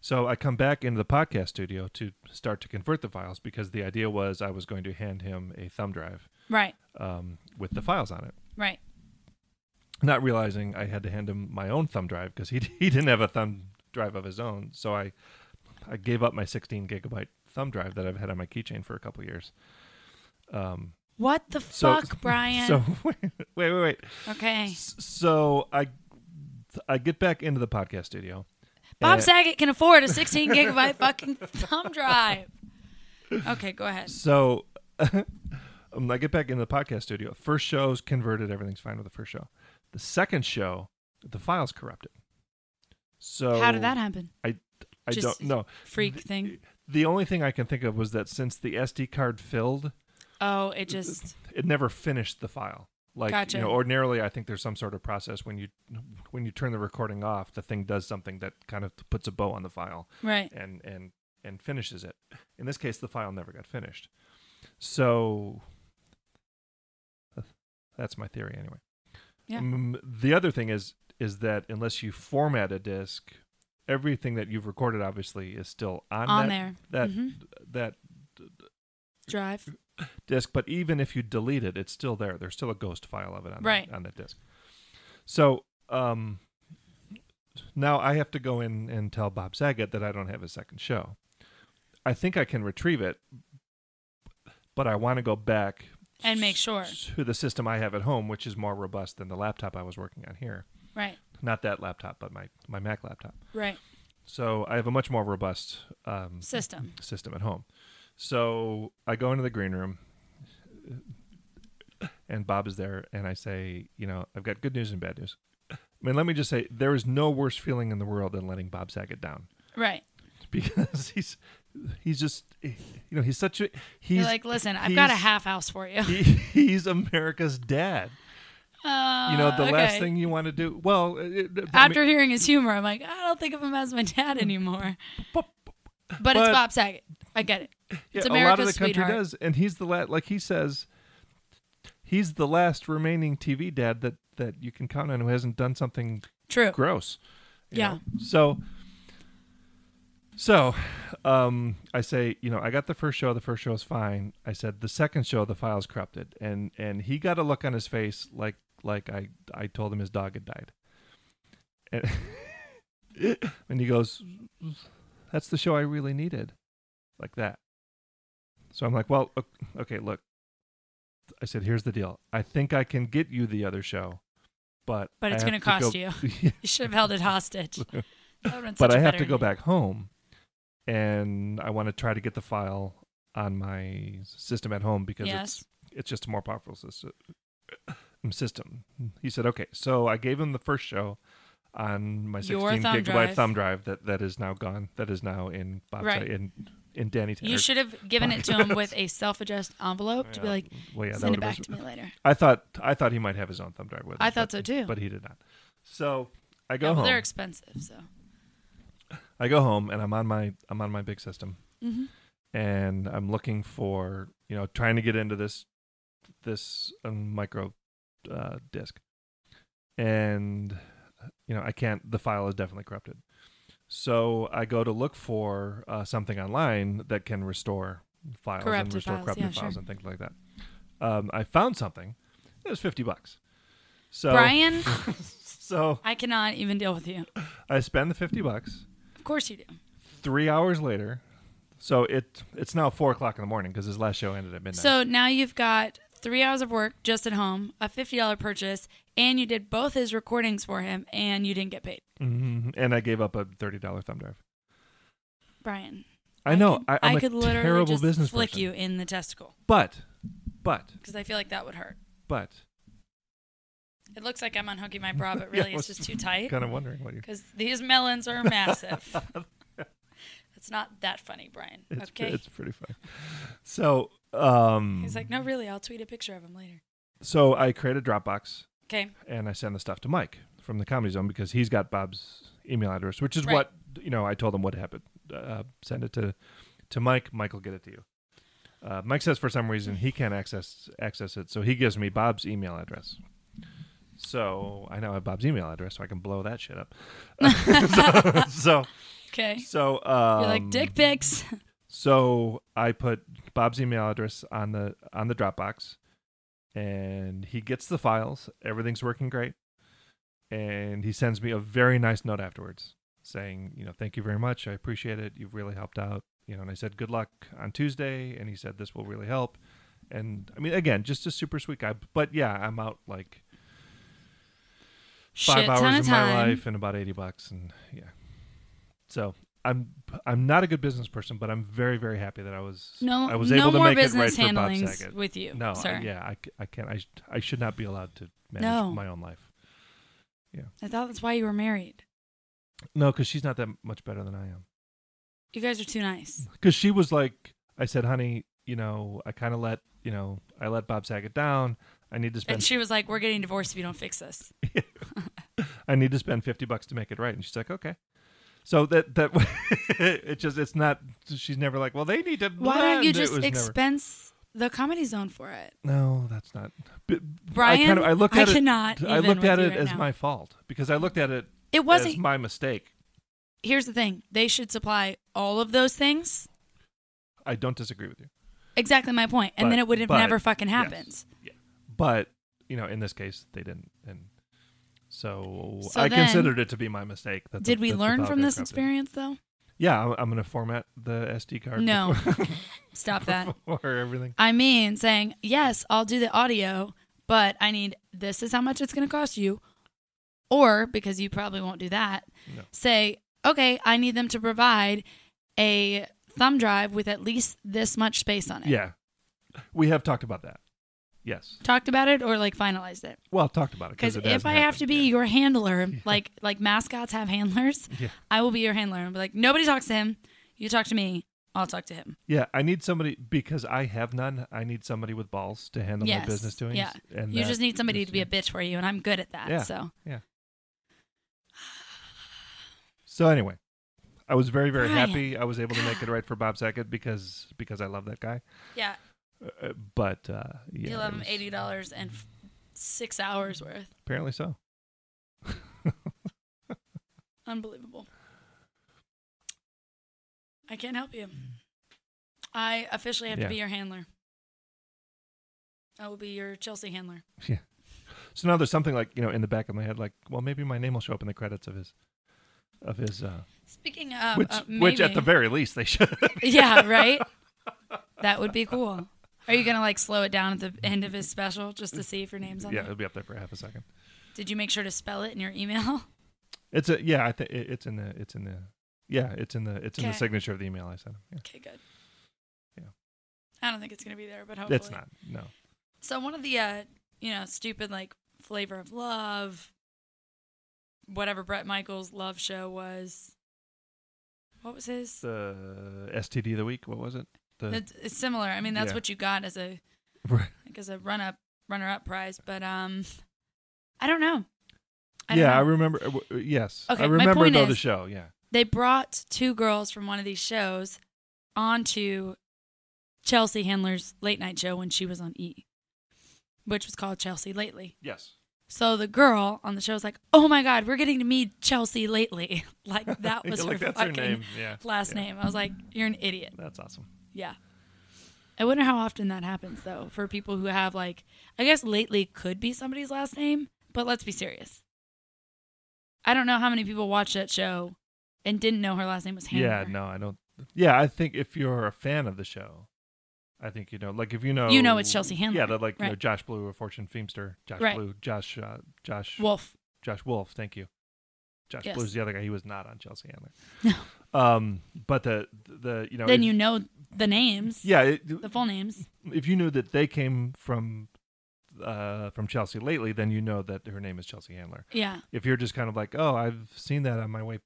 Speaker 4: So I come back into the podcast studio to start to convert the files because the idea was I was going to hand him a thumb drive
Speaker 3: Right.
Speaker 4: um, with the files on it
Speaker 3: Right.
Speaker 4: not [laughs] realizing I had to hand him my own thumb drive because he he didn't have a thumb drive of his own. So I I gave up my 16 gigabyte thumb drive that I've had on my keychain for a couple years. Um,
Speaker 3: What the
Speaker 4: so, [laughs]
Speaker 3: fuck, Brian?
Speaker 4: So wait, wait, wait.
Speaker 3: okay.
Speaker 4: S- So I, I get back into the podcast studio.
Speaker 3: Bob
Speaker 4: and-
Speaker 3: Saget can afford a 16 gigabyte [laughs] fucking thumb drive. Okay, go ahead.
Speaker 4: So [laughs] um, I get back into the podcast studio. First show's converted. Everything's fine with the first show. The second show, the file's corrupted. So
Speaker 3: How did that happen?
Speaker 4: I I
Speaker 3: Just-
Speaker 4: don't know.
Speaker 3: Freak thing.
Speaker 4: The only thing I can think of was that since the SD card filled,
Speaker 3: Oh, it just.
Speaker 4: it never finished the file. Like
Speaker 3: Gotcha.
Speaker 4: you know, ordinarily I think there's some sort of process when you when you turn the recording off, the thing does something that kind of puts a bow on the file
Speaker 3: Right.
Speaker 4: and and and finishes it. In this case, the file never got finished. So uh, that's my theory anyway.
Speaker 3: Yeah.
Speaker 4: Um, the other thing is is that unless you format a disk, everything that you've recorded obviously is still on,
Speaker 3: On
Speaker 4: that,
Speaker 3: there.
Speaker 4: that
Speaker 3: Mhm.
Speaker 4: that
Speaker 3: Drive.
Speaker 4: disk, but even if you delete it, it's still there. There's still a ghost file of it on
Speaker 3: Right.
Speaker 4: that, on that disk. So um, now I have to go in and tell Bob Saget that I don't have a second show. I think I can retrieve it, but I want to go back
Speaker 3: And make sure.
Speaker 4: to the system I have at home, which is more robust than the laptop I was working on here.
Speaker 3: Right.
Speaker 4: Not that laptop, but my my Mac laptop.
Speaker 3: Right.
Speaker 4: So I have a much more robust um,
Speaker 3: System.
Speaker 4: system at home. So I go into the green room, and Bob is there, and I say, you know, I've got good news and bad news. I mean, let me just say, there is no worse feeling in the world than letting Bob Saget down [laughs]
Speaker 3: Right.
Speaker 4: because he's he's just you know he's such a he's
Speaker 3: You're like, listen, I've got a
Speaker 4: he's-
Speaker 3: half house for you.
Speaker 4: he- he's America's dad.
Speaker 3: Uh,
Speaker 4: You know,
Speaker 3: [laughs]
Speaker 4: the last
Speaker 3: okay.
Speaker 4: thing you want to do. Well, it- it- I mean-
Speaker 3: After hearing his humor, I'm like, I don't think of him as my dad anymore.
Speaker 4: But-
Speaker 3: But, it's
Speaker 4: but-
Speaker 3: Bob Saget. I get it. It's
Speaker 4: a lot of the
Speaker 3: America's
Speaker 4: country
Speaker 3: sweetheart.
Speaker 4: does, and he's the last. Like he says, he's the last remaining TV dad that that you can count on who hasn't done something
Speaker 3: True.
Speaker 4: gross. you
Speaker 3: Yeah.
Speaker 4: know? So, so, um, I say, you know, I got the first show. The first show is fine. I said the second show, the file's corrupted, and and he got a look on his face like like I I told him his dog had died. And, and [laughs] he goes, "That's the show I really needed," like that. So I'm like, "Well, o- okay, look." I said, "Here's the deal. I think I can get you the other show, but
Speaker 3: But it's
Speaker 4: going to
Speaker 3: gonna
Speaker 4: go-
Speaker 3: cost
Speaker 4: [laughs]
Speaker 3: You [laughs] should have held it hostage. That would've been
Speaker 4: but
Speaker 3: such
Speaker 4: I
Speaker 3: a
Speaker 4: have
Speaker 3: better
Speaker 4: to go
Speaker 3: ending.
Speaker 4: back home, and I want to try to get the file on my system at home because
Speaker 3: Yes.
Speaker 4: it's it's just a more powerful sys- um, system. He said, "Okay." So I gave him the first show on my
Speaker 3: Your
Speaker 4: 16
Speaker 3: thumb
Speaker 4: gigabyte
Speaker 3: drive.
Speaker 4: thumb drive that that is now gone. That is now in Bob's
Speaker 3: Right.
Speaker 4: in in Danny Tanner's.
Speaker 3: You should have given it to him
Speaker 4: [laughs]
Speaker 3: with a self-addressed envelope to be
Speaker 4: Yeah.
Speaker 3: like,
Speaker 4: Well, yeah, that
Speaker 3: send it
Speaker 4: would've
Speaker 3: back
Speaker 4: been-
Speaker 3: to me later.
Speaker 4: I thought I thought he might have his own thumb drive with.
Speaker 3: I
Speaker 4: him,
Speaker 3: thought
Speaker 4: but-
Speaker 3: so, too.
Speaker 4: but he did not. So I go
Speaker 3: Yeah, well,
Speaker 4: home.
Speaker 3: they're expensive, so
Speaker 4: I go home and I'm on my I'm on my big system, and I'm looking for you know trying to get into this this um, micro uh, disk, and you know I can't. The file is definitely corrupted, so I go to look for uh, something online that can restore files and
Speaker 3: Corrupted
Speaker 4: restore
Speaker 3: files,
Speaker 4: corrupted
Speaker 3: yeah,
Speaker 4: files
Speaker 3: sure.
Speaker 4: and things like that. Um, I found something. It was fifty bucks. So
Speaker 3: Brian,
Speaker 4: so
Speaker 3: I cannot even deal with you.
Speaker 4: I spend the fifty bucks.
Speaker 3: Of course you do.
Speaker 4: three hours later. So it it's now four o'clock in the morning because his last show ended at midnight.
Speaker 3: So now you've got three hours of work just at home, a fifty dollar purchase, and you did both his recordings for him, and you didn't get paid,
Speaker 4: Mhm. and I gave up a thirty dollar thumb drive.
Speaker 3: Brian.
Speaker 4: I know
Speaker 3: could-
Speaker 4: I, I'm a
Speaker 3: could literally
Speaker 4: terrible
Speaker 3: just
Speaker 4: business
Speaker 3: flick
Speaker 4: person.
Speaker 3: you in the testicle
Speaker 4: but but
Speaker 3: because I feel like that would hurt.
Speaker 4: but
Speaker 3: It looks like I'm unhooking my bra,
Speaker 4: [laughs]
Speaker 3: but really
Speaker 4: Yeah, I
Speaker 3: it's
Speaker 4: was
Speaker 3: just too tight
Speaker 4: Kind of wondering
Speaker 3: [laughs]
Speaker 4: what you.
Speaker 3: because these melons are
Speaker 4: [laughs]
Speaker 3: massive. It's not that funny, Brian.
Speaker 4: It's,
Speaker 3: okay.
Speaker 4: it's pretty funny. So um,
Speaker 3: He's like, no, really, I'll tweet a picture of him later.
Speaker 4: so I create a Dropbox [laughs]
Speaker 3: Okay. [laughs]
Speaker 4: and I send the stuff to Mike from the Comedy Zone because he's got Bob's email address, which is
Speaker 3: Right.
Speaker 4: what you know. I told him what happened. Uh, send it to to Mike. Mike will get it to you. Uh, Mike says for some reason he can't access access it, so he gives me Bob's email address. So I now have Bob's email address, so I can blow that shit up. [laughs] so
Speaker 3: Okay.
Speaker 4: so um,
Speaker 3: You're like dick pics.
Speaker 4: so I put Bob's email address on the on the Dropbox, and he gets the files. Everything's working great, and he sends me a very nice note afterwards saying, you know, thank you very much. I appreciate it. You've really helped out. You know, and I said, good luck on Tuesday. And he said, this will really help. And I mean, again, just a super sweet guy. But yeah, I'm out like [laughs] five
Speaker 3: Shit
Speaker 4: hours
Speaker 3: ton of
Speaker 4: of
Speaker 3: time.
Speaker 4: my life and about 80 bucks. And yeah. So I'm, I'm not a good business person, but I'm very, very happy that I was,
Speaker 3: No,
Speaker 4: I was
Speaker 3: no
Speaker 4: able to
Speaker 3: more
Speaker 4: make it right
Speaker 3: business
Speaker 4: for Bob
Speaker 3: handlings
Speaker 4: Saget.
Speaker 3: with you.
Speaker 4: No, I-
Speaker 3: sir.
Speaker 4: yeah, I, c- I can't. I, sh- I should not be allowed to manage
Speaker 3: No.
Speaker 4: my own life.
Speaker 3: I thought that's why you were married.
Speaker 4: No, because she's not that much better than I am.
Speaker 3: You guys are too
Speaker 4: [laughs]
Speaker 3: nice.
Speaker 4: Because she was like, I said, honey, you know, I kind of let, you know, I let Bob Saget down. I need to spend,
Speaker 3: And she was like, "We're getting divorced if you don't fix this."
Speaker 4: I need to spend fifty bucks to make it right. And she's like, okay. So that [laughs] that it just it's not. She's never like, well, they need to.
Speaker 3: Why don't
Speaker 4: blend."
Speaker 3: you
Speaker 4: It
Speaker 3: just
Speaker 4: was never-
Speaker 3: expense the comedy zone for it?
Speaker 4: No, that's not. B-
Speaker 3: Brian,
Speaker 4: I, kind of, I looked
Speaker 3: I
Speaker 4: at it.
Speaker 3: cannot
Speaker 4: I
Speaker 3: even
Speaker 4: looked
Speaker 3: with
Speaker 4: at
Speaker 3: you
Speaker 4: it
Speaker 3: right
Speaker 4: as
Speaker 3: now.
Speaker 4: my fault because I looked at it
Speaker 3: It
Speaker 4: as
Speaker 3: wasn't.
Speaker 4: my mistake.
Speaker 3: Here's the thing: they should supply all of those things.
Speaker 4: I don't disagree with you.
Speaker 3: Exactly my point. And
Speaker 4: But-
Speaker 3: then it would have
Speaker 4: but-
Speaker 3: never fucking
Speaker 4: yes.
Speaker 3: happened.
Speaker 4: but you know in this case they didn't and so,
Speaker 3: So
Speaker 4: i
Speaker 3: then-
Speaker 4: considered it to be my mistake that the-
Speaker 3: Did we
Speaker 4: that the
Speaker 3: learn
Speaker 4: file
Speaker 3: from
Speaker 4: got
Speaker 3: this
Speaker 4: corrupted.
Speaker 3: experience though?
Speaker 4: yeah i'm, I'm going to format the sd card [laughs]
Speaker 3: No.
Speaker 4: before-
Speaker 3: Stop
Speaker 4: [laughs]
Speaker 3: that.
Speaker 4: before everything
Speaker 3: I mean, saying, yes, I'll do the audio, but I need this is how much it's going to cost you. Or because you probably won't do that,
Speaker 4: No.
Speaker 3: say, okay, I need them to provide a thumb drive with at least this much space on it.
Speaker 4: yeah we have talked about that yes
Speaker 3: Talked about it or like finalized it.
Speaker 4: well talked about it
Speaker 3: Because if
Speaker 4: it
Speaker 3: I
Speaker 4: hasn't
Speaker 3: have to
Speaker 4: happened
Speaker 3: be
Speaker 4: yet.
Speaker 3: your
Speaker 4: [laughs]
Speaker 3: handler, like like mascots have handlers,
Speaker 4: Yeah.
Speaker 3: I will be your handler and be like, nobody talks to him. You talk to me. I'll talk to him.
Speaker 4: yeah i need somebody because i have none i need somebody with balls to handle
Speaker 3: yes.
Speaker 4: my business doing
Speaker 3: Yeah.
Speaker 4: and
Speaker 3: you
Speaker 4: that
Speaker 3: just need somebody
Speaker 4: is-
Speaker 3: to be a bitch for you, and I'm good at that.
Speaker 4: Yeah.
Speaker 3: So
Speaker 4: yeah so anyway i was very very
Speaker 3: Brian.
Speaker 4: happy i was able to make it right for bob sackett because because i love that guy
Speaker 3: yeah,
Speaker 4: Uh, but uh, yeah,
Speaker 3: you
Speaker 4: it
Speaker 3: love him
Speaker 4: was-
Speaker 3: eighty dollars and f- six hours worth.
Speaker 4: Apparently so.
Speaker 3: Unbelievable. I can't help you. I officially have
Speaker 4: Yeah.
Speaker 3: to be your handler. I will be your Chelsea handler.
Speaker 4: yeah. So now there's something like you know in the back of my head, like, well, maybe my name will show up in the credits of his, of his, uh,
Speaker 3: Speaking of,
Speaker 4: which,
Speaker 3: uh,
Speaker 4: which at the
Speaker 3: maybe-
Speaker 4: very least they should. [laughs]
Speaker 3: yeah, right. That would be cool. Are you gonna like slow it down at the end of his special just to see if your name's on
Speaker 4: yeah,
Speaker 3: there?
Speaker 4: it'll be up there for half a second.
Speaker 3: Did you make sure to spell it in your email? [laughs]
Speaker 4: It's a yeah, I think it- it's in the it's in the yeah, it's in the it's in the
Speaker 3: Okay.
Speaker 4: signature of the email I sent him. Yeah.
Speaker 3: Okay, good.
Speaker 4: Yeah.
Speaker 3: I don't think it's gonna be there, but hopefully
Speaker 4: It's not no.
Speaker 3: So one of the uh, you know stupid like flavor of love, whatever Brett Michaels love show was. What was his?
Speaker 4: The STD of the week. What was it? The
Speaker 3: It's, it's similar. I mean, that's
Speaker 4: Yeah.
Speaker 3: what you got as a
Speaker 4: [laughs] Right.
Speaker 3: like as a run up runner up prize, but um, I don't know. I don't
Speaker 4: yeah, I
Speaker 3: know.
Speaker 4: remember. uh, w- Yes,
Speaker 3: Okay,
Speaker 4: I
Speaker 3: my
Speaker 4: remember
Speaker 3: point
Speaker 4: though the
Speaker 3: is-
Speaker 4: show. Yeah,
Speaker 3: they brought two girls from one of these shows onto Chelsea Handler's late night show when she was on E, which was called Chelsea Lately.
Speaker 4: yes,
Speaker 3: So the girl on the show was like, "Oh my god, we're getting to meet Chelsea lately." [laughs]
Speaker 4: [laughs]
Speaker 3: like that was
Speaker 4: Like,
Speaker 3: her
Speaker 4: that's her
Speaker 3: fucking
Speaker 4: name, yeah,
Speaker 3: last
Speaker 4: yeah.
Speaker 3: name. I was like, "You're an idiot."
Speaker 4: that's awesome.
Speaker 3: Yeah. I wonder how often that happens though for people who have like I guess lately could be somebody's last name, but let's be serious. I don't know how many people watched that show and didn't know her last name was Hannah.
Speaker 4: Yeah, no, I don't. Yeah, I think if you're a fan of the show, I think you know. Like if you know,
Speaker 3: You know it's Chelsea
Speaker 4: Yeah,
Speaker 3: Handler,
Speaker 4: that like you know
Speaker 3: right.
Speaker 4: Josh Blue or Fortune Feemster, Josh
Speaker 3: Right.
Speaker 4: Blue, Josh, uh, Josh,
Speaker 3: Wolf.
Speaker 4: Josh Wolf. Thank you. Josh
Speaker 3: Yes.
Speaker 4: Blue's the other guy. He was not on Chelsea Handler.
Speaker 3: [laughs] No.
Speaker 4: Um, but the the you know
Speaker 3: then
Speaker 4: if-
Speaker 3: you know the names.
Speaker 4: yeah it,
Speaker 3: The full names.
Speaker 4: if you knew that they came from uh from Chelsea lately, then you know that her name is Chelsea Handler.
Speaker 3: Yeah.
Speaker 4: If you're just kind of like, oh, I've seen that on my way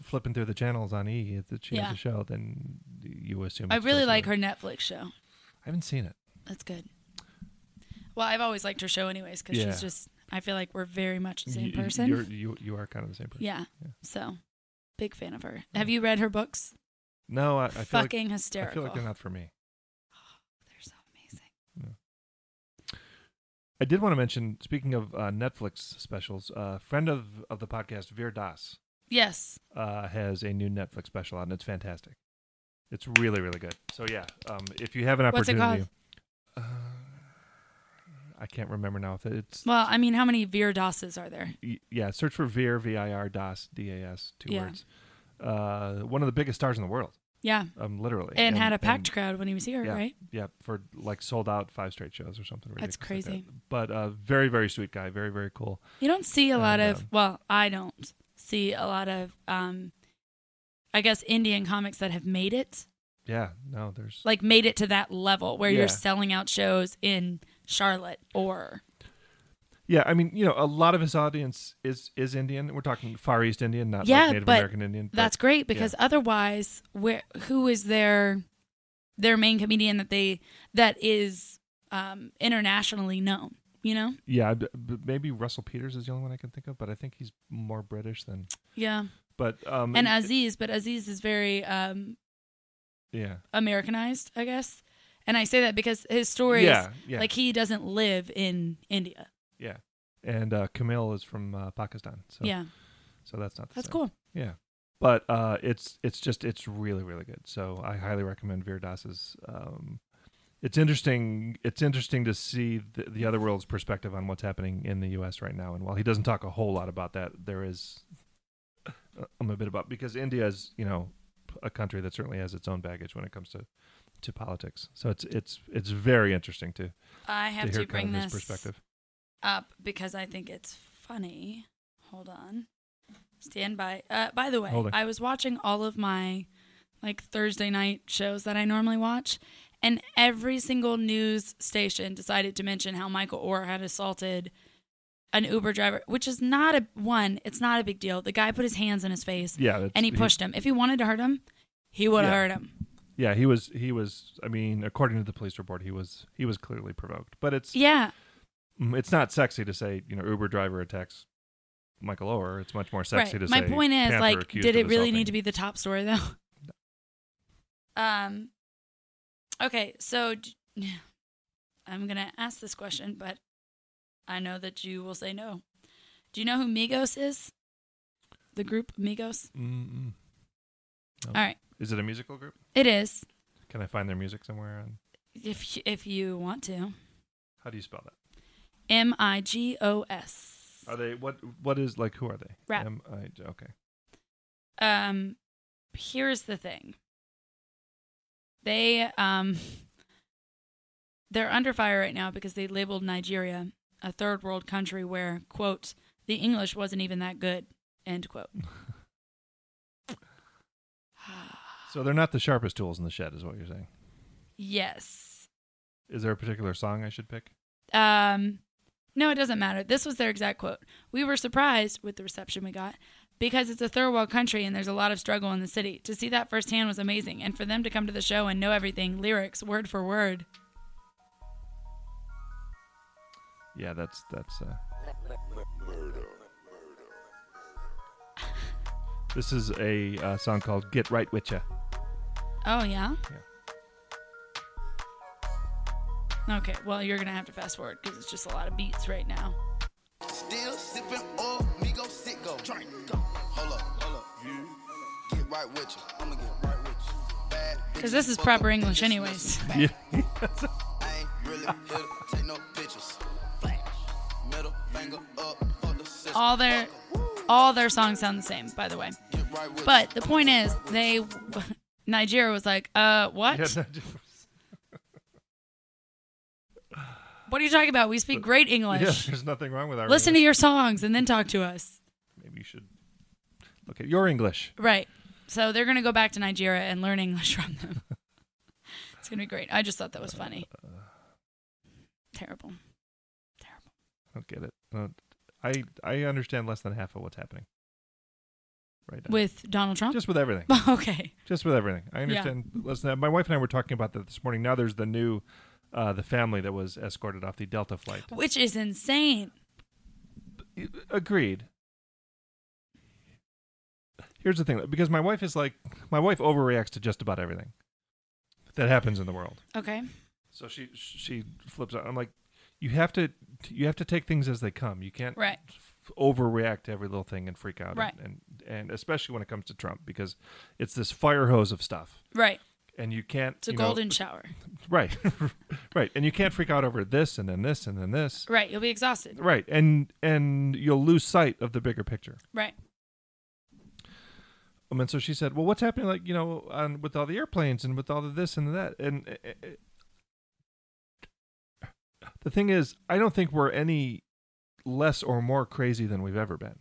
Speaker 4: flipping through the channels on E that she
Speaker 3: Yeah.
Speaker 4: has a show, then you assume.
Speaker 3: I
Speaker 4: it's
Speaker 3: really
Speaker 4: Chelsea
Speaker 3: like
Speaker 4: Handler.
Speaker 3: her Netflix show.
Speaker 4: I haven't seen it.
Speaker 3: That's good. Well, I've always liked her show, anyways, because
Speaker 4: Yeah.
Speaker 3: she's just. I feel like we're very much the
Speaker 4: Y-
Speaker 3: same
Speaker 4: y-
Speaker 3: person.
Speaker 4: You're, you you are kind of the same person.
Speaker 3: yeah.
Speaker 4: Yeah.
Speaker 3: So, big fan of her. Have you read her books?
Speaker 4: No, I, I feel like
Speaker 3: Fucking
Speaker 4: I
Speaker 3: hysterical.
Speaker 4: feel like they're not for me.
Speaker 3: They're so amazing.
Speaker 4: I did want to mention. Speaking of uh, Netflix specials, uh, friend of of the podcast Veer Das
Speaker 3: Yes.
Speaker 4: uh, has a new Netflix special out, and it's fantastic. It's really really good. So yeah, um, if you have an
Speaker 3: What's it
Speaker 4: opportunity,
Speaker 3: called?
Speaker 4: Uh, I can't remember now if it's
Speaker 3: Well, I mean, how many Veer Dosses are there?
Speaker 4: y- yeah, search for Vir, V I R DAS, D A S, two
Speaker 3: Yeah.
Speaker 4: words. Uh, one of the biggest stars in the world,
Speaker 3: Yeah.
Speaker 4: um, literally.
Speaker 3: And, had a packed
Speaker 4: and-
Speaker 3: crowd when he was here,
Speaker 4: yeah,
Speaker 3: right?
Speaker 4: Yeah, for like sold out five straight shows or something.
Speaker 3: That's
Speaker 4: ridiculous like
Speaker 3: crazy.
Speaker 4: that. But uh, very, very sweet guy. Very, very cool.
Speaker 3: You don't see a lot
Speaker 4: And,
Speaker 3: of,
Speaker 4: um,
Speaker 3: well, I don't see a lot of, um, I guess, Indian comics that have made it,
Speaker 4: Yeah, no, there's.
Speaker 3: like made it to that level where
Speaker 4: Yeah.
Speaker 3: you're selling out shows in Charlotte or,
Speaker 4: Yeah, I mean, you know, a lot of his audience is is Indian. We're talking Far East Indian, not
Speaker 3: Yeah,
Speaker 4: like Native
Speaker 3: but
Speaker 4: American Indian. but-
Speaker 3: that's great because otherwise, where who is their their main comedian that they that is um, internationally known? You know?
Speaker 4: yeah, b- b- maybe Russell Peters is the only one I can think of, but I think he's more British than.
Speaker 3: Yeah.
Speaker 4: But um,
Speaker 3: And
Speaker 4: it-
Speaker 3: Aziz, but Aziz is very um,
Speaker 4: yeah,
Speaker 3: Americanized, I guess. And I say that because his stories,
Speaker 4: Yeah, yeah.
Speaker 3: like he doesn't live in India.
Speaker 4: yeah, and uh, Camille is from uh, Pakistan, so
Speaker 3: yeah,
Speaker 4: so that's not the
Speaker 3: that's
Speaker 4: same.
Speaker 3: cool.
Speaker 4: Yeah. But uh, it's it's just it's really really good. So I highly recommend Veer Das's. Um, it's interesting. It's interesting to see the, the other world's perspective on what's happening in the U.S. right now. And while he doesn't talk a whole lot about that, there is uh, I'm a bit about because India is you know a country that certainly has its own baggage when it comes to to politics. So it's it's it's very interesting to
Speaker 3: I
Speaker 4: to
Speaker 3: have
Speaker 4: hear
Speaker 3: to bring
Speaker 4: kind of
Speaker 3: this
Speaker 4: his perspective.
Speaker 3: up because I think it's funny. Hold on, stand by. Uh, by the way,
Speaker 4: Hold on.
Speaker 3: I was watching all of my like Thursday night shows that I normally watch, and every single news station decided to mention how Michael Orr had assaulted an Uber driver, which is not a one. It's not a big deal. The guy put his hands in his face.
Speaker 4: Yeah, that's-
Speaker 3: and he pushed him. If he wanted to hurt him, he would have
Speaker 4: Yeah.
Speaker 3: hurt him.
Speaker 4: Yeah, he was he was. I mean, according to the police report, he was he was clearly provoked. But it's
Speaker 3: Yeah,
Speaker 4: Mm, it's not sexy to say you know Uber driver attacks Michael Oher. It's much more sexy
Speaker 3: right.
Speaker 4: to
Speaker 3: My
Speaker 4: say.
Speaker 3: point is,
Speaker 4: Panther
Speaker 3: like,
Speaker 4: accused
Speaker 3: did
Speaker 4: of
Speaker 3: it really
Speaker 4: assaulting.
Speaker 3: need to be the top story though? [laughs] Um. Okay, so d- [sighs] I'm gonna ask this question, but I know that you will say no. Do you know who Migos is? The group Migos.
Speaker 4: Mm-mm. Nope.
Speaker 3: All right,
Speaker 4: Is it a musical group?
Speaker 3: it is.
Speaker 4: Can I find their music somewhere? On
Speaker 3: If y- if you want to,
Speaker 4: how do you spell that?
Speaker 3: M I G O S.
Speaker 4: Are they what? What is like? Who are they?
Speaker 3: Rap.
Speaker 4: Am I- okay.
Speaker 3: um here's the thing they um they're under fire right now because they labeled nigeria a third world country where quote the english wasn't even that good end quote
Speaker 4: So they're not the sharpest tools in the shed, is what you're saying.
Speaker 3: yes
Speaker 4: Is there a particular song I should pick?
Speaker 3: um no it doesn't matter this was their exact quote we were surprised with the reception we got because it's a third world country and there's a lot of struggle in the city to see that firsthand was amazing and for them to come to the show and know everything lyrics word for word
Speaker 4: Yeah, that's that's. Uh, [laughs] this is a uh, song called "Get Right With Ya."
Speaker 3: Oh yeah. Okay, well you're gonna have to fast forward because it's just a lot of beats right now.
Speaker 7: Still sipping oil, me go sit go. Drink. Hold up, hold up. Get right with you. I'ma get right with you. Bad
Speaker 3: Because
Speaker 7: bitches
Speaker 3: this is
Speaker 7: fuck
Speaker 3: proper
Speaker 7: up
Speaker 3: English,
Speaker 7: and
Speaker 3: anyways.
Speaker 7: dismiss it. Back.
Speaker 4: Yeah.
Speaker 7: I ain't really here to take no pictures. Flash. Middle finger up for the system.
Speaker 3: All their, all their songs sound the same, by the way.
Speaker 7: Get right with
Speaker 3: But the point is, they, [laughs] Nigeria was like, uh, what?
Speaker 4: [laughs] Yeah, no, just-
Speaker 3: What are you talking about? We speak great
Speaker 4: Yeah,
Speaker 3: English.
Speaker 4: there's nothing wrong with our.
Speaker 3: Listen to
Speaker 4: English.
Speaker 3: your songs and then talk to us.
Speaker 4: Maybe you should look at your English.
Speaker 3: Right. So they're gonna go back to Nigeria and learn English from them. [laughs] it's gonna be great. I just thought that was funny. Terrible. Terrible.
Speaker 4: I don't get it. I, don't- I I understand less than half of what's happening. Right now.
Speaker 3: With Donald Trump.
Speaker 4: just with everything.
Speaker 3: [laughs] okay.
Speaker 4: Just with everything. I
Speaker 3: Yeah.
Speaker 4: understand less than My wife and I were talking about that this morning. Now there's the new uh, the family that was escorted off the Delta flight.
Speaker 3: Which is insane.
Speaker 4: Agreed. Here's the thing, because my wife is like my wife overreacts to just about everything that happens in the world.
Speaker 3: Okay.
Speaker 4: So she she flips out. I'm like, you have to you have to take things as they come. You can't
Speaker 3: Right.
Speaker 4: f- overreact to every little thing and freak out.
Speaker 3: Right.
Speaker 4: And, and and especially when it comes to Trump, because it's this fire hose of stuff,
Speaker 3: Right.
Speaker 4: and you can't.
Speaker 3: It's a
Speaker 4: you know-
Speaker 3: golden shower.
Speaker 4: [laughs] right, [laughs] right, and you can't freak out over this and then this and then this.
Speaker 3: Right. You'll be exhausted.
Speaker 4: Right, and and you'll lose sight of the bigger picture.
Speaker 3: Right.
Speaker 4: Um, and so she said, "Well, what's happening? Like you know, on, with all the airplanes and with all the this and that." And uh, uh, uh, the thing is, I don't think we're any less or more crazy than we've ever been.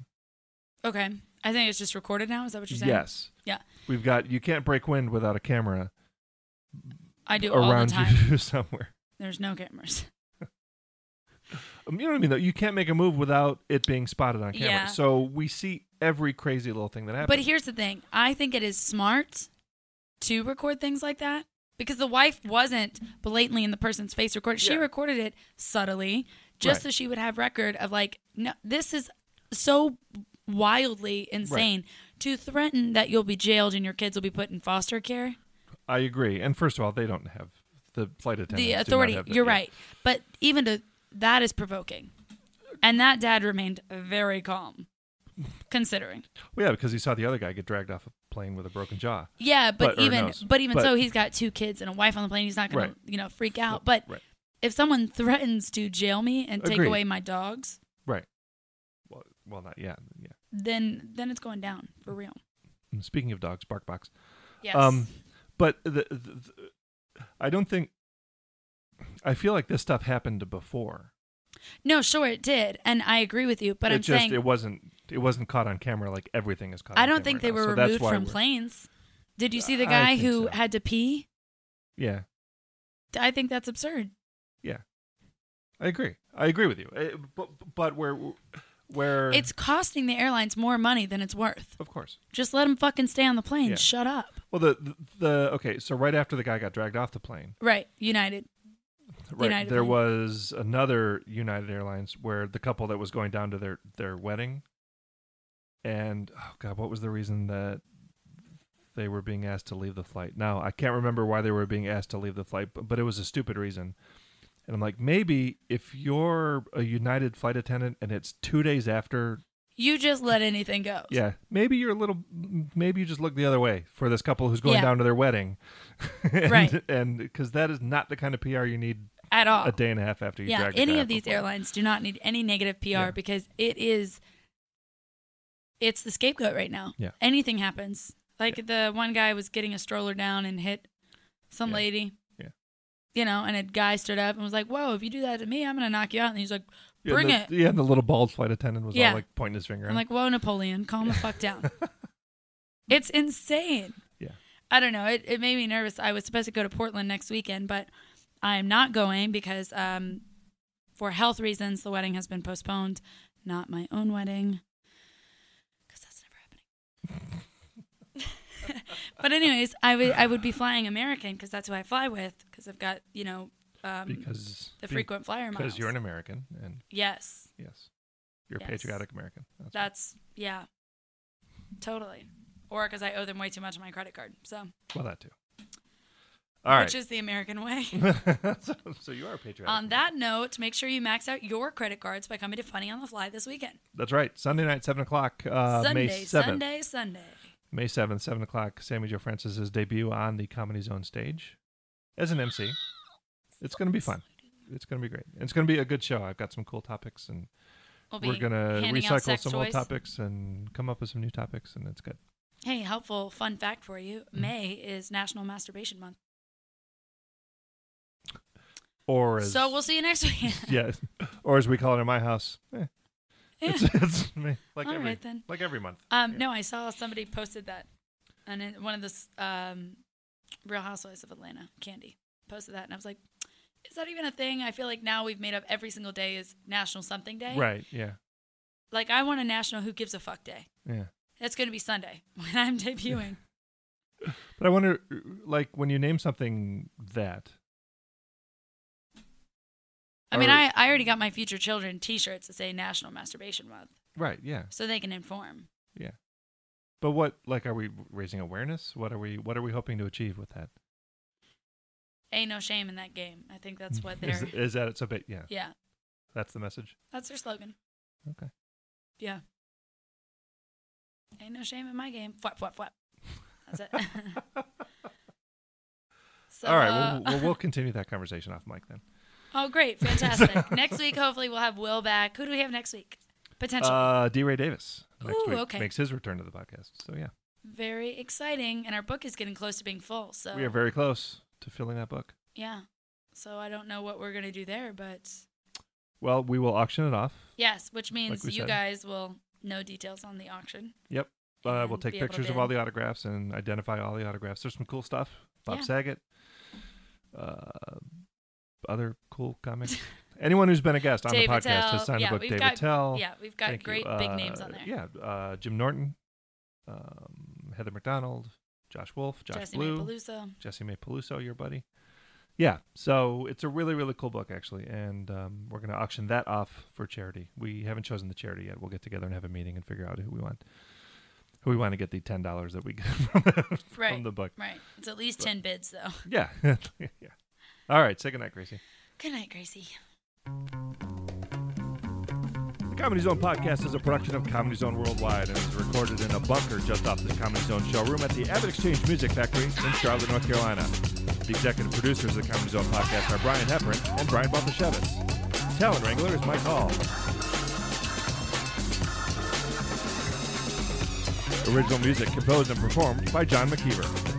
Speaker 3: Okay. I think it's just recorded now. Is that what you're saying?
Speaker 4: Yes,
Speaker 3: Yeah.
Speaker 4: we've got. You can't break wind without a camera
Speaker 3: I do all the
Speaker 4: around
Speaker 3: time.
Speaker 4: you [laughs] somewhere.
Speaker 3: There's no cameras.
Speaker 4: Um, you know what I mean? Though you can't make a move without it being spotted on camera.
Speaker 3: Yeah.
Speaker 4: So we see every crazy little thing that happens.
Speaker 3: But here's the thing. I think it is smart to record things like that because the wife wasn't blatantly in the person's face recorded. She
Speaker 4: Yeah.
Speaker 3: recorded it subtly just
Speaker 4: Right.
Speaker 3: so she would have record of like no this is so wildly insane to threaten that you'll be jailed and your kids will be put in foster care.
Speaker 4: I agree. And first of all, they don't have the flight attendants.
Speaker 3: the
Speaker 4: do not
Speaker 3: authority.
Speaker 4: have that-
Speaker 3: You're
Speaker 4: yeah.
Speaker 3: right. But even to that is provoking. And that dad remained very calm considering.
Speaker 4: Well, yeah, because he saw the other guy get dragged off a plane with a broken jaw.
Speaker 3: Yeah, but,
Speaker 4: But- or
Speaker 3: even
Speaker 4: knows.
Speaker 3: but even
Speaker 4: But-
Speaker 3: so he's got two kids and a wife on the plane. He's not going
Speaker 4: Right.
Speaker 3: to, you know, freak out. Uh, But
Speaker 4: Right.
Speaker 3: if someone threatens to jail me and take
Speaker 4: Agreed.
Speaker 3: away my dogs,
Speaker 4: Right. Well, well, not yet. Yeah.
Speaker 3: then then it's going down for real.
Speaker 4: And Speaking of dogs, bark box.
Speaker 3: Yes.
Speaker 4: Um, but the, the, the- I don't think. I feel like this stuff happened before.
Speaker 3: no, sure it did. And I agree with you, but
Speaker 4: it
Speaker 3: I'm
Speaker 4: just
Speaker 3: saying
Speaker 4: it wasn't it wasn't caught on camera like everything is caught.
Speaker 3: I
Speaker 4: on
Speaker 3: don't
Speaker 4: camera
Speaker 3: think they
Speaker 4: now,
Speaker 3: were
Speaker 4: so that's
Speaker 3: removed
Speaker 4: why
Speaker 3: from
Speaker 4: we're-
Speaker 3: planes. Did you see the
Speaker 4: I
Speaker 3: guy
Speaker 4: think
Speaker 3: who
Speaker 4: so.
Speaker 3: had to pee?
Speaker 4: Yeah.
Speaker 3: I think that's absurd.
Speaker 4: Yeah, I agree. I agree with you. Uh, But but where where
Speaker 3: It's costing the airlines more money than it's worth.
Speaker 4: of course.
Speaker 3: Just let them fucking stay on the plane.
Speaker 4: Yeah.
Speaker 3: Shut up.
Speaker 4: Well, the, the okay. So right after the guy got dragged off the plane,
Speaker 3: Right. United.
Speaker 4: right
Speaker 3: United
Speaker 4: there
Speaker 3: plane.
Speaker 4: was another United Airlines where the couple that was going down to their their wedding, and oh god, what was the reason that they were being asked to leave the flight? Now I can't remember why they were being asked to leave the flight, but, but it was a stupid reason. And I'm like, maybe if you're a United flight attendant and it's two days after
Speaker 3: You just let anything go.
Speaker 4: Yeah, maybe you're a little. Maybe you just look the other way for this couple who's going
Speaker 3: Yeah.
Speaker 4: down to their wedding, [laughs] and,
Speaker 3: Right.
Speaker 4: And because that is not the kind of PR you need
Speaker 3: At all.
Speaker 4: a day and a half after you.
Speaker 3: Oh. yeah.
Speaker 4: drag the guy
Speaker 3: Any
Speaker 4: off
Speaker 3: of
Speaker 4: the
Speaker 3: these
Speaker 4: plane.
Speaker 3: airlines do not need any negative PR
Speaker 4: Yeah.
Speaker 3: because it is. It's the scapegoat right now.
Speaker 4: Yeah.
Speaker 3: Anything happens. Like the one guy was getting a stroller down and hit some
Speaker 4: Yeah.
Speaker 3: lady.
Speaker 4: Yeah.
Speaker 3: You know, and a guy stood up and was like, "Whoa, if you do that to me, I'm gonna knock you out." And he's like,
Speaker 4: Yeah,
Speaker 3: "Bring
Speaker 4: and
Speaker 3: it."
Speaker 4: the, Yeah, and the little bald flight attendant was
Speaker 3: Yeah.
Speaker 4: all like pointing his finger.
Speaker 3: I'm
Speaker 4: at him.
Speaker 3: like, whoa, Napoleon, calm the fuck down.
Speaker 4: [laughs]
Speaker 3: it's insane.
Speaker 4: Yeah.
Speaker 3: I don't know. It, it made me nervous. I was supposed to go to Portland next weekend, but I'm not going because um, for health reasons, the wedding has been postponed. Not my own wedding, because that's never happening. [laughs] but anyways, I would I would be flying American because that's who I fly with because I've got you know um,
Speaker 4: because
Speaker 3: the frequent flyer miles.
Speaker 4: because you're an American and
Speaker 3: yes,
Speaker 4: yes, you're a
Speaker 3: Yes.
Speaker 4: patriotic American. That's
Speaker 3: That's yeah, totally. Or because I owe them way too much on my credit card, so
Speaker 4: well that too. All right.
Speaker 3: which is the American way.
Speaker 4: [laughs] so, so you are a patriotic.
Speaker 3: on that note, make sure you max out your credit cards by coming to Funny on the Fly this weekend,
Speaker 4: That's right. Sunday night, seven o'clock. Uh,
Speaker 3: Sunday,
Speaker 4: May seventh.
Speaker 3: Sunday, Sunday.
Speaker 4: May 7th, 7 o'clock, Sammy Joe Francis's debut on the Comedy Zone stage as an MC. It's going to be fun. It's going to be great. It's going to be a good show. I've got some cool topics, and
Speaker 3: We'll be
Speaker 4: we're going to
Speaker 3: handing out
Speaker 4: recycle
Speaker 3: sex
Speaker 4: some old
Speaker 3: toys.
Speaker 4: topics and come up with some new topics, and it's good.
Speaker 3: Hey, helpful fun fact for you:
Speaker 4: Mm-hmm.
Speaker 3: May is National Masturbation Month,
Speaker 4: Or as,
Speaker 3: so we'll see you next week.
Speaker 4: [laughs]
Speaker 3: [laughs]
Speaker 4: yeah, or as we call it in my house, eh,
Speaker 3: Yeah.
Speaker 4: it's, [laughs] it's me. like
Speaker 3: All
Speaker 4: every
Speaker 3: right, then.
Speaker 4: like every month.
Speaker 3: Um, No, I saw somebody posted that, and it, one of the s- um, Real Housewives of Atlanta, Candy, posted that, and I was like, "Is that even a thing?" I feel like now we've made up every single day is National Something Day.
Speaker 4: Right? Yeah,
Speaker 3: Like I want a National Who Gives a Fuck Day.
Speaker 4: yeah.
Speaker 3: That's going to be Sunday [laughs] when I'm debuting.
Speaker 4: But I wonder, like, when you name something that,
Speaker 3: I mean,
Speaker 4: Or-
Speaker 3: I, I already got my future children T-shirts that say National Masturbation Month,
Speaker 4: right? Yeah,
Speaker 3: so they can inform.
Speaker 4: yeah. But what, like, are we raising awareness? What are we What are we hoping to achieve with that?
Speaker 3: Ain't no shame in that game. I think that's what they're.
Speaker 4: [laughs] Is, is that it's a bit yeah,
Speaker 3: yeah,
Speaker 4: that's the message.
Speaker 3: that's their slogan.
Speaker 4: Okay.
Speaker 3: Yeah.
Speaker 4: [laughs]
Speaker 3: Ain't no shame in my game. Flap, flap, flap. That's it. So,
Speaker 4: All right,
Speaker 3: uh,
Speaker 4: well,
Speaker 3: [laughs]
Speaker 4: we'll, we'll continue that conversation off mic then.
Speaker 3: oh, great. Fantastic. next week, hopefully, we'll have Will back. Who do we have next week? Potentially.
Speaker 4: Uh, D. Ray Davis next
Speaker 3: Ooh,
Speaker 4: week
Speaker 3: okay.
Speaker 4: makes his return to the podcast. So yeah,
Speaker 3: Very exciting. And our book is getting close to being full. So,
Speaker 4: we are very close to filling that book.
Speaker 3: yeah. So, I don't know what we're going to do there, but
Speaker 4: Well, we will auction it off.
Speaker 3: yes, which means
Speaker 4: we
Speaker 3: you
Speaker 4: said.
Speaker 3: guys will know details on the auction.
Speaker 4: Yep. Uh, we'll
Speaker 3: And
Speaker 4: take
Speaker 3: be able to
Speaker 4: pictures of
Speaker 3: bid.
Speaker 4: all the autographs and identify all the autographs. There's some cool stuff. Bob
Speaker 3: Yeah.
Speaker 4: Saget, uh, other cool comics.
Speaker 3: [laughs]
Speaker 4: Anyone who's been a guest on
Speaker 3: David
Speaker 4: the podcast
Speaker 3: Tell.
Speaker 4: has signed
Speaker 3: yeah,
Speaker 4: a book.
Speaker 3: we've
Speaker 4: David
Speaker 3: got,
Speaker 4: Tell.
Speaker 3: Yeah, we've got
Speaker 4: Oh, Thank you.
Speaker 3: great big names
Speaker 4: Uh,
Speaker 3: on there.
Speaker 4: Yeah, uh, Jim Norton, um, Heather McDonald, Josh Wolf, Josh
Speaker 3: Jesse
Speaker 4: Blue,
Speaker 3: Mapeluso.
Speaker 4: Jesse May Peluso, your buddy. Yeah, so it's a really, really cool book, actually. And um, we're going to auction that off for charity. We haven't chosen the charity yet. We'll get together and have a meeting and figure out who we want. Who we want to get the $10 that we get [laughs] from,
Speaker 3: Right.
Speaker 4: the book.
Speaker 3: Right. It's at least 10 bids, though. [laughs]
Speaker 4: Yeah. yeah. [laughs] All right, say goodnight, Gracie.
Speaker 3: Good night, Gracie.
Speaker 4: The Comedy Zone podcast is a production of Comedy Zone Worldwide and is recorded in a bunker just off the Comedy Zone showroom at the Abbott Exchange Music Factory in Charlotte, North Carolina. The executive producers of the Comedy Zone podcast are Brian Hepburn and Brian Baltashevitz. Talent wrangler is Mike Hall. Original music composed and performed by John McKeever.